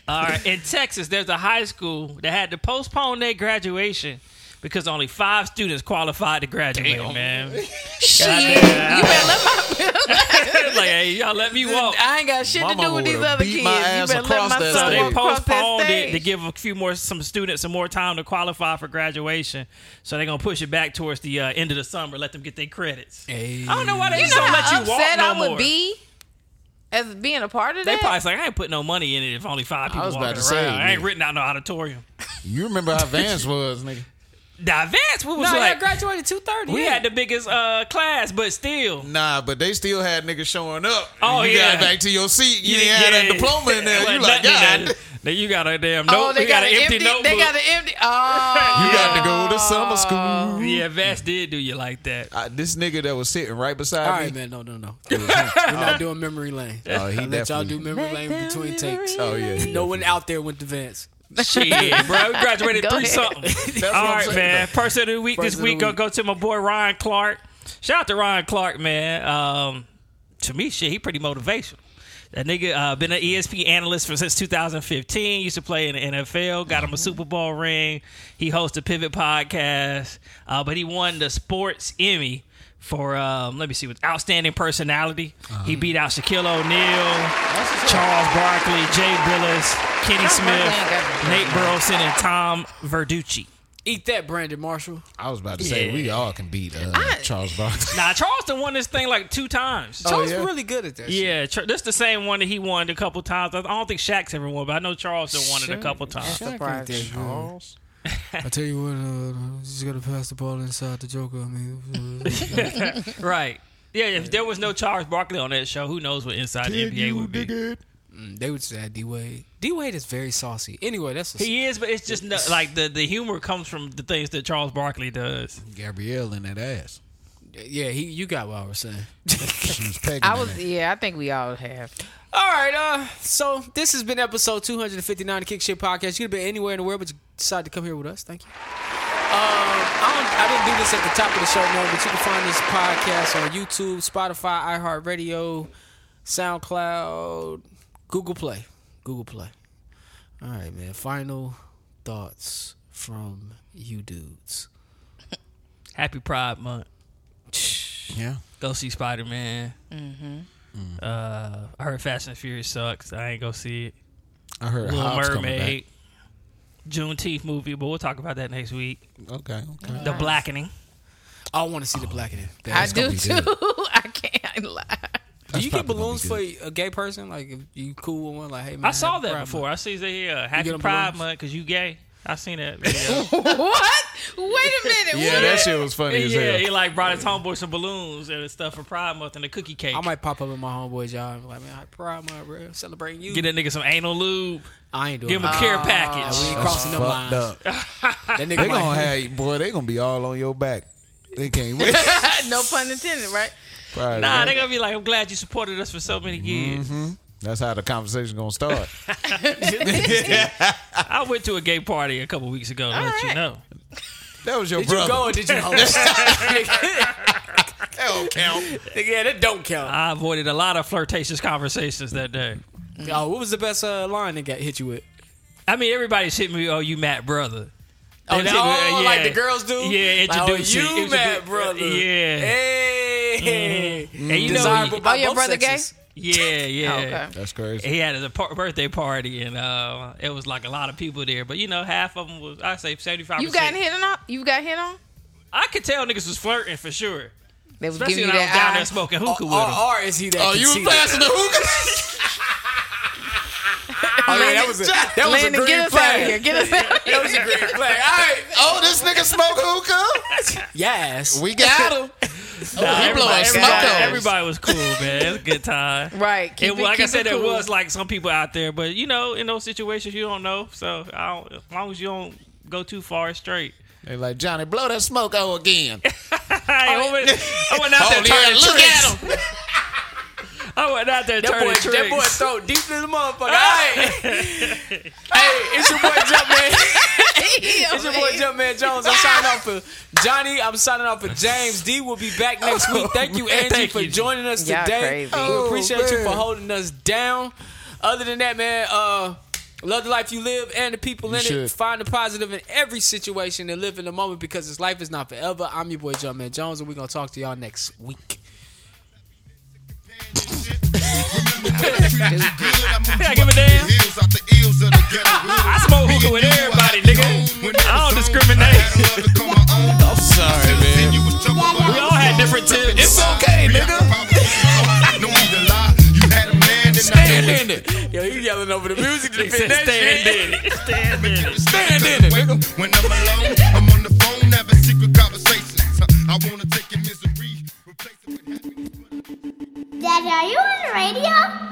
[SPEAKER 1] all right, in Texas, there's a high school that had to postpone their graduation because only five students qualified to graduate. Man,
[SPEAKER 6] Shit,
[SPEAKER 1] Goddamn.
[SPEAKER 6] you better let my.
[SPEAKER 1] like, hey, y'all let me walk.
[SPEAKER 6] I ain't got shit to
[SPEAKER 3] Mama
[SPEAKER 6] do with these
[SPEAKER 3] would've
[SPEAKER 6] other kids.
[SPEAKER 3] beat
[SPEAKER 6] You
[SPEAKER 3] my ass
[SPEAKER 6] better let
[SPEAKER 3] across
[SPEAKER 6] my
[SPEAKER 3] that
[SPEAKER 1] So
[SPEAKER 6] son
[SPEAKER 1] they
[SPEAKER 6] walk across that
[SPEAKER 1] postponed it to
[SPEAKER 6] stage.
[SPEAKER 1] give a few more some students some more time to qualify for graduation. So they're gonna push it back towards the uh, end of the summer. Let them get their credits. I don't know why they
[SPEAKER 6] You
[SPEAKER 1] just
[SPEAKER 6] know
[SPEAKER 1] don't let
[SPEAKER 6] how
[SPEAKER 1] you walk
[SPEAKER 6] upset
[SPEAKER 1] no
[SPEAKER 6] I would
[SPEAKER 1] more.
[SPEAKER 6] be as being a part of
[SPEAKER 1] They
[SPEAKER 6] that.
[SPEAKER 1] probably like, I ain't putting no money in it if only five people
[SPEAKER 3] was
[SPEAKER 1] walking
[SPEAKER 3] about
[SPEAKER 1] around.
[SPEAKER 3] to say,
[SPEAKER 1] I ain't
[SPEAKER 3] nigga.
[SPEAKER 1] written out no auditorium.
[SPEAKER 3] You remember how Vance was, nigga.
[SPEAKER 1] The advance, we was
[SPEAKER 5] No, I
[SPEAKER 1] like,
[SPEAKER 5] graduated two thirty.
[SPEAKER 1] we had the biggest uh, class, but still.
[SPEAKER 3] Nah, but they still had niggas showing up.
[SPEAKER 1] Oh,
[SPEAKER 3] you
[SPEAKER 1] yeah.
[SPEAKER 3] got back to your seat. You didn't have that
[SPEAKER 1] Yeah.
[SPEAKER 3] diploma in there. You
[SPEAKER 1] Wasn't
[SPEAKER 3] like,
[SPEAKER 1] nothing in
[SPEAKER 3] God,
[SPEAKER 1] that. Then you got a damn note.
[SPEAKER 6] oh, they
[SPEAKER 1] you got,
[SPEAKER 6] got,
[SPEAKER 1] an empty, notebook.
[SPEAKER 6] They got an empty. Oh,
[SPEAKER 3] you got to go to summer school.
[SPEAKER 1] Oh, yeah, Vance did do you like that.
[SPEAKER 3] I, this nigga that was sitting right beside
[SPEAKER 5] All
[SPEAKER 3] me.
[SPEAKER 5] right, man. No, no, no. We're not doing memory lane.
[SPEAKER 3] Oh, he
[SPEAKER 5] I let y'all
[SPEAKER 3] definitely-
[SPEAKER 5] do memory lane between takes.
[SPEAKER 3] Oh yeah, yeah.
[SPEAKER 5] No one out there went to Vance.
[SPEAKER 1] Shit, bro. We graduated
[SPEAKER 6] Go ahead.
[SPEAKER 1] three something.
[SPEAKER 3] what
[SPEAKER 1] All
[SPEAKER 3] I'm
[SPEAKER 1] right,
[SPEAKER 3] saying,
[SPEAKER 1] man. Person of the week
[SPEAKER 5] Person
[SPEAKER 1] this
[SPEAKER 5] of the
[SPEAKER 1] week, Go,
[SPEAKER 5] week.
[SPEAKER 1] go to my boy Ryan Clark. Shout out to Ryan Clark, man. Um, to me, shit, he pretty motivational. That nigga uh, been an ESP analyst for since 2015. Used to play in the NFL. Got him a Super Bowl ring. He hosts the Pivot podcast. Uh, but he won the Sports Emmy for um, let me see, with outstanding personality. He beat out Shaquille O'Neal, Charles Barkley, Jay Billis, Kenny
[SPEAKER 5] Charles Barkley
[SPEAKER 1] Smith,
[SPEAKER 5] ain't got
[SPEAKER 1] Nate Burleson, and Tom Verducci.
[SPEAKER 5] Eat that, Brandon Marshall.
[SPEAKER 4] I was about to say we all can beat uh, Charles Barkley.
[SPEAKER 1] Nah, Charleston won this thing like two times.
[SPEAKER 5] Oh, Charles yeah? really good at that
[SPEAKER 1] Yeah, Char- that's the same one that he won a couple times. I don't think Shaq's ever won, but I know Charleston won it a couple times.
[SPEAKER 5] Charles. I tell you what, uh, just gotta pass the ball inside the Joker. I mean, uh,
[SPEAKER 1] right. Yeah, if there was no Charles Barkley on that show, who knows what inside the NBA would be.
[SPEAKER 5] Mm, they would say D Wade. D Wade is very saucy. Anyway, that's a,
[SPEAKER 1] He is, but it's just no, like the, the humor comes from the things that Charles Barkley does.
[SPEAKER 4] Gabrielle in that ass.
[SPEAKER 5] yeah. He, you got what I was saying.
[SPEAKER 4] she was pegging.
[SPEAKER 6] I was, yeah, I think we all have.
[SPEAKER 5] All right, uh, so this has been episode 259 of Kick Shit Podcast. You could have been anywhere in the world, but you decided to come here with us. Thank you. Um, I, don't, I didn't do this at the top of the show, no, but you can find this podcast on YouTube, Spotify, iHeartRadio, SoundCloud, Google Play. Google Play. All right, man. Final thoughts from you dudes.
[SPEAKER 1] Happy Pride Month.
[SPEAKER 4] Yeah.
[SPEAKER 1] Go see Spider Man.
[SPEAKER 6] Mm-hmm.
[SPEAKER 1] Uh, I heard Fast and Furious sucks. I ain't gonna see it.
[SPEAKER 4] I heard
[SPEAKER 1] Little
[SPEAKER 4] Hobbs coming
[SPEAKER 1] Mermaid. Juneteenth movie, but we'll talk about that next week.
[SPEAKER 4] Okay. Okay.
[SPEAKER 1] The Blackening.
[SPEAKER 5] I want to see the blackening.
[SPEAKER 6] I do too. I can't lie.
[SPEAKER 5] Do you get
[SPEAKER 4] probably gonna
[SPEAKER 5] balloons
[SPEAKER 4] be
[SPEAKER 5] for a gay person? Like, if you cool with one, like, hey, man.
[SPEAKER 1] I saw
[SPEAKER 5] happy
[SPEAKER 1] that
[SPEAKER 5] Pride
[SPEAKER 1] before.
[SPEAKER 5] Month.
[SPEAKER 1] I see that yeah, Happy
[SPEAKER 5] them
[SPEAKER 1] Pride
[SPEAKER 5] balloons?
[SPEAKER 1] Month because you gay. I seen that. Video.
[SPEAKER 6] what? Wait a minute.
[SPEAKER 4] Yeah,
[SPEAKER 6] what?
[SPEAKER 4] that shit was funny as
[SPEAKER 1] yeah,
[SPEAKER 4] hell.
[SPEAKER 1] he like brought his homeboy some balloons and stuff for Pride Month and a cookie cake.
[SPEAKER 5] I might pop up in my homeboy's job and be like, man, I pride my bro. Celebrating you.
[SPEAKER 1] Get that nigga some anal lube.
[SPEAKER 5] I ain't doing
[SPEAKER 1] Give him a
[SPEAKER 5] that.
[SPEAKER 1] care
[SPEAKER 5] Ah, We ain't
[SPEAKER 1] package.
[SPEAKER 5] crossing them
[SPEAKER 4] Fucked
[SPEAKER 5] lines.
[SPEAKER 4] up.
[SPEAKER 5] That nigga
[SPEAKER 4] They
[SPEAKER 5] might-
[SPEAKER 4] gonna have you- boy. They gonna be all on your back. They can't wait.
[SPEAKER 6] no pun intended, right?
[SPEAKER 4] Probably,
[SPEAKER 1] Nah,
[SPEAKER 4] right?
[SPEAKER 1] they gonna be like, I'm glad you supported us for so many
[SPEAKER 5] Mm-hmm.
[SPEAKER 1] years.
[SPEAKER 4] That's how the conversation gonna start.
[SPEAKER 1] I went to a gay party a couple weeks ago. To let you
[SPEAKER 6] right.
[SPEAKER 1] know.
[SPEAKER 4] That was your
[SPEAKER 5] Did you
[SPEAKER 4] brother.
[SPEAKER 5] go or did you host? Nigga,
[SPEAKER 4] That don't count.
[SPEAKER 5] yeah, that don't count.
[SPEAKER 1] I avoided a lot of flirtatious conversations that day.
[SPEAKER 5] Oh, what was the best uh, line that got hit you with?
[SPEAKER 1] I mean, everybody's hitting me. Oh, you Matt brother.
[SPEAKER 5] Oh,
[SPEAKER 1] And
[SPEAKER 5] that,
[SPEAKER 1] shit,
[SPEAKER 5] oh
[SPEAKER 1] yeah.
[SPEAKER 5] like the girls do?
[SPEAKER 1] Yeah,
[SPEAKER 5] Like, oh,
[SPEAKER 1] introduce
[SPEAKER 5] you,
[SPEAKER 1] it, introduce-
[SPEAKER 5] mad brother.
[SPEAKER 1] Yeah.
[SPEAKER 5] Hey.
[SPEAKER 1] And you know-
[SPEAKER 5] Mm. Desirable by
[SPEAKER 6] Oh, your
[SPEAKER 5] both
[SPEAKER 6] brother gay?
[SPEAKER 5] sexes.
[SPEAKER 1] Yeah, yeah.
[SPEAKER 6] Okay.
[SPEAKER 4] That's crazy.
[SPEAKER 1] He had a par- birthday party, and uh, it was like a lot of people there. But you know, half of them was I say seventy five.
[SPEAKER 6] You gotten hit on? You got hit on?
[SPEAKER 1] I could tell niggas was flirting for sure,
[SPEAKER 6] They was
[SPEAKER 1] especially
[SPEAKER 6] giving you
[SPEAKER 1] when I was
[SPEAKER 6] that
[SPEAKER 1] down
[SPEAKER 6] eye.
[SPEAKER 1] there smoking hookah
[SPEAKER 5] Or,
[SPEAKER 1] with them.
[SPEAKER 5] or is he that?
[SPEAKER 4] Oh, you were
[SPEAKER 5] conceited?
[SPEAKER 4] passing the hookah.
[SPEAKER 5] Oh, yeah, that was a, that was a
[SPEAKER 6] Landon, get
[SPEAKER 5] green
[SPEAKER 6] us out of
[SPEAKER 5] flag.
[SPEAKER 6] here. Get us out of here.
[SPEAKER 5] That was a green flag. All right.
[SPEAKER 4] Oh, this nigga smoke hookah.
[SPEAKER 5] Yes.
[SPEAKER 4] We got him.
[SPEAKER 1] Nah,
[SPEAKER 4] he blowing
[SPEAKER 1] everybody,
[SPEAKER 4] smoke
[SPEAKER 1] everybody,
[SPEAKER 4] on us.
[SPEAKER 1] everybody was cool, man. It was a good time.
[SPEAKER 6] Right. Keep
[SPEAKER 1] and
[SPEAKER 6] it,
[SPEAKER 1] like I
[SPEAKER 6] keep
[SPEAKER 1] said,
[SPEAKER 6] it
[SPEAKER 1] there
[SPEAKER 6] cool.
[SPEAKER 1] was like some people out there, but you know, in those situations, you don't know. So I don't, as long as you don't go too far straight.
[SPEAKER 4] They like Johnny, blow that smoke out again.
[SPEAKER 1] Hey, I, went, I went out
[SPEAKER 4] Oh,
[SPEAKER 1] there
[SPEAKER 4] yeah,
[SPEAKER 1] turning
[SPEAKER 4] look
[SPEAKER 1] tricks.
[SPEAKER 4] at him.
[SPEAKER 1] I went out there
[SPEAKER 5] That boy,
[SPEAKER 1] turning
[SPEAKER 5] that boy
[SPEAKER 1] tricks.
[SPEAKER 5] throw deep in the motherfucker. All right. hey, it's your boy Jumpman.
[SPEAKER 6] Damn,
[SPEAKER 5] It's your boy
[SPEAKER 6] man.
[SPEAKER 5] Jumpman Jones. I'm signing off for Johnny. I'm signing off for James. D will be back next week. Thank you, Angie,
[SPEAKER 1] Thank
[SPEAKER 5] for
[SPEAKER 1] you.
[SPEAKER 5] joining us
[SPEAKER 6] Y'all
[SPEAKER 5] today.
[SPEAKER 6] crazy.
[SPEAKER 5] we
[SPEAKER 6] Oh,
[SPEAKER 5] appreciate you for holding us down. Other than that, man, uh, love the life you live and the people in it.
[SPEAKER 4] should.
[SPEAKER 5] Find the positive in every situation and live in the moment because this life is not forever. I'm your boy Jumpman Jones, and we're gonna talk to y'all next week.
[SPEAKER 1] I give a damn.
[SPEAKER 7] I
[SPEAKER 1] smoke hookah with everybody, nigga. I don't discriminate.
[SPEAKER 4] I'm sorry, man.
[SPEAKER 1] We all had different tips.
[SPEAKER 4] It's okay, nigga. Stand in it.
[SPEAKER 5] Yo, you yelling over the music to
[SPEAKER 1] They
[SPEAKER 5] defend
[SPEAKER 1] said
[SPEAKER 5] that
[SPEAKER 1] stand
[SPEAKER 5] shit.
[SPEAKER 1] in it. Stand in it.
[SPEAKER 7] Stand in it, nigga. When I'm alone, I'm on the phone having secret conversations. I wanna take your misery, replace it with happiness.
[SPEAKER 8] Daddy, are you on the radio?